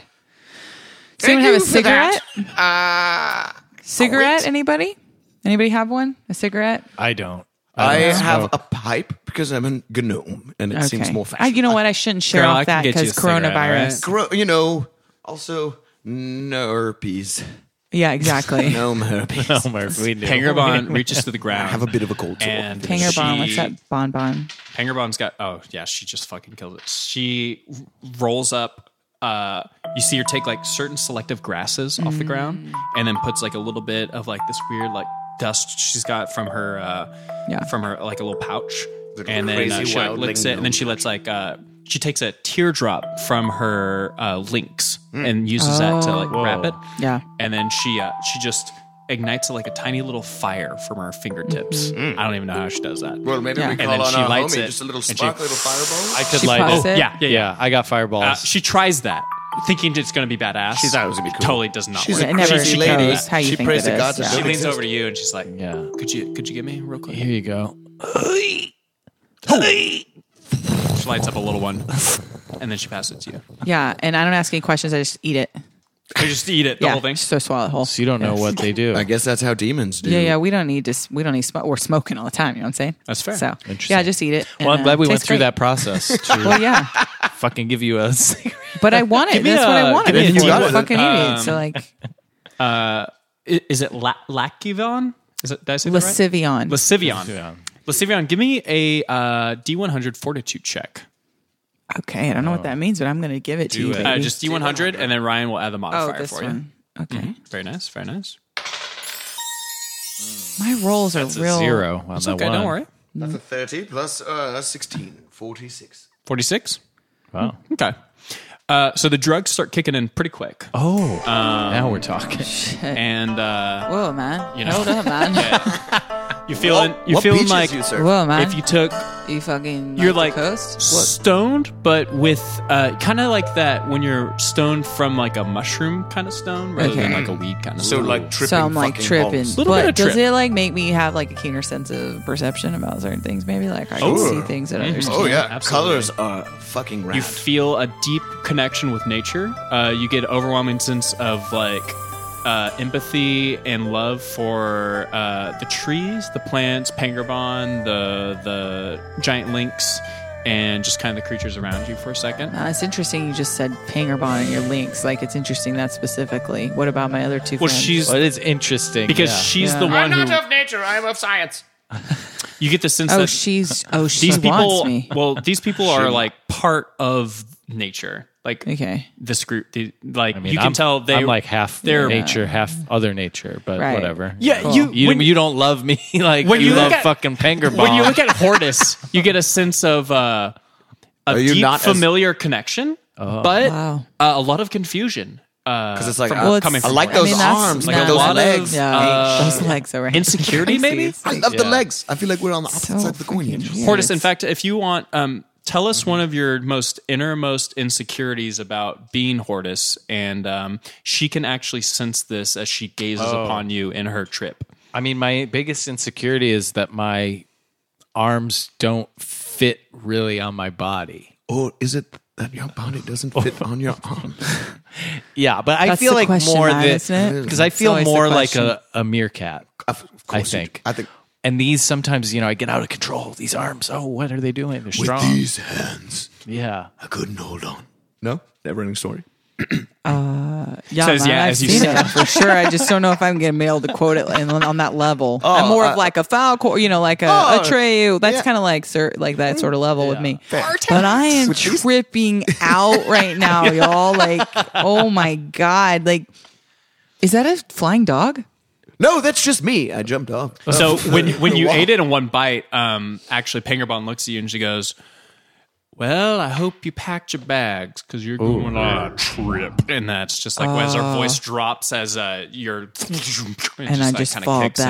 [SPEAKER 2] Does anyone have a cigarette?
[SPEAKER 3] Uh,
[SPEAKER 2] cigarette? Anybody? Anybody have one? A cigarette?
[SPEAKER 3] I don't.
[SPEAKER 5] I
[SPEAKER 3] don't
[SPEAKER 5] have
[SPEAKER 3] smoke.
[SPEAKER 5] a pipe because I'm a gnome, and it seems more
[SPEAKER 2] Oh. I,
[SPEAKER 5] fashion.
[SPEAKER 2] you know what? I shouldn't share
[SPEAKER 3] Girl, I
[SPEAKER 2] off
[SPEAKER 3] can
[SPEAKER 2] that
[SPEAKER 3] get you
[SPEAKER 2] because
[SPEAKER 3] a cigarette,
[SPEAKER 2] coronavirus.
[SPEAKER 5] Gro- you know, also no herpes,
[SPEAKER 2] Yeah, exactly.
[SPEAKER 5] gnome herpes.
[SPEAKER 3] Oh, Murph, we knew.
[SPEAKER 6] Pangerbon reaches to the ground.
[SPEAKER 5] Have a bit of a cold sore.
[SPEAKER 6] and
[SPEAKER 2] Pangerbon,
[SPEAKER 6] she-
[SPEAKER 2] what's that bonbon?
[SPEAKER 6] Pangerbon's got. Oh yeah, she just fucking killed it. She rolls up. Uh, you see her take like certain selective grasses off the ground,
[SPEAKER 2] Mm.
[SPEAKER 6] and then puts like a little bit of like this weird like dust she's got from her. Uh,
[SPEAKER 2] Yeah.
[SPEAKER 6] From her like a little pouch,
[SPEAKER 1] Little
[SPEAKER 6] and then uh,
[SPEAKER 1] crazy
[SPEAKER 6] she like,
[SPEAKER 1] wildling
[SPEAKER 6] licks it, and then she lets like uh, she takes a teardrop from her uh, links
[SPEAKER 1] Hmm.
[SPEAKER 6] and uses that to like wrap
[SPEAKER 1] Oh.
[SPEAKER 6] it.
[SPEAKER 2] Yeah.
[SPEAKER 6] And then she uh, she just ignites like a tiny little fire from her fingertips.
[SPEAKER 2] Mm-hmm.
[SPEAKER 6] I don't even know how she does that.
[SPEAKER 1] Well, maybe
[SPEAKER 2] Yeah.
[SPEAKER 1] we
[SPEAKER 2] And
[SPEAKER 1] call
[SPEAKER 6] then
[SPEAKER 1] on
[SPEAKER 6] she
[SPEAKER 1] our
[SPEAKER 6] lights
[SPEAKER 1] homie,
[SPEAKER 6] it,
[SPEAKER 1] just a little
[SPEAKER 6] and she-
[SPEAKER 1] spark, little fireball.
[SPEAKER 3] I could
[SPEAKER 2] She
[SPEAKER 3] light
[SPEAKER 2] pops
[SPEAKER 3] it.
[SPEAKER 2] it.
[SPEAKER 6] oh, Yeah, yeah, yeah.
[SPEAKER 3] Yeah, I got
[SPEAKER 6] Uh,
[SPEAKER 3] fireballs.
[SPEAKER 6] she tries that, thinking it's going to be badass. She
[SPEAKER 1] thought it was gonna be cool.
[SPEAKER 6] Totally does not.
[SPEAKER 5] She's
[SPEAKER 6] work.
[SPEAKER 2] It
[SPEAKER 5] a
[SPEAKER 2] never
[SPEAKER 5] crazy lady.
[SPEAKER 2] knows how you
[SPEAKER 1] She
[SPEAKER 2] think
[SPEAKER 1] prays
[SPEAKER 2] it
[SPEAKER 1] to God
[SPEAKER 2] is.
[SPEAKER 1] to
[SPEAKER 6] she
[SPEAKER 2] Yeah.
[SPEAKER 1] show-
[SPEAKER 6] leans over to you and she's like,
[SPEAKER 3] yeah.
[SPEAKER 6] "Could you could you get me real quick?"
[SPEAKER 3] Here you go.
[SPEAKER 6] She lights up a little one, and then she passes it to you.
[SPEAKER 2] yeah, and I don't ask any questions. I just eat it.
[SPEAKER 6] You just eat it the
[SPEAKER 2] yeah,
[SPEAKER 6] whole thing.
[SPEAKER 2] just so swallow it whole.
[SPEAKER 3] So you don't know
[SPEAKER 2] Yes.
[SPEAKER 3] what they do.
[SPEAKER 5] I guess that's how demons do.
[SPEAKER 2] Yeah, yeah. We don't need to. s- We don't need smoke. We're smoking all the time. You know what I'm saying?
[SPEAKER 6] That's fair.
[SPEAKER 2] So
[SPEAKER 3] Interesting.
[SPEAKER 2] yeah, just eat it. uh,
[SPEAKER 3] well, I'm glad we went through
[SPEAKER 2] that
[SPEAKER 3] that process to
[SPEAKER 2] Well, yeah,
[SPEAKER 3] fucking give you a cigarette.
[SPEAKER 2] but I want it.
[SPEAKER 3] me
[SPEAKER 2] That's what
[SPEAKER 3] a-
[SPEAKER 2] I wanted.
[SPEAKER 3] give me a
[SPEAKER 2] That's what I'm fucking
[SPEAKER 3] team one.
[SPEAKER 6] Um,
[SPEAKER 2] idiot. So like
[SPEAKER 6] I- Is it la- Lacivon? Is it? Did I say that right?
[SPEAKER 2] lascivion.
[SPEAKER 6] Lascivion. Lascivion. Give me a uh, D100 fortitude check.
[SPEAKER 2] okay, I don't know
[SPEAKER 6] Oh.
[SPEAKER 2] what that means, but I'm gonna give it to you.
[SPEAKER 3] it.
[SPEAKER 2] Baby.
[SPEAKER 6] Uh, just D100, and then Ryan will add the
[SPEAKER 2] oh,
[SPEAKER 6] modifier
[SPEAKER 2] this
[SPEAKER 6] for
[SPEAKER 2] one. Okay,
[SPEAKER 6] you. Very nice. Very nice.
[SPEAKER 2] my rolls are real
[SPEAKER 3] Zero. on
[SPEAKER 6] It's
[SPEAKER 3] that
[SPEAKER 6] okay.
[SPEAKER 3] one.
[SPEAKER 6] Don't worry.
[SPEAKER 1] That's a 30 plus uh, 16, 46.
[SPEAKER 6] 46.
[SPEAKER 3] Wow.
[SPEAKER 6] Okay. Uh, so the drugs start kicking in pretty quick,
[SPEAKER 3] Oh, now we're talking.
[SPEAKER 6] and uh,
[SPEAKER 2] Whoa, man!
[SPEAKER 6] You know.
[SPEAKER 2] Hold up, man!
[SPEAKER 6] you feeling you
[SPEAKER 1] what
[SPEAKER 6] feeling
[SPEAKER 1] beaches
[SPEAKER 6] like
[SPEAKER 1] you serve?
[SPEAKER 2] Whoa, Oh, man!
[SPEAKER 6] if you took
[SPEAKER 2] You fucking
[SPEAKER 6] you're
[SPEAKER 2] the
[SPEAKER 6] like
[SPEAKER 2] coast.
[SPEAKER 6] stoned, but with uh, kind of like that when you're stoned from like a mushroom kind of stone rather than
[SPEAKER 2] Okay.
[SPEAKER 6] like a weed kind of.
[SPEAKER 1] So,
[SPEAKER 6] stone.
[SPEAKER 1] like, tripping.
[SPEAKER 2] So I'm like
[SPEAKER 1] fucking
[SPEAKER 2] tripping,
[SPEAKER 1] balls.
[SPEAKER 6] Little bit
[SPEAKER 2] but
[SPEAKER 6] of
[SPEAKER 2] does
[SPEAKER 6] trip.
[SPEAKER 2] it like make me have like a keener sense of perception about certain things? Maybe like I can
[SPEAKER 1] Sure.
[SPEAKER 2] see things that
[SPEAKER 6] Mm-hmm.
[SPEAKER 2] others
[SPEAKER 1] Oh,
[SPEAKER 2] can't.
[SPEAKER 1] yeah.
[SPEAKER 6] absolutely.
[SPEAKER 1] Colors are fucking rad.
[SPEAKER 6] you feel a deep connection with nature. Uh, you get overwhelming sense of like uh, empathy and love for uh, the trees, the plants, Pangerbon, the the giant lynx, and just kind of the creatures around you for a second.
[SPEAKER 2] Uh, it's interesting you just said Pangerbon and your links. Like it's interesting that specifically. What about my other two
[SPEAKER 6] Well,
[SPEAKER 2] friends?
[SPEAKER 6] she's
[SPEAKER 3] But it's interesting
[SPEAKER 6] because
[SPEAKER 3] yeah.
[SPEAKER 6] she's
[SPEAKER 2] Yeah.
[SPEAKER 6] the one who
[SPEAKER 1] nature, I'm of science.
[SPEAKER 6] you get the sense
[SPEAKER 2] oh,
[SPEAKER 6] that
[SPEAKER 2] she's oh she
[SPEAKER 6] these
[SPEAKER 2] wants
[SPEAKER 6] people.
[SPEAKER 2] me.
[SPEAKER 6] Well, these people are like part of nature. Like
[SPEAKER 2] Okay,
[SPEAKER 6] this group, the, like
[SPEAKER 3] I mean,
[SPEAKER 6] you can
[SPEAKER 3] I'm-
[SPEAKER 6] tell they
[SPEAKER 3] I'm like half
[SPEAKER 6] they're-
[SPEAKER 3] nature, half other nature, but
[SPEAKER 2] Right.
[SPEAKER 3] whatever.
[SPEAKER 6] Yeah,
[SPEAKER 2] Cool.
[SPEAKER 6] you
[SPEAKER 3] You,
[SPEAKER 6] when-
[SPEAKER 3] you don't love me like
[SPEAKER 6] When
[SPEAKER 3] you,
[SPEAKER 6] you look
[SPEAKER 3] love
[SPEAKER 6] at-
[SPEAKER 3] fucking Pangerbon.
[SPEAKER 6] when you look at Hortus, you get a sense of uh, a
[SPEAKER 5] you
[SPEAKER 6] deep
[SPEAKER 5] not as-
[SPEAKER 6] familiar connection,
[SPEAKER 3] Oh.
[SPEAKER 6] but
[SPEAKER 2] Wow.
[SPEAKER 6] uh, a lot of confusion. Because
[SPEAKER 5] It's like
[SPEAKER 6] from,
[SPEAKER 5] I,
[SPEAKER 8] Uh,
[SPEAKER 2] Well, it's-
[SPEAKER 6] coming
[SPEAKER 5] I
[SPEAKER 6] from
[SPEAKER 5] like
[SPEAKER 6] Hortus.
[SPEAKER 5] those
[SPEAKER 2] that's-
[SPEAKER 5] arms,
[SPEAKER 6] like
[SPEAKER 5] like
[SPEAKER 6] a
[SPEAKER 5] those
[SPEAKER 6] lot of-
[SPEAKER 5] legs.
[SPEAKER 2] Yeah,
[SPEAKER 6] Uh,
[SPEAKER 2] those legs are
[SPEAKER 6] insecurity, maybe?
[SPEAKER 5] I love the
[SPEAKER 3] Yeah.
[SPEAKER 5] legs. I feel like we're on the opposite side of the coin. here.
[SPEAKER 6] Hortus. In fact, if you want, um, tell us one of your most innermost insecurities about being Hortus, and um, she can actually sense this as she gazes
[SPEAKER 3] Oh.
[SPEAKER 6] upon you in her trip.
[SPEAKER 3] I mean, my biggest insecurity is that my arms don't fit really on my body.
[SPEAKER 5] Or is it that your body doesn't fit on your arm?
[SPEAKER 3] Yeah, but I
[SPEAKER 2] That's
[SPEAKER 3] feel
[SPEAKER 2] the
[SPEAKER 3] like
[SPEAKER 2] question,
[SPEAKER 3] more
[SPEAKER 2] man,
[SPEAKER 3] that
[SPEAKER 2] isn't it?
[SPEAKER 3] because I
[SPEAKER 2] It's
[SPEAKER 3] feel
[SPEAKER 2] always the
[SPEAKER 3] more like
[SPEAKER 2] question.
[SPEAKER 3] a, a meerkat.
[SPEAKER 5] Of course,
[SPEAKER 3] I
[SPEAKER 5] you do.
[SPEAKER 3] think.
[SPEAKER 5] I think
[SPEAKER 3] And these sometimes, you know, I get out of control. These arms, oh, what are they doing? They're
[SPEAKER 5] with
[SPEAKER 3] strong.
[SPEAKER 5] these hands,
[SPEAKER 3] Yeah.
[SPEAKER 5] I couldn't hold on. No, never ending story.
[SPEAKER 2] Yeah,
[SPEAKER 6] Says
[SPEAKER 2] man,
[SPEAKER 6] yeah,
[SPEAKER 2] I've
[SPEAKER 6] as you
[SPEAKER 2] seen
[SPEAKER 6] said.
[SPEAKER 2] it for sure. I just don't know if I'm gonna be able to quote it in, on that level.
[SPEAKER 5] Oh,
[SPEAKER 2] I'm more
[SPEAKER 5] uh,
[SPEAKER 2] of like a Falco, you know, like a, a Atreyu. That's kind of like sir, like that sort of level with me. But I am tripping out right now, y'all. Like, oh my god, like, is that a flying dog?
[SPEAKER 1] No, that's just me. I jumped off.
[SPEAKER 3] Oh.
[SPEAKER 6] So when when you
[SPEAKER 1] Wow.
[SPEAKER 6] ate it in one bite, um, actually Pingerbon looks at you and she goes, "Well, I hope you packed your bags because you're going on a trip." And that's just like as her voice drops as uh, you're, and,
[SPEAKER 2] Ah. and I
[SPEAKER 6] like,
[SPEAKER 2] just
[SPEAKER 6] kinda
[SPEAKER 2] fall
[SPEAKER 6] kicks in.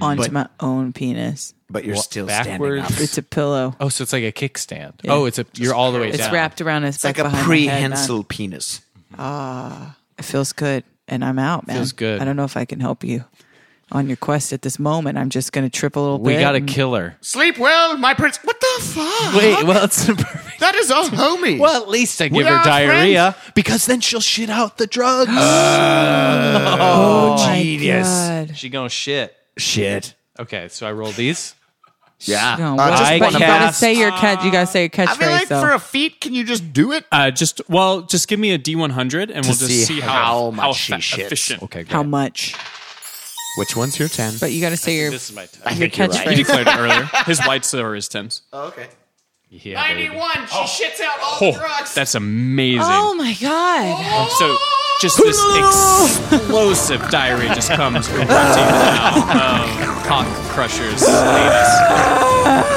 [SPEAKER 2] backwards onto my own penis.
[SPEAKER 1] But you're still standing
[SPEAKER 3] backwards.
[SPEAKER 1] up.
[SPEAKER 2] It's a pillow.
[SPEAKER 3] Oh, so it's like a kickstand. Oh, it's a you're all the way
[SPEAKER 2] It's
[SPEAKER 3] down.
[SPEAKER 2] wrapped around his
[SPEAKER 1] Like
[SPEAKER 2] back
[SPEAKER 1] a
[SPEAKER 2] behind my head, man.
[SPEAKER 1] prehensile penis.
[SPEAKER 2] It feels good, and I'm out, man.
[SPEAKER 3] Feels good.
[SPEAKER 2] I don't know if I can help you on your quest at this moment. I'm just going to trip a little
[SPEAKER 3] We
[SPEAKER 2] bit. Mm.
[SPEAKER 3] got a
[SPEAKER 2] and-
[SPEAKER 3] killer.
[SPEAKER 1] Sleep well, my prince. What the fuck?
[SPEAKER 3] Wait, well, it's perfect.
[SPEAKER 1] That is all homie.
[SPEAKER 3] Well, at least I give
[SPEAKER 1] are
[SPEAKER 3] her diarrhea
[SPEAKER 1] friends.
[SPEAKER 3] because then she'll shit out the drugs.
[SPEAKER 2] Oh, my
[SPEAKER 1] genius.
[SPEAKER 2] God.
[SPEAKER 3] she gonna shit.
[SPEAKER 1] Shit.
[SPEAKER 3] Okay, so I roll these.
[SPEAKER 1] Yeah.
[SPEAKER 2] No,
[SPEAKER 1] Uh,
[SPEAKER 2] what-
[SPEAKER 1] just
[SPEAKER 3] I
[SPEAKER 2] but you gotta
[SPEAKER 3] cast-
[SPEAKER 2] say your catch. You gotta say
[SPEAKER 1] I
[SPEAKER 2] your catchphrase.
[SPEAKER 1] feel like
[SPEAKER 2] though.
[SPEAKER 1] for a feat, can you just do it?
[SPEAKER 6] Uh, just well, just give me a D one hundred, and we'll just
[SPEAKER 1] see
[SPEAKER 6] see,
[SPEAKER 1] how
[SPEAKER 6] how
[SPEAKER 1] much she
[SPEAKER 6] fe-
[SPEAKER 1] shits.
[SPEAKER 6] efficient.
[SPEAKER 3] Okay, great.
[SPEAKER 2] how much?
[SPEAKER 1] Which one's your ten?
[SPEAKER 2] But you gotta say your
[SPEAKER 3] This is my time.
[SPEAKER 2] your
[SPEAKER 1] you're right.
[SPEAKER 6] He
[SPEAKER 2] catchphrase.
[SPEAKER 6] declared it earlier. His white silver is tens.
[SPEAKER 1] okay.
[SPEAKER 3] Yeah, baby.
[SPEAKER 1] She shits out all
[SPEAKER 6] Oh, That's amazing.
[SPEAKER 2] Oh my god!
[SPEAKER 6] So just this explosive diarrhea just comes erupting out of cock crusher's anus.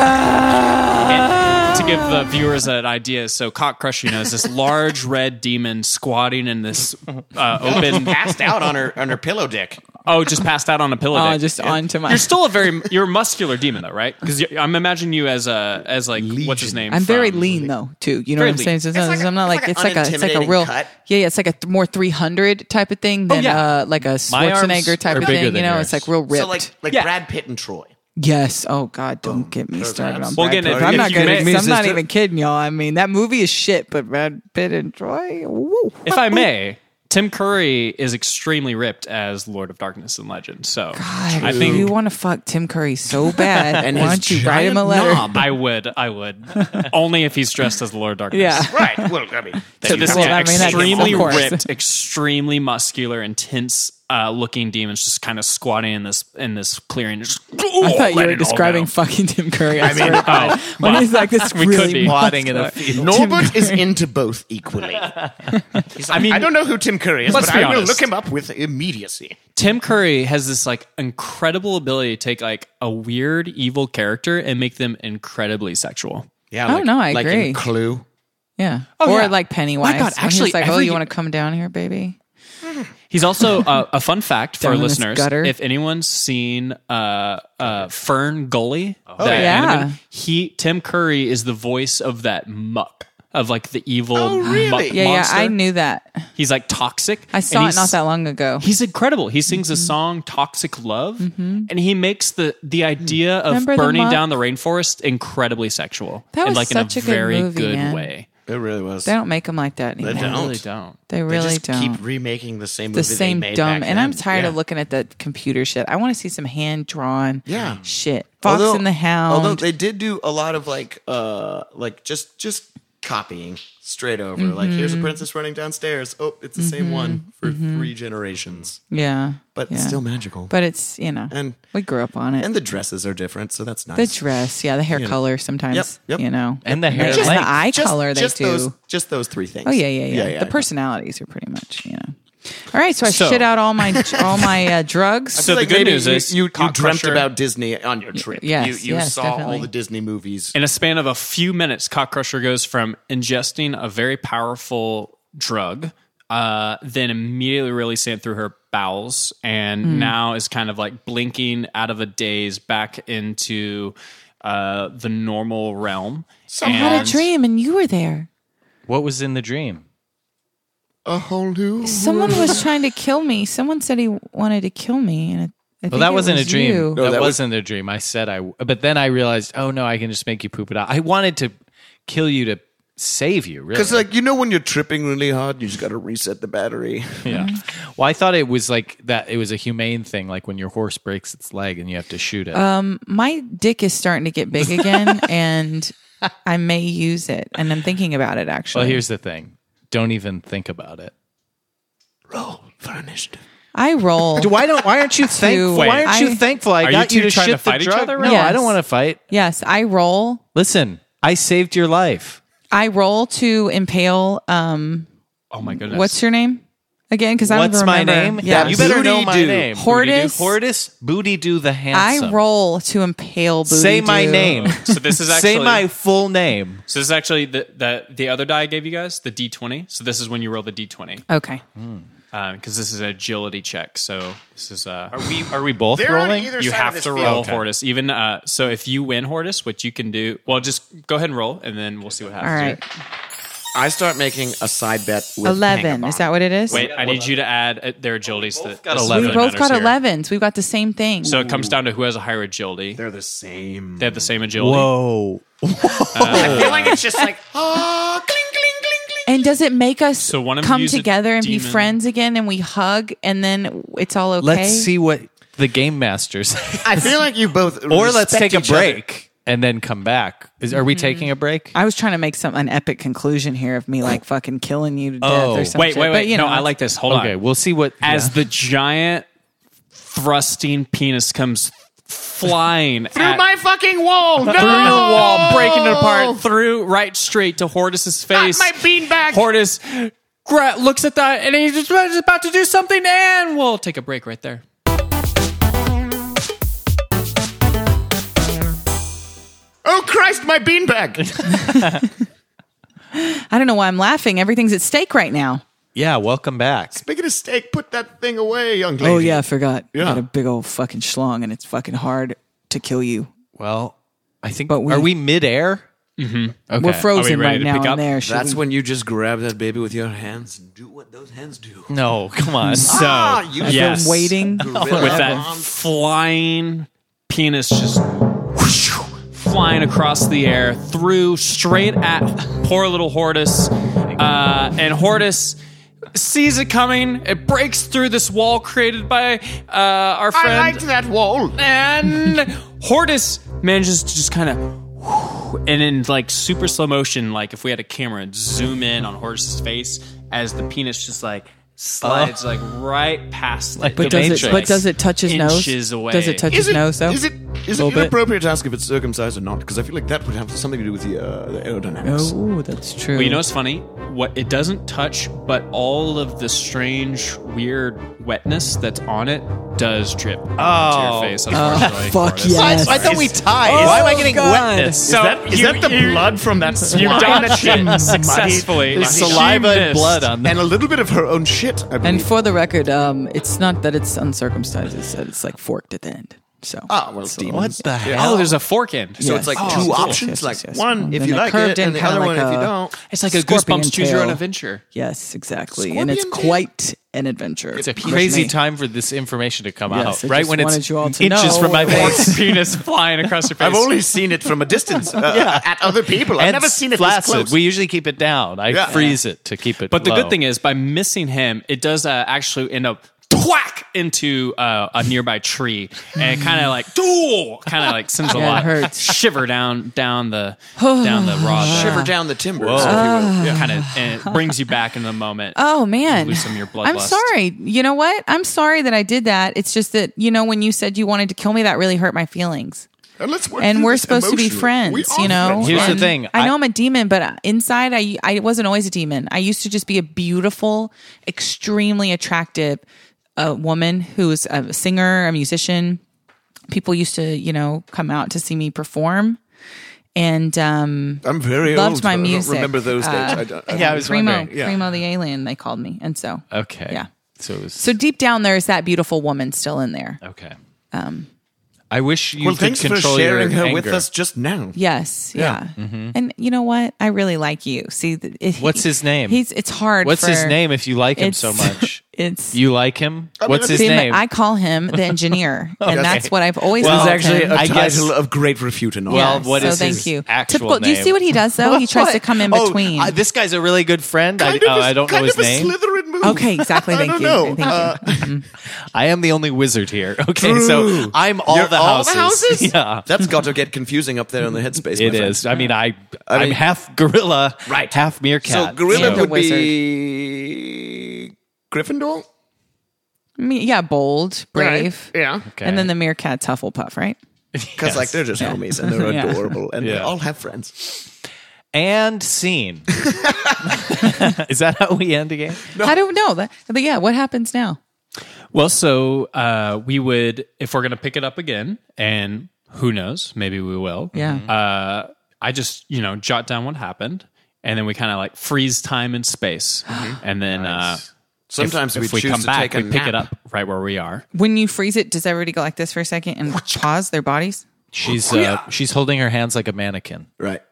[SPEAKER 2] Ah.
[SPEAKER 6] And to give the viewers an idea, so cock crusher, you know, is this large red demon squatting in this uh, open.
[SPEAKER 1] passed out on her on her pillow dick.
[SPEAKER 6] Oh, just passed out on a pillow.
[SPEAKER 2] Oh,
[SPEAKER 6] deck.
[SPEAKER 2] just onto my.
[SPEAKER 6] You're still a very you're a muscular demon though, right? Because I'm imagining you as a as like what's his name?
[SPEAKER 2] I'm very
[SPEAKER 6] from-
[SPEAKER 2] lean though, too. You know
[SPEAKER 6] Very
[SPEAKER 2] what I'm saying?
[SPEAKER 6] lean.
[SPEAKER 2] So it's not-
[SPEAKER 1] like a-
[SPEAKER 2] I'm not
[SPEAKER 1] it's
[SPEAKER 2] like
[SPEAKER 1] like an
[SPEAKER 2] it's like a it's like a
[SPEAKER 1] unintimidating
[SPEAKER 2] real
[SPEAKER 1] cut. Oh,
[SPEAKER 2] yeah yeah it's like a th- more 300 type of thing than
[SPEAKER 6] yeah.
[SPEAKER 2] uh, like a
[SPEAKER 3] My arms
[SPEAKER 2] Schwarzenegger type
[SPEAKER 3] are
[SPEAKER 2] of
[SPEAKER 3] bigger
[SPEAKER 2] thing. You
[SPEAKER 3] than
[SPEAKER 2] know,
[SPEAKER 3] yours.
[SPEAKER 2] it's like real ripped.
[SPEAKER 1] So like like
[SPEAKER 6] Yeah.
[SPEAKER 1] Brad Pitt and Troy.
[SPEAKER 2] yes. Oh God, don't get me started on.
[SPEAKER 6] Well,
[SPEAKER 2] Brad
[SPEAKER 6] again,
[SPEAKER 2] Pitt.
[SPEAKER 6] if-
[SPEAKER 2] I'm
[SPEAKER 6] if
[SPEAKER 2] not
[SPEAKER 6] you
[SPEAKER 2] gonna-
[SPEAKER 6] may-
[SPEAKER 2] I'm not even kidding y'all. I mean, that movie is shit, but Brad Pitt and Troy. Woo.
[SPEAKER 6] if I may, Tim Curry is extremely ripped as Lord of Darkness and Legend. So I think
[SPEAKER 2] you want to fuck Tim Curry so bad.
[SPEAKER 1] And
[SPEAKER 2] why
[SPEAKER 1] his
[SPEAKER 2] don't you write him a
[SPEAKER 1] giant
[SPEAKER 2] letter?
[SPEAKER 1] knob.
[SPEAKER 6] I would, I would, only if he's dressed as the Lord of Darkness.
[SPEAKER 2] Yeah.
[SPEAKER 1] Right. Well, I mean,
[SPEAKER 6] So this
[SPEAKER 2] Well,
[SPEAKER 6] yeah,
[SPEAKER 2] I mean, that's-
[SPEAKER 6] extremely
[SPEAKER 2] of course.
[SPEAKER 6] ripped, extremely muscular, intense uh, looking demons just kind of squatting in this in this clearing. Just,
[SPEAKER 2] I thought you
[SPEAKER 6] Let
[SPEAKER 2] were
[SPEAKER 6] it all
[SPEAKER 2] describing
[SPEAKER 6] go.
[SPEAKER 2] fucking Tim Curry. I, mean,
[SPEAKER 6] Oh,
[SPEAKER 2] when he's like this
[SPEAKER 6] we could
[SPEAKER 2] really
[SPEAKER 6] be.
[SPEAKER 3] Plotting in a
[SPEAKER 2] muscular-
[SPEAKER 3] field.
[SPEAKER 1] Norbert is into both equally. He's like, I mean, I don't know who Tim Curry is,
[SPEAKER 6] let's
[SPEAKER 1] but
[SPEAKER 6] be
[SPEAKER 1] I will
[SPEAKER 6] honest.
[SPEAKER 1] look him up with immediacy.
[SPEAKER 6] Tim Curry has this like incredible ability to take like a weird evil character and make them incredibly sexual.
[SPEAKER 1] Yeah.
[SPEAKER 2] Oh, like- no, I like in agree.
[SPEAKER 1] Clue. Oh,
[SPEAKER 2] Yeah. or
[SPEAKER 6] yeah.
[SPEAKER 2] like Pennywise.
[SPEAKER 6] My God,
[SPEAKER 2] when he's
[SPEAKER 6] actually,
[SPEAKER 2] like, oh,
[SPEAKER 6] every-
[SPEAKER 2] you want to come down here, baby?
[SPEAKER 6] He's also uh, a fun fact for
[SPEAKER 2] Down
[SPEAKER 6] our
[SPEAKER 2] in this
[SPEAKER 6] listeners.
[SPEAKER 2] gutter.
[SPEAKER 6] If anyone's seen uh, uh, Fern Gully, oh,
[SPEAKER 2] yeah.
[SPEAKER 6] he Tim Curry is the voice of that muck of like the evil
[SPEAKER 1] Oh, really?
[SPEAKER 6] muck
[SPEAKER 2] Yeah,
[SPEAKER 6] monster.
[SPEAKER 2] yeah. I knew that.
[SPEAKER 6] He's like toxic.
[SPEAKER 2] I saw
[SPEAKER 6] and
[SPEAKER 2] it not
[SPEAKER 6] he's-
[SPEAKER 2] that long ago.
[SPEAKER 6] He's incredible. He sings
[SPEAKER 2] Mm-hmm.
[SPEAKER 6] the song "Toxic Love," and he makes the the idea of
[SPEAKER 2] Remember the
[SPEAKER 6] burning
[SPEAKER 2] muck?
[SPEAKER 6] down the rainforest incredibly sexual.
[SPEAKER 2] That
[SPEAKER 6] and
[SPEAKER 2] was
[SPEAKER 6] like
[SPEAKER 2] such a
[SPEAKER 6] in a
[SPEAKER 2] good
[SPEAKER 6] very
[SPEAKER 2] movie,
[SPEAKER 6] good
[SPEAKER 2] man.
[SPEAKER 6] way.
[SPEAKER 1] It really was.
[SPEAKER 2] they don't make them like that anymore. They,
[SPEAKER 1] don't.
[SPEAKER 6] Really don't.
[SPEAKER 2] really
[SPEAKER 1] they just
[SPEAKER 2] don't.
[SPEAKER 1] keep remaking the same
[SPEAKER 2] the
[SPEAKER 1] movie
[SPEAKER 2] same
[SPEAKER 1] they made
[SPEAKER 2] dumb,
[SPEAKER 1] back
[SPEAKER 2] and I'm
[SPEAKER 1] then.
[SPEAKER 2] tired of
[SPEAKER 1] Yeah.
[SPEAKER 2] looking at that computer shit. I want to see some hand drawn,
[SPEAKER 1] Yeah.
[SPEAKER 2] shit. Fox
[SPEAKER 1] Although-
[SPEAKER 2] and the Hound.
[SPEAKER 1] Although they did do a lot of like uh like just just copying straight over. Like here's a
[SPEAKER 2] Mm-hmm.
[SPEAKER 1] princess running downstairs. Oh, it's the same one for three generations.
[SPEAKER 2] yeah,
[SPEAKER 1] But
[SPEAKER 2] Mm-hmm. yeah.
[SPEAKER 1] it's still magical.
[SPEAKER 2] But it's you know,
[SPEAKER 1] And-
[SPEAKER 2] we grew up on it.
[SPEAKER 1] and the dresses are different, so that's nice.
[SPEAKER 2] the dress, yeah, the hair color sometimes,
[SPEAKER 1] Yep, yep.
[SPEAKER 2] you know,
[SPEAKER 3] And the hair
[SPEAKER 2] just
[SPEAKER 3] length.
[SPEAKER 2] the eye
[SPEAKER 1] Just-
[SPEAKER 2] color they
[SPEAKER 1] just
[SPEAKER 2] do.
[SPEAKER 1] Those, just those three things.
[SPEAKER 2] Oh yeah, yeah, yeah. the personalities are pretty much, you know. All right, so I shit out all my all my uh, drugs.
[SPEAKER 6] So the
[SPEAKER 1] like
[SPEAKER 6] good
[SPEAKER 1] maybe
[SPEAKER 6] news
[SPEAKER 1] you,
[SPEAKER 6] is
[SPEAKER 1] you, you
[SPEAKER 6] Cock
[SPEAKER 1] dreamt
[SPEAKER 6] Crusher-
[SPEAKER 1] about Disney on your trip.
[SPEAKER 2] yes,
[SPEAKER 1] you you
[SPEAKER 2] yes,
[SPEAKER 1] saw
[SPEAKER 2] definitely.
[SPEAKER 1] all the Disney movies.
[SPEAKER 6] in a span of a few minutes, Cock Crusher goes from ingesting a very powerful drug, uh, then immediately releasing it through her bowels, and
[SPEAKER 2] Mm.
[SPEAKER 6] now is kind of like blinking out of a daze back into uh, the normal realm.
[SPEAKER 2] I had a dream and you were there.
[SPEAKER 3] What was in the dream?
[SPEAKER 1] a whole new.
[SPEAKER 2] Someone was trying to kill me. Someone said he wanted to kill me, and I, I
[SPEAKER 3] Well,
[SPEAKER 2] think
[SPEAKER 3] that
[SPEAKER 2] it
[SPEAKER 3] wasn't
[SPEAKER 2] was
[SPEAKER 3] a dream.
[SPEAKER 2] you.
[SPEAKER 3] that,
[SPEAKER 1] that was-
[SPEAKER 3] wasn't a dream. I said I, w- but then I realized, oh no, I can just make you poop it out. I wanted to kill you to save you, really.
[SPEAKER 1] Because like you know when you're tripping really hard, you just got to reset the battery.
[SPEAKER 3] yeah. Well, I thought it was like that. It was a humane thing, like when your horse breaks its leg and you have to shoot it.
[SPEAKER 2] My dick is starting to get big again, and I may use it. And I'm thinking about it actually.
[SPEAKER 3] well, here's the thing: don't even think about it.
[SPEAKER 1] Roll furnished.
[SPEAKER 2] I roll.
[SPEAKER 3] Why don't? Why aren't you thankful?
[SPEAKER 2] Wait.
[SPEAKER 3] why aren't you
[SPEAKER 2] I-
[SPEAKER 3] thankful? I
[SPEAKER 6] Are
[SPEAKER 3] got
[SPEAKER 6] you
[SPEAKER 3] you,
[SPEAKER 6] two
[SPEAKER 3] to
[SPEAKER 6] trying
[SPEAKER 3] shit
[SPEAKER 6] to fight
[SPEAKER 3] the
[SPEAKER 6] each
[SPEAKER 3] drug.
[SPEAKER 6] other?
[SPEAKER 3] No, I
[SPEAKER 2] Yes.
[SPEAKER 3] don't want to fight.
[SPEAKER 2] yes, I roll.
[SPEAKER 3] Listen, I saved your life.
[SPEAKER 2] I roll to impale. Um,
[SPEAKER 6] Oh my goodness!
[SPEAKER 2] what's your name? again? Because I don't
[SPEAKER 3] What's
[SPEAKER 2] even
[SPEAKER 3] my
[SPEAKER 2] remember.
[SPEAKER 3] name?
[SPEAKER 2] Yeah,
[SPEAKER 3] You better know my
[SPEAKER 1] Booty-doo.
[SPEAKER 3] name.
[SPEAKER 2] Hortus.
[SPEAKER 3] Hortus Booty Do the Handsome.
[SPEAKER 2] I roll to impale. Booty
[SPEAKER 3] Say my
[SPEAKER 2] Doo.
[SPEAKER 3] name.
[SPEAKER 6] So this is actually
[SPEAKER 3] Say my full name.
[SPEAKER 6] So this is actually the, the the other die I gave you guys, the d20. So this is when you roll the d20
[SPEAKER 2] Okay.
[SPEAKER 6] because this is an agility check. So this is uh,
[SPEAKER 3] Are we are we both
[SPEAKER 1] They're on
[SPEAKER 3] rolling?
[SPEAKER 1] either
[SPEAKER 6] you
[SPEAKER 1] side of
[SPEAKER 6] have
[SPEAKER 1] this
[SPEAKER 6] to
[SPEAKER 1] field.
[SPEAKER 6] roll
[SPEAKER 3] Okay.
[SPEAKER 6] Hortus. Even uh, so, if you win Hortus, what you can do? Well, just go ahead and roll, and then we'll see what
[SPEAKER 2] All
[SPEAKER 6] happens.
[SPEAKER 2] right.
[SPEAKER 1] I start making a side bet with
[SPEAKER 2] Eleven. Is that what it is?
[SPEAKER 6] Wait, I need you to add uh, their agilities. that,
[SPEAKER 3] got
[SPEAKER 6] that's
[SPEAKER 3] 11.
[SPEAKER 2] we
[SPEAKER 6] really
[SPEAKER 2] both got
[SPEAKER 6] matters here.
[SPEAKER 2] elevens. We've got the same thing.
[SPEAKER 6] So it comes down to who has a higher agility.
[SPEAKER 1] They're the same.
[SPEAKER 6] They have the same agility.
[SPEAKER 3] Whoa.
[SPEAKER 1] I feel like it's just like ah, cling, cling, cling, cling.
[SPEAKER 2] and does it make us
[SPEAKER 6] So one of 'em
[SPEAKER 2] come
[SPEAKER 6] use a
[SPEAKER 2] together and be
[SPEAKER 6] demon.
[SPEAKER 2] friends again, and we hug, and then it's all okay?
[SPEAKER 3] Let's see what the game masters.
[SPEAKER 1] I feel like you both.
[SPEAKER 3] or let's
[SPEAKER 1] respect
[SPEAKER 3] take a
[SPEAKER 1] each other.
[SPEAKER 3] break and then come back. Is, are we taking a break?
[SPEAKER 2] I was trying to make some an epic conclusion here of me like fucking killing you to death
[SPEAKER 3] Oh.
[SPEAKER 2] or something.
[SPEAKER 6] Oh. Wait, wait, wait.
[SPEAKER 2] But, you
[SPEAKER 6] no,
[SPEAKER 2] know,
[SPEAKER 6] I like this. Hold on.
[SPEAKER 3] Okay, we'll see what
[SPEAKER 6] as
[SPEAKER 3] yeah.
[SPEAKER 6] the giant thrusting penis comes flying through my fucking wall, through the wall, breaking it apart, through right straight to Hortus's face. my beanbag. Hortus gra- looks at that, and he's just he's about to do something, and we'll take a break right there.
[SPEAKER 1] Oh Christ, my beanbag!
[SPEAKER 2] I don't know why I'm laughing. Everything's at stake right now.
[SPEAKER 3] yeah. Welcome back.
[SPEAKER 1] Speaking of steak, put that thing away, young lady.
[SPEAKER 2] Oh yeah, I forgot.
[SPEAKER 1] Yeah.
[SPEAKER 2] I got a big old fucking schlong, and it's fucking hard to kill you.
[SPEAKER 3] Well, I think
[SPEAKER 2] But we-
[SPEAKER 3] are we midair? Mm-hmm. Okay.
[SPEAKER 2] We're frozen
[SPEAKER 6] ready
[SPEAKER 2] right
[SPEAKER 6] to
[SPEAKER 2] now
[SPEAKER 6] pick up?
[SPEAKER 2] in there. Should
[SPEAKER 5] That's
[SPEAKER 2] we-
[SPEAKER 5] when you just grab that baby with your hands and do what those hands do.
[SPEAKER 3] no, come on.
[SPEAKER 6] So
[SPEAKER 5] you
[SPEAKER 2] I've
[SPEAKER 6] yes,
[SPEAKER 2] been waiting.
[SPEAKER 6] with that flying penis just whoosh, flying across the air through straight at poor little Hortus. Uh, and Hortus sees it coming. It breaks through this wall created by uh, our friend.
[SPEAKER 1] I liked that wall.
[SPEAKER 6] and Hortus manages to just kind of. And in like super slow motion, like if we had a camera, zoom in on Hortus's face as the penis just like slides like right past like
[SPEAKER 2] Oh. But
[SPEAKER 3] The
[SPEAKER 2] does it?
[SPEAKER 3] Matrix.
[SPEAKER 2] But does it touch his nose?
[SPEAKER 6] Inches away.
[SPEAKER 2] Does it touch
[SPEAKER 1] Is
[SPEAKER 2] his
[SPEAKER 1] it,
[SPEAKER 2] nose? Though
[SPEAKER 1] is it is it
[SPEAKER 2] Little bit.
[SPEAKER 1] inappropriate to ask if it's circumcised or not? Because I feel like that would have something to do with the, uh, the aerodynamics.
[SPEAKER 2] Oh, that's true.
[SPEAKER 6] Well, you know what's funny? What it doesn't touch, but all of the strange, weird wetness that's on it does drip
[SPEAKER 3] Oh.
[SPEAKER 6] to your face. Unfortunately,
[SPEAKER 2] Ah, fuck
[SPEAKER 6] Curtis.
[SPEAKER 2] yeah.
[SPEAKER 3] I thought we tied. Why am I getting wetness?
[SPEAKER 1] Is, that, is that the blood from that
[SPEAKER 6] You
[SPEAKER 1] swine?
[SPEAKER 6] dodged it successfully.
[SPEAKER 1] There's
[SPEAKER 6] She
[SPEAKER 3] Saliva and
[SPEAKER 6] missed.
[SPEAKER 3] blood on the
[SPEAKER 1] and a little bit of her own shit. I
[SPEAKER 2] And
[SPEAKER 1] believe.
[SPEAKER 2] for the record, um, it's not that it's uncircumcised. It's that it's like forked at the end. So uh,
[SPEAKER 1] ah, well, demons.
[SPEAKER 3] What the hell?
[SPEAKER 6] Oh, there's a fork end.
[SPEAKER 1] So
[SPEAKER 6] So
[SPEAKER 1] it's like
[SPEAKER 2] two
[SPEAKER 1] two options, like one if
[SPEAKER 2] Um, Then
[SPEAKER 1] you
[SPEAKER 2] a
[SPEAKER 1] like
[SPEAKER 2] curved
[SPEAKER 1] it, and
[SPEAKER 2] in,
[SPEAKER 1] the
[SPEAKER 2] kinda
[SPEAKER 1] other
[SPEAKER 2] like
[SPEAKER 1] one if you
[SPEAKER 2] a-
[SPEAKER 1] don't.
[SPEAKER 6] it's like a
[SPEAKER 2] Scorpion
[SPEAKER 6] Goosebumps choose your own
[SPEAKER 2] tail.
[SPEAKER 6] adventure.
[SPEAKER 2] Yes, exactly. and it's
[SPEAKER 1] Scorpion tail?
[SPEAKER 2] quite an adventure.
[SPEAKER 3] It's a crazy time for this information to come
[SPEAKER 2] Yes, I
[SPEAKER 3] out. Right
[SPEAKER 2] just
[SPEAKER 3] when it's
[SPEAKER 2] wanted you all to
[SPEAKER 3] inches
[SPEAKER 2] know
[SPEAKER 3] from my
[SPEAKER 2] it was-
[SPEAKER 3] face.
[SPEAKER 6] Penis flying across your face.
[SPEAKER 1] I've only seen it from a distance uh, at other people. I've
[SPEAKER 3] And
[SPEAKER 1] never seen it
[SPEAKER 3] flaccid.
[SPEAKER 1] this close.
[SPEAKER 3] We usually keep it down. I
[SPEAKER 1] Yeah.
[SPEAKER 3] freeze it to keep it.
[SPEAKER 6] But the
[SPEAKER 3] low.
[SPEAKER 6] good thing is, by missing him, it does uh, actually end up thwack into uh, a nearby tree and kind of like duel, kind of like sends a
[SPEAKER 2] Yeah, it
[SPEAKER 6] lot
[SPEAKER 2] hurts. Oh.
[SPEAKER 6] shiver down down the down the rod,
[SPEAKER 5] Shiver
[SPEAKER 6] shiver,
[SPEAKER 5] down the timbers.
[SPEAKER 6] kind of, and it brings you back into the moment.
[SPEAKER 2] Oh man,
[SPEAKER 6] lose some of your blood
[SPEAKER 2] I'm
[SPEAKER 6] lust.
[SPEAKER 2] sorry. You know what? I'm sorry that I did that. It's just that you know when you said you wanted to kill me, that really hurt my feelings.
[SPEAKER 1] and let's work
[SPEAKER 2] And
[SPEAKER 1] through
[SPEAKER 2] we're
[SPEAKER 1] this
[SPEAKER 2] supposed to be
[SPEAKER 1] emotionally. We
[SPEAKER 2] friends,
[SPEAKER 1] are
[SPEAKER 2] you know.
[SPEAKER 1] friends,
[SPEAKER 3] Here's the
[SPEAKER 1] right?
[SPEAKER 2] And
[SPEAKER 3] thing,
[SPEAKER 2] I know
[SPEAKER 3] I-
[SPEAKER 2] I'm a demon, but inside I I wasn't always a demon. I used to just be a beautiful, extremely attractive uh, woman who's a singer, a musician. People used to, you know, come out to see me perform, and um,
[SPEAKER 1] I'm very
[SPEAKER 2] Loved
[SPEAKER 1] old.
[SPEAKER 2] my
[SPEAKER 1] I don't
[SPEAKER 2] music.
[SPEAKER 1] remember those days. I don't- I
[SPEAKER 3] Yeah, I
[SPEAKER 1] don't-
[SPEAKER 3] was
[SPEAKER 2] Primo,
[SPEAKER 3] wondering.
[SPEAKER 1] yeah.
[SPEAKER 2] Primo the alien, they called me, and so
[SPEAKER 3] Okay.
[SPEAKER 2] Yeah.
[SPEAKER 3] So it was.
[SPEAKER 2] so deep down there is that beautiful woman still in there.
[SPEAKER 3] okay. Um. I wish you
[SPEAKER 1] well,
[SPEAKER 3] could
[SPEAKER 1] thanks for
[SPEAKER 3] control
[SPEAKER 1] sharing
[SPEAKER 3] your
[SPEAKER 1] her
[SPEAKER 3] anger.
[SPEAKER 1] with us just now.
[SPEAKER 2] Yes, yeah, and you know what? I really like you. See, th- it, he-
[SPEAKER 3] Mm-hmm. What's his name?
[SPEAKER 2] He's it's hard.
[SPEAKER 3] What's his
[SPEAKER 2] for-
[SPEAKER 3] name? If you like him so
[SPEAKER 2] it's-
[SPEAKER 3] much,
[SPEAKER 2] it's
[SPEAKER 3] you like him. What's his
[SPEAKER 2] see, my-
[SPEAKER 3] name?
[SPEAKER 2] I call him the engineer, and that's what I've always.
[SPEAKER 3] Well,
[SPEAKER 2] called
[SPEAKER 1] It's actually
[SPEAKER 2] him.
[SPEAKER 1] a
[SPEAKER 3] I guess-
[SPEAKER 1] title of great repute and all.
[SPEAKER 3] Well,
[SPEAKER 2] Yeah,
[SPEAKER 3] what
[SPEAKER 2] so
[SPEAKER 3] is
[SPEAKER 2] thank
[SPEAKER 3] his
[SPEAKER 2] you.
[SPEAKER 3] actual
[SPEAKER 2] Typical- Do you
[SPEAKER 3] name?
[SPEAKER 2] see what he does though? He tries to come in
[SPEAKER 3] Oh,
[SPEAKER 2] between.
[SPEAKER 3] uh, this guy's a really good friend. I,
[SPEAKER 1] Kind of
[SPEAKER 3] oh,
[SPEAKER 1] a-
[SPEAKER 3] I don't know
[SPEAKER 1] kind
[SPEAKER 3] his
[SPEAKER 1] of a
[SPEAKER 3] name.
[SPEAKER 1] Slytherin move.
[SPEAKER 2] okay, exactly.
[SPEAKER 1] I
[SPEAKER 2] Thank
[SPEAKER 1] don't
[SPEAKER 2] you.
[SPEAKER 1] know.
[SPEAKER 2] Thank you.
[SPEAKER 1] Uh,
[SPEAKER 3] I am the only wizard here. Okay, so
[SPEAKER 1] True.
[SPEAKER 3] I'm all
[SPEAKER 1] You're
[SPEAKER 3] the
[SPEAKER 1] all the
[SPEAKER 3] houses.
[SPEAKER 1] houses?
[SPEAKER 3] Yeah,
[SPEAKER 5] That's got to get confusing up there in the headspace.
[SPEAKER 3] it
[SPEAKER 5] my
[SPEAKER 3] is. I mean, I, I
[SPEAKER 5] I
[SPEAKER 3] am
[SPEAKER 5] mean-
[SPEAKER 3] half gorilla,
[SPEAKER 5] Right.
[SPEAKER 3] Half
[SPEAKER 5] friend.
[SPEAKER 3] meerkat.
[SPEAKER 5] So gorilla
[SPEAKER 2] And a
[SPEAKER 5] would be Gryffindor.
[SPEAKER 2] Me- yeah, bold, brave,
[SPEAKER 1] Yeah.
[SPEAKER 3] Okay.
[SPEAKER 2] and then the meerkat's Hufflepuff, right?
[SPEAKER 5] Because like they're just homies and they're
[SPEAKER 2] Yeah.
[SPEAKER 5] adorable and they
[SPEAKER 3] Yeah.
[SPEAKER 5] all have friends.
[SPEAKER 3] And scene. Is that how we end a game?
[SPEAKER 2] I don't know. That, but yeah, what happens now?
[SPEAKER 6] Well, so uh, we would, if we're going to pick it up again, and who knows, maybe we will.
[SPEAKER 2] Yeah.
[SPEAKER 6] Uh, I just, you know, jot down what happened, and then we kind of like freeze time and space,
[SPEAKER 5] Mm-hmm.
[SPEAKER 6] and then uh,
[SPEAKER 1] Sometimes
[SPEAKER 6] if,
[SPEAKER 1] we
[SPEAKER 6] if we
[SPEAKER 1] choose
[SPEAKER 6] come
[SPEAKER 1] to
[SPEAKER 6] back,
[SPEAKER 1] take a
[SPEAKER 6] we pick it
[SPEAKER 1] nap.
[SPEAKER 6] up right where we are.
[SPEAKER 2] When you freeze it, does everybody go like this for a second and pause their bodies? Oh,
[SPEAKER 3] She's uh, she's holding her hands like a mannequin.
[SPEAKER 1] Right.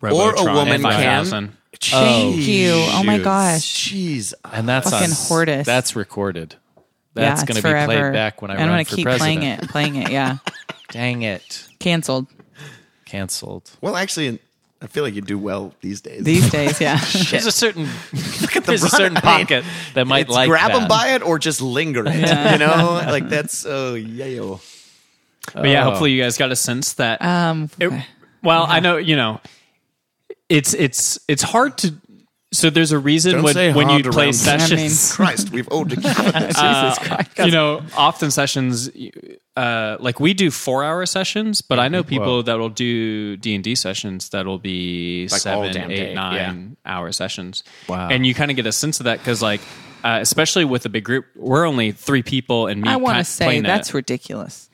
[SPEAKER 1] Or a
[SPEAKER 6] Robotron
[SPEAKER 1] woman can.
[SPEAKER 6] 5000.
[SPEAKER 1] Thank
[SPEAKER 2] Thank you. Oh my gosh.
[SPEAKER 1] Jeez. I-
[SPEAKER 3] And that's
[SPEAKER 2] Fucking
[SPEAKER 3] on-
[SPEAKER 2] Hortus.
[SPEAKER 3] That's recorded.
[SPEAKER 2] Yeah,
[SPEAKER 3] That's
[SPEAKER 2] it's
[SPEAKER 3] going to be
[SPEAKER 2] forever.
[SPEAKER 3] played back when I
[SPEAKER 2] And I'm
[SPEAKER 3] run
[SPEAKER 2] gonna
[SPEAKER 3] for
[SPEAKER 2] keep
[SPEAKER 3] president.
[SPEAKER 2] playing it, playing it. Yeah,
[SPEAKER 3] Dang it.
[SPEAKER 2] canceled
[SPEAKER 3] Canceled.
[SPEAKER 1] Well, actually, I feel like you do well these days.
[SPEAKER 2] these days. Yeah,
[SPEAKER 3] There's a certain there's a certain
[SPEAKER 1] I mean,
[SPEAKER 3] pocket that might
[SPEAKER 1] It's
[SPEAKER 3] like
[SPEAKER 1] grab
[SPEAKER 3] that.
[SPEAKER 1] them by it or just linger it. You know, like that's oh yeah.
[SPEAKER 6] But yeah,
[SPEAKER 1] Oh.
[SPEAKER 6] hopefully you guys got a sense that.
[SPEAKER 2] um,
[SPEAKER 6] It- well, I know you know. It's it's it's hard to. So there's a reason
[SPEAKER 1] Don't
[SPEAKER 6] when
[SPEAKER 1] say
[SPEAKER 6] when
[SPEAKER 1] hard
[SPEAKER 6] you play
[SPEAKER 1] around-
[SPEAKER 6] sessions.
[SPEAKER 2] I mean-
[SPEAKER 1] Christ, we've owed the capitalists.
[SPEAKER 6] you know, often sessions, uh, like we do four hour sessions, but
[SPEAKER 1] Mm-hmm.
[SPEAKER 6] I know people that will do D and D sessions that will be
[SPEAKER 1] Like all
[SPEAKER 6] seven, eight,
[SPEAKER 1] damn
[SPEAKER 6] nine
[SPEAKER 1] day,
[SPEAKER 6] hour sessions.
[SPEAKER 3] Wow.
[SPEAKER 6] And you kind of get a sense of that because, like, uh, especially with a big group, we're only three people, and me
[SPEAKER 2] I want
[SPEAKER 6] kind
[SPEAKER 2] to
[SPEAKER 6] of
[SPEAKER 2] say
[SPEAKER 6] playing it.
[SPEAKER 2] that's ridiculous.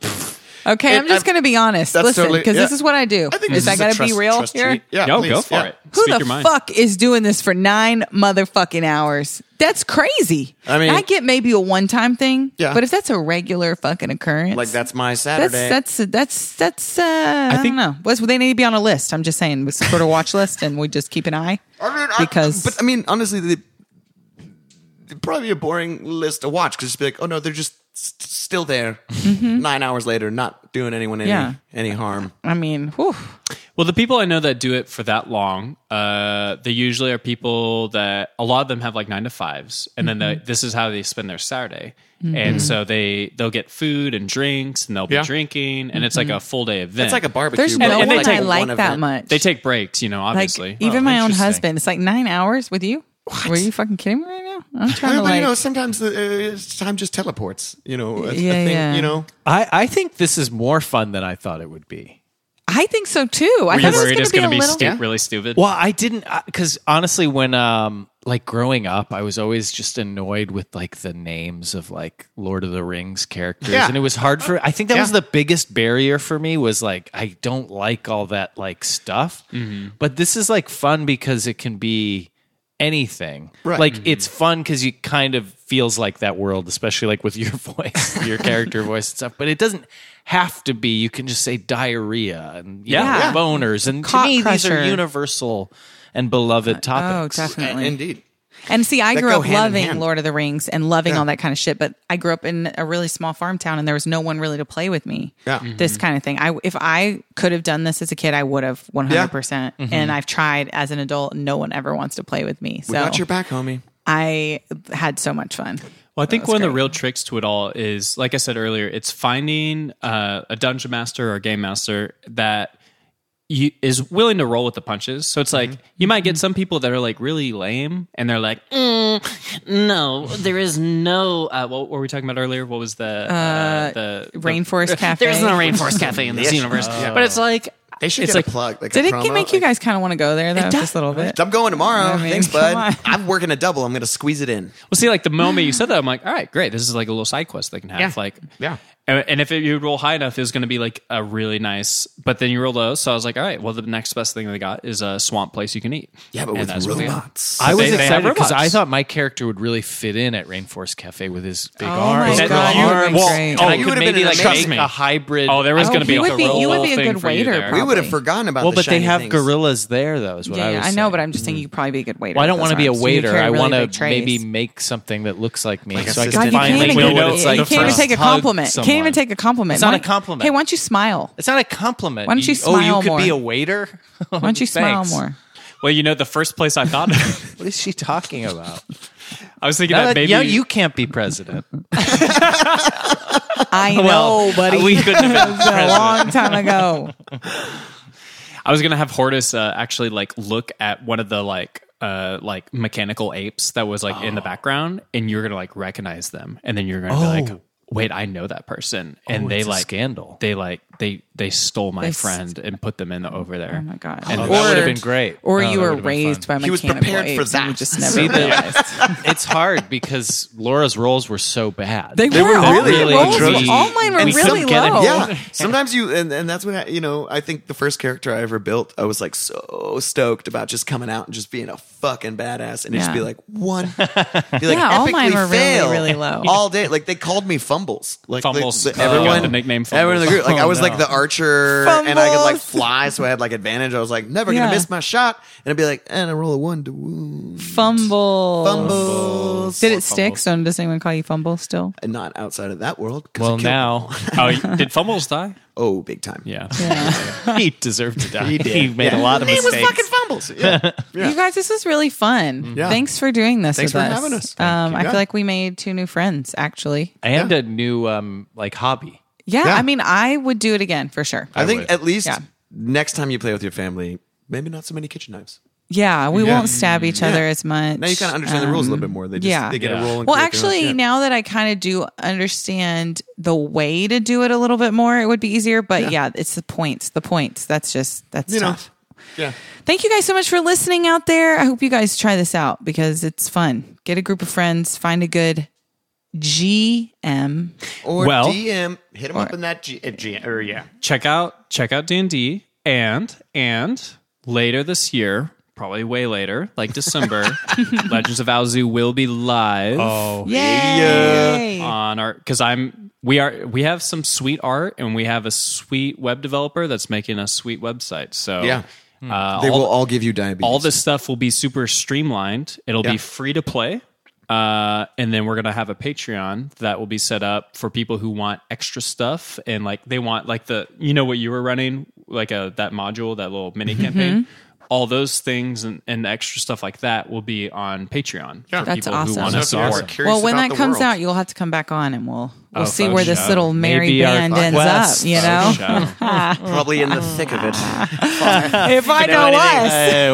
[SPEAKER 2] Okay, I'm
[SPEAKER 1] I've-
[SPEAKER 2] just going to be honest.
[SPEAKER 1] That's
[SPEAKER 2] Listen,
[SPEAKER 1] totally-
[SPEAKER 2] because this
[SPEAKER 1] yeah.
[SPEAKER 2] is what I do.
[SPEAKER 1] I think
[SPEAKER 2] is
[SPEAKER 1] this
[SPEAKER 2] I
[SPEAKER 1] is
[SPEAKER 2] got
[SPEAKER 1] a
[SPEAKER 2] to be
[SPEAKER 1] trust-
[SPEAKER 2] real
[SPEAKER 1] trust
[SPEAKER 2] here.
[SPEAKER 1] treat. Yeah,
[SPEAKER 6] Yo,
[SPEAKER 1] please,
[SPEAKER 6] go for
[SPEAKER 1] yeah.
[SPEAKER 6] it.
[SPEAKER 2] Who
[SPEAKER 6] Speak
[SPEAKER 2] the
[SPEAKER 6] your mind.
[SPEAKER 2] fuck is doing this for nine motherfucking hours? That's crazy.
[SPEAKER 1] I mean-
[SPEAKER 2] I get maybe a one time thing,
[SPEAKER 1] Yeah.
[SPEAKER 2] but if that's a regular fucking occurrence,
[SPEAKER 1] Like that's my
[SPEAKER 2] that's
[SPEAKER 1] Saturday.
[SPEAKER 2] that's that's that's uh, I,
[SPEAKER 6] think-
[SPEAKER 2] don't know. What's, they need to be on a list. I'm just saying, we sort of watch list, and we just keep an eye
[SPEAKER 1] I mean, I-
[SPEAKER 2] because
[SPEAKER 1] but I mean, honestly, they, would probably be a boring list to watch because just be like, oh no, they're just st- still there nine hours later, not doing anyone any
[SPEAKER 2] Yeah.
[SPEAKER 1] any harm.
[SPEAKER 2] I mean, whew.
[SPEAKER 6] Well, the people I know that do it for that long, uh, they usually are people that a lot of them have like nine to fives, and
[SPEAKER 2] Mm-hmm.
[SPEAKER 6] then they, this is how they spend their Saturday, and so they they'll get food and drinks, and they'll be
[SPEAKER 1] Yeah.
[SPEAKER 6] drinking, and it's like
[SPEAKER 2] Mm-hmm.
[SPEAKER 6] a full day event.
[SPEAKER 1] It's like a barbecue.
[SPEAKER 2] there's
[SPEAKER 1] but
[SPEAKER 2] no
[SPEAKER 1] it's
[SPEAKER 2] one
[SPEAKER 6] they
[SPEAKER 1] like
[SPEAKER 2] I
[SPEAKER 1] one
[SPEAKER 2] like that
[SPEAKER 1] event.
[SPEAKER 2] much.
[SPEAKER 6] They Oh, take breaks, you know.
[SPEAKER 2] like
[SPEAKER 6] Obviously,
[SPEAKER 2] even my own
[SPEAKER 3] interesting.
[SPEAKER 2] husband. It's like nine hours with you. Were you fucking kidding me right now? I'm trying to
[SPEAKER 1] But
[SPEAKER 2] like.
[SPEAKER 1] you know, sometimes the, uh, time just teleports. You know, a,
[SPEAKER 2] Yeah,
[SPEAKER 1] a thing,
[SPEAKER 2] yeah.
[SPEAKER 1] You know,
[SPEAKER 3] I, I think this is more fun than I thought it would be.
[SPEAKER 2] I think so too. I
[SPEAKER 6] Were you
[SPEAKER 2] thought
[SPEAKER 6] worried
[SPEAKER 2] it was
[SPEAKER 6] it's
[SPEAKER 2] going to be,
[SPEAKER 6] be
[SPEAKER 2] a little.
[SPEAKER 6] stu- really stupid?
[SPEAKER 3] Well, I didn't because honestly, when um like growing up, I was always just annoyed with like the names of like Lord of the Rings characters,
[SPEAKER 1] Yeah.
[SPEAKER 3] and it was hard for. I think that was
[SPEAKER 1] Yeah.
[SPEAKER 3] the biggest barrier for me was like I don't like all that like stuff.
[SPEAKER 1] Mm-hmm.
[SPEAKER 3] But this is like fun because it can be anything.
[SPEAKER 1] Right. Mm-hmm.
[SPEAKER 3] Like it's fun because you kind of feels like that world, especially like with your voice, your character voice and stuff. But it doesn't have to be. You can just say diarrhea and you
[SPEAKER 6] Yeah.
[SPEAKER 3] know, boners and
[SPEAKER 2] Cock
[SPEAKER 3] to me, these are
[SPEAKER 2] crusher.
[SPEAKER 3] universal and beloved
[SPEAKER 2] Oh,
[SPEAKER 3] topics.
[SPEAKER 2] definitely.
[SPEAKER 1] indeed.
[SPEAKER 2] And see, I
[SPEAKER 1] That
[SPEAKER 2] grew
[SPEAKER 1] go
[SPEAKER 2] up
[SPEAKER 1] hand in
[SPEAKER 2] loving
[SPEAKER 1] hand.
[SPEAKER 2] Lord of the Rings and loving all that kind of shit, but I grew up in a really small farm town and there was no one really to play with me.
[SPEAKER 1] Yeah. Mhm.
[SPEAKER 3] Mm-hmm.
[SPEAKER 2] This kind of thing. I if I could have done this as a kid, I would have 100%.
[SPEAKER 3] Mm-hmm.
[SPEAKER 2] And I've tried as an adult, no one ever wants to play with me. So
[SPEAKER 1] We got your back, homie.
[SPEAKER 2] I had so much fun.
[SPEAKER 6] Well, I think one of the
[SPEAKER 2] great.
[SPEAKER 6] real tricks to it all is, like I said earlier, it's finding uh, a dungeon master or a game master that you, is willing to roll with the punches. So it's like
[SPEAKER 2] Mm-hmm.
[SPEAKER 6] you might get some people that are like really lame, and they're like, "Mm, "No, there is no." Uh, what were we talking about earlier? What was the uh, the
[SPEAKER 2] Rainforest Cafe.
[SPEAKER 6] There is no rainforest cafe in this universe, but it's like
[SPEAKER 1] They should
[SPEAKER 6] it's
[SPEAKER 1] get
[SPEAKER 6] like
[SPEAKER 1] a plug. Like
[SPEAKER 2] Did
[SPEAKER 1] a
[SPEAKER 2] it
[SPEAKER 1] promo,
[SPEAKER 2] make you
[SPEAKER 1] like,
[SPEAKER 2] guys kind of want to go there though? Just a little bit.
[SPEAKER 1] I'm going tomorrow.
[SPEAKER 2] I mean,
[SPEAKER 1] Thanks,
[SPEAKER 2] come on.
[SPEAKER 1] bud. I'm working a double. I'm going to squeeze it in.
[SPEAKER 6] Well, see, like the moment you said that, I'm like, all right, great. This is like a little side quest they can have. Like,
[SPEAKER 1] Yeah.
[SPEAKER 6] And, and if it, you roll high enough, it's going to be like a really nice. But then you roll low, so I was like, all right, well, the next best thing they got is a swamp place you can eat.
[SPEAKER 1] Yeah, but
[SPEAKER 6] And
[SPEAKER 1] with
[SPEAKER 6] that's what we got.
[SPEAKER 1] robots.
[SPEAKER 3] I was
[SPEAKER 6] They- they have
[SPEAKER 3] excited because I
[SPEAKER 6] robots.
[SPEAKER 3] thought my character would really fit in at Rainforest Cafe with his big
[SPEAKER 2] Oh my
[SPEAKER 3] arms.
[SPEAKER 2] God,
[SPEAKER 3] Little
[SPEAKER 2] that would be
[SPEAKER 3] arms.
[SPEAKER 2] Well, great.
[SPEAKER 3] And I
[SPEAKER 1] you
[SPEAKER 3] could
[SPEAKER 1] would've been
[SPEAKER 3] maybe
[SPEAKER 1] an
[SPEAKER 3] like
[SPEAKER 1] amazing-
[SPEAKER 3] make a hybrid.
[SPEAKER 6] Oh, there was
[SPEAKER 2] Oh,
[SPEAKER 6] going to be
[SPEAKER 2] you
[SPEAKER 6] a
[SPEAKER 2] would be-
[SPEAKER 6] whole
[SPEAKER 2] you would be a
[SPEAKER 6] thing
[SPEAKER 2] good
[SPEAKER 6] for you
[SPEAKER 2] waiter,
[SPEAKER 6] there.
[SPEAKER 2] probably.
[SPEAKER 1] we would have forgotten about.
[SPEAKER 3] well,
[SPEAKER 1] the
[SPEAKER 3] but they
[SPEAKER 1] shiny
[SPEAKER 3] have
[SPEAKER 1] things.
[SPEAKER 3] gorillas there, though. Is what
[SPEAKER 2] yeah,
[SPEAKER 3] I
[SPEAKER 2] yeah,
[SPEAKER 3] was.
[SPEAKER 2] I know,
[SPEAKER 3] saying.
[SPEAKER 2] but I'm just saying you probably be a good waiter.
[SPEAKER 3] Well, I don't
[SPEAKER 2] want to
[SPEAKER 3] be a waiter. I
[SPEAKER 2] want to
[SPEAKER 3] maybe make something that looks like me,
[SPEAKER 1] Like a
[SPEAKER 3] so I
[SPEAKER 1] sister.
[SPEAKER 3] can
[SPEAKER 2] God, you can't,
[SPEAKER 3] finally
[SPEAKER 2] even,
[SPEAKER 3] know
[SPEAKER 6] you
[SPEAKER 3] what
[SPEAKER 6] know,
[SPEAKER 3] it's
[SPEAKER 6] you
[SPEAKER 3] like.
[SPEAKER 2] you can't
[SPEAKER 3] to
[SPEAKER 2] even take a
[SPEAKER 3] hug
[SPEAKER 2] compliment. Can't even
[SPEAKER 3] someone.
[SPEAKER 2] take a compliment.
[SPEAKER 3] It's not
[SPEAKER 2] Why-
[SPEAKER 3] a compliment.
[SPEAKER 2] Hey, why don't you smile?
[SPEAKER 3] It's not a compliment.
[SPEAKER 2] Why don't you
[SPEAKER 3] Oh,
[SPEAKER 2] smile
[SPEAKER 3] you could be
[SPEAKER 2] more?
[SPEAKER 3] a waiter.
[SPEAKER 2] Why don't you smile more?
[SPEAKER 6] Well, you know, the first place I thought of,
[SPEAKER 3] What is she talking about?
[SPEAKER 6] I was thinking
[SPEAKER 3] Now
[SPEAKER 6] that
[SPEAKER 3] that-
[SPEAKER 6] maybe
[SPEAKER 3] yeah, you can't be president.
[SPEAKER 2] I know, buddy.
[SPEAKER 6] we couldn't have been
[SPEAKER 2] a long time ago.
[SPEAKER 6] I was gonna have Hortus uh, actually like look at one of the like uh like mechanical apes that was like in the background, and you're gonna like recognize them, and then you're gonna be like, wait, I know that person, and they
[SPEAKER 3] it's a
[SPEAKER 6] like
[SPEAKER 3] scandal.
[SPEAKER 6] They like they they stole my
[SPEAKER 2] They s-
[SPEAKER 6] friend and put them in the, over there.
[SPEAKER 2] Oh my god!
[SPEAKER 6] And that would have been great.
[SPEAKER 2] Or
[SPEAKER 6] Oh,
[SPEAKER 2] you
[SPEAKER 6] that
[SPEAKER 2] were
[SPEAKER 6] would've been
[SPEAKER 2] raised by
[SPEAKER 1] He was
[SPEAKER 2] mechanical
[SPEAKER 1] prepared for
[SPEAKER 2] apes and you
[SPEAKER 1] that.
[SPEAKER 2] just never
[SPEAKER 6] See, the-
[SPEAKER 2] realized.
[SPEAKER 3] it's hard because Laura's rolls were so bad.
[SPEAKER 2] They, were,
[SPEAKER 1] were
[SPEAKER 2] all
[SPEAKER 1] really
[SPEAKER 2] my rolls were-
[SPEAKER 1] atrocious.
[SPEAKER 2] all mine were
[SPEAKER 6] We
[SPEAKER 2] really
[SPEAKER 6] couldn't get
[SPEAKER 2] low.
[SPEAKER 6] any-
[SPEAKER 1] Yeah. Sometimes you, and, and that's when, I, you know, I think the first character I ever built, I was like so stoked about just coming out and just being a fucking badass and it'd just
[SPEAKER 2] Yeah.
[SPEAKER 1] be like, one. Be like,
[SPEAKER 2] Yeah, all
[SPEAKER 1] epically
[SPEAKER 2] mine were really,
[SPEAKER 1] fail
[SPEAKER 2] really low.
[SPEAKER 1] All day. Like they called me Fumbles. Like they-
[SPEAKER 6] Fumbles.
[SPEAKER 1] they-
[SPEAKER 6] Oh. Got
[SPEAKER 1] everyone,
[SPEAKER 6] the nickname
[SPEAKER 1] everyone in the
[SPEAKER 6] Fumbles. Oh,
[SPEAKER 1] group. Like I was like the archer and I could like
[SPEAKER 2] Fumbles.
[SPEAKER 1] fly. So I had like advantage. I was like, never going
[SPEAKER 2] Yeah.
[SPEAKER 1] to miss my shot. And I'd be like, and I roll a one to wound.
[SPEAKER 2] Fumble.
[SPEAKER 1] Fumbles.
[SPEAKER 2] Did it stick? So does anyone call you Fumble still?
[SPEAKER 1] And not outside of that world. 'cause I
[SPEAKER 6] Well,
[SPEAKER 1] killed-
[SPEAKER 6] now, oh, did Fumbles die?
[SPEAKER 1] Oh, big time.
[SPEAKER 6] Yeah,
[SPEAKER 2] Yeah.
[SPEAKER 6] he deserved to die. He,
[SPEAKER 1] did.
[SPEAKER 6] made a lot of mistakes.
[SPEAKER 1] Fumbles. Yeah.
[SPEAKER 2] You guys, this was really
[SPEAKER 3] Mm-hmm.
[SPEAKER 2] fun.
[SPEAKER 1] Yeah.
[SPEAKER 2] Thanks for doing this.
[SPEAKER 1] Thanks
[SPEAKER 2] with
[SPEAKER 1] for
[SPEAKER 2] us.
[SPEAKER 1] having us.
[SPEAKER 2] Um,
[SPEAKER 1] you.
[SPEAKER 2] I
[SPEAKER 1] Yeah.
[SPEAKER 2] feel like we made two new friends. Actually,
[SPEAKER 3] and a new um like hobby.
[SPEAKER 2] yeah.
[SPEAKER 1] Yeah.
[SPEAKER 2] I mean, I would do it again for sure.
[SPEAKER 1] I think at least
[SPEAKER 2] Yeah.
[SPEAKER 1] next time you play with your family, maybe not so many kitchen knives.
[SPEAKER 2] Yeah, we won't stab each other as much.
[SPEAKER 1] Now you kind of understand the rules a little bit more. They just
[SPEAKER 2] Um, yeah.
[SPEAKER 1] they get
[SPEAKER 6] Yeah.
[SPEAKER 1] a roll. And
[SPEAKER 2] Well,
[SPEAKER 1] click and
[SPEAKER 2] actually,
[SPEAKER 1] yeah.
[SPEAKER 2] now that I kind of do understand the way to do it a little bit more, it would be easier. But yeah, it's the points. The points. That's just that's
[SPEAKER 1] you know,
[SPEAKER 2] tough.
[SPEAKER 1] yeah.
[SPEAKER 2] Thank you guys so much for listening out there. I hope you guys try this out because it's fun. Get a group of friends, find a good GM.
[SPEAKER 1] Or
[SPEAKER 6] Well-
[SPEAKER 1] DM, hit them up in that G, at G or yeah.
[SPEAKER 6] check out check out D and D, and and later this year, probably way later, like December, Legends of Alzu will be live. Oh,
[SPEAKER 2] Yay!
[SPEAKER 1] uh,
[SPEAKER 6] on our because I'm we are we have some sweet art and we have a sweet web developer that's making a sweet website. So
[SPEAKER 1] Yeah.
[SPEAKER 6] uh,
[SPEAKER 1] They
[SPEAKER 6] all,
[SPEAKER 1] will all give you diabetes.
[SPEAKER 6] all this stuff will be super streamlined. It'll
[SPEAKER 1] Yeah.
[SPEAKER 6] be free to play. Uh, and then we're gonna have a Patreon that will be set up for people who want extra stuff and like they want like the you know what you were running like a that module that little mini
[SPEAKER 2] Mm-hmm.
[SPEAKER 6] campaign. All those things and, and extra stuff like that will be on Patreon for
[SPEAKER 2] That's
[SPEAKER 6] people
[SPEAKER 2] awesome.
[SPEAKER 6] who want to
[SPEAKER 2] That's
[SPEAKER 6] support.
[SPEAKER 2] Well, when that comes out, you'll have to come back on and we'll
[SPEAKER 1] Oh,
[SPEAKER 2] we'll see where this little merry
[SPEAKER 6] Maybe our
[SPEAKER 2] band ends up.
[SPEAKER 6] quest.
[SPEAKER 2] You
[SPEAKER 6] Oh,
[SPEAKER 2] know,
[SPEAKER 6] show.
[SPEAKER 1] probably in the thick of it.
[SPEAKER 2] if I know us,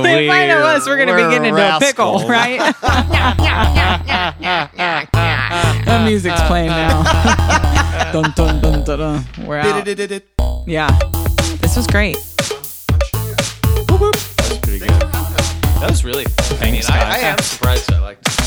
[SPEAKER 2] if I know us, we're going to be getting into a pickle, right? the music's playing now. dun, dun, dun, dun, dun. We're out. Yeah, this was great.
[SPEAKER 3] That was really. I mean, I, I am surprised I liked it.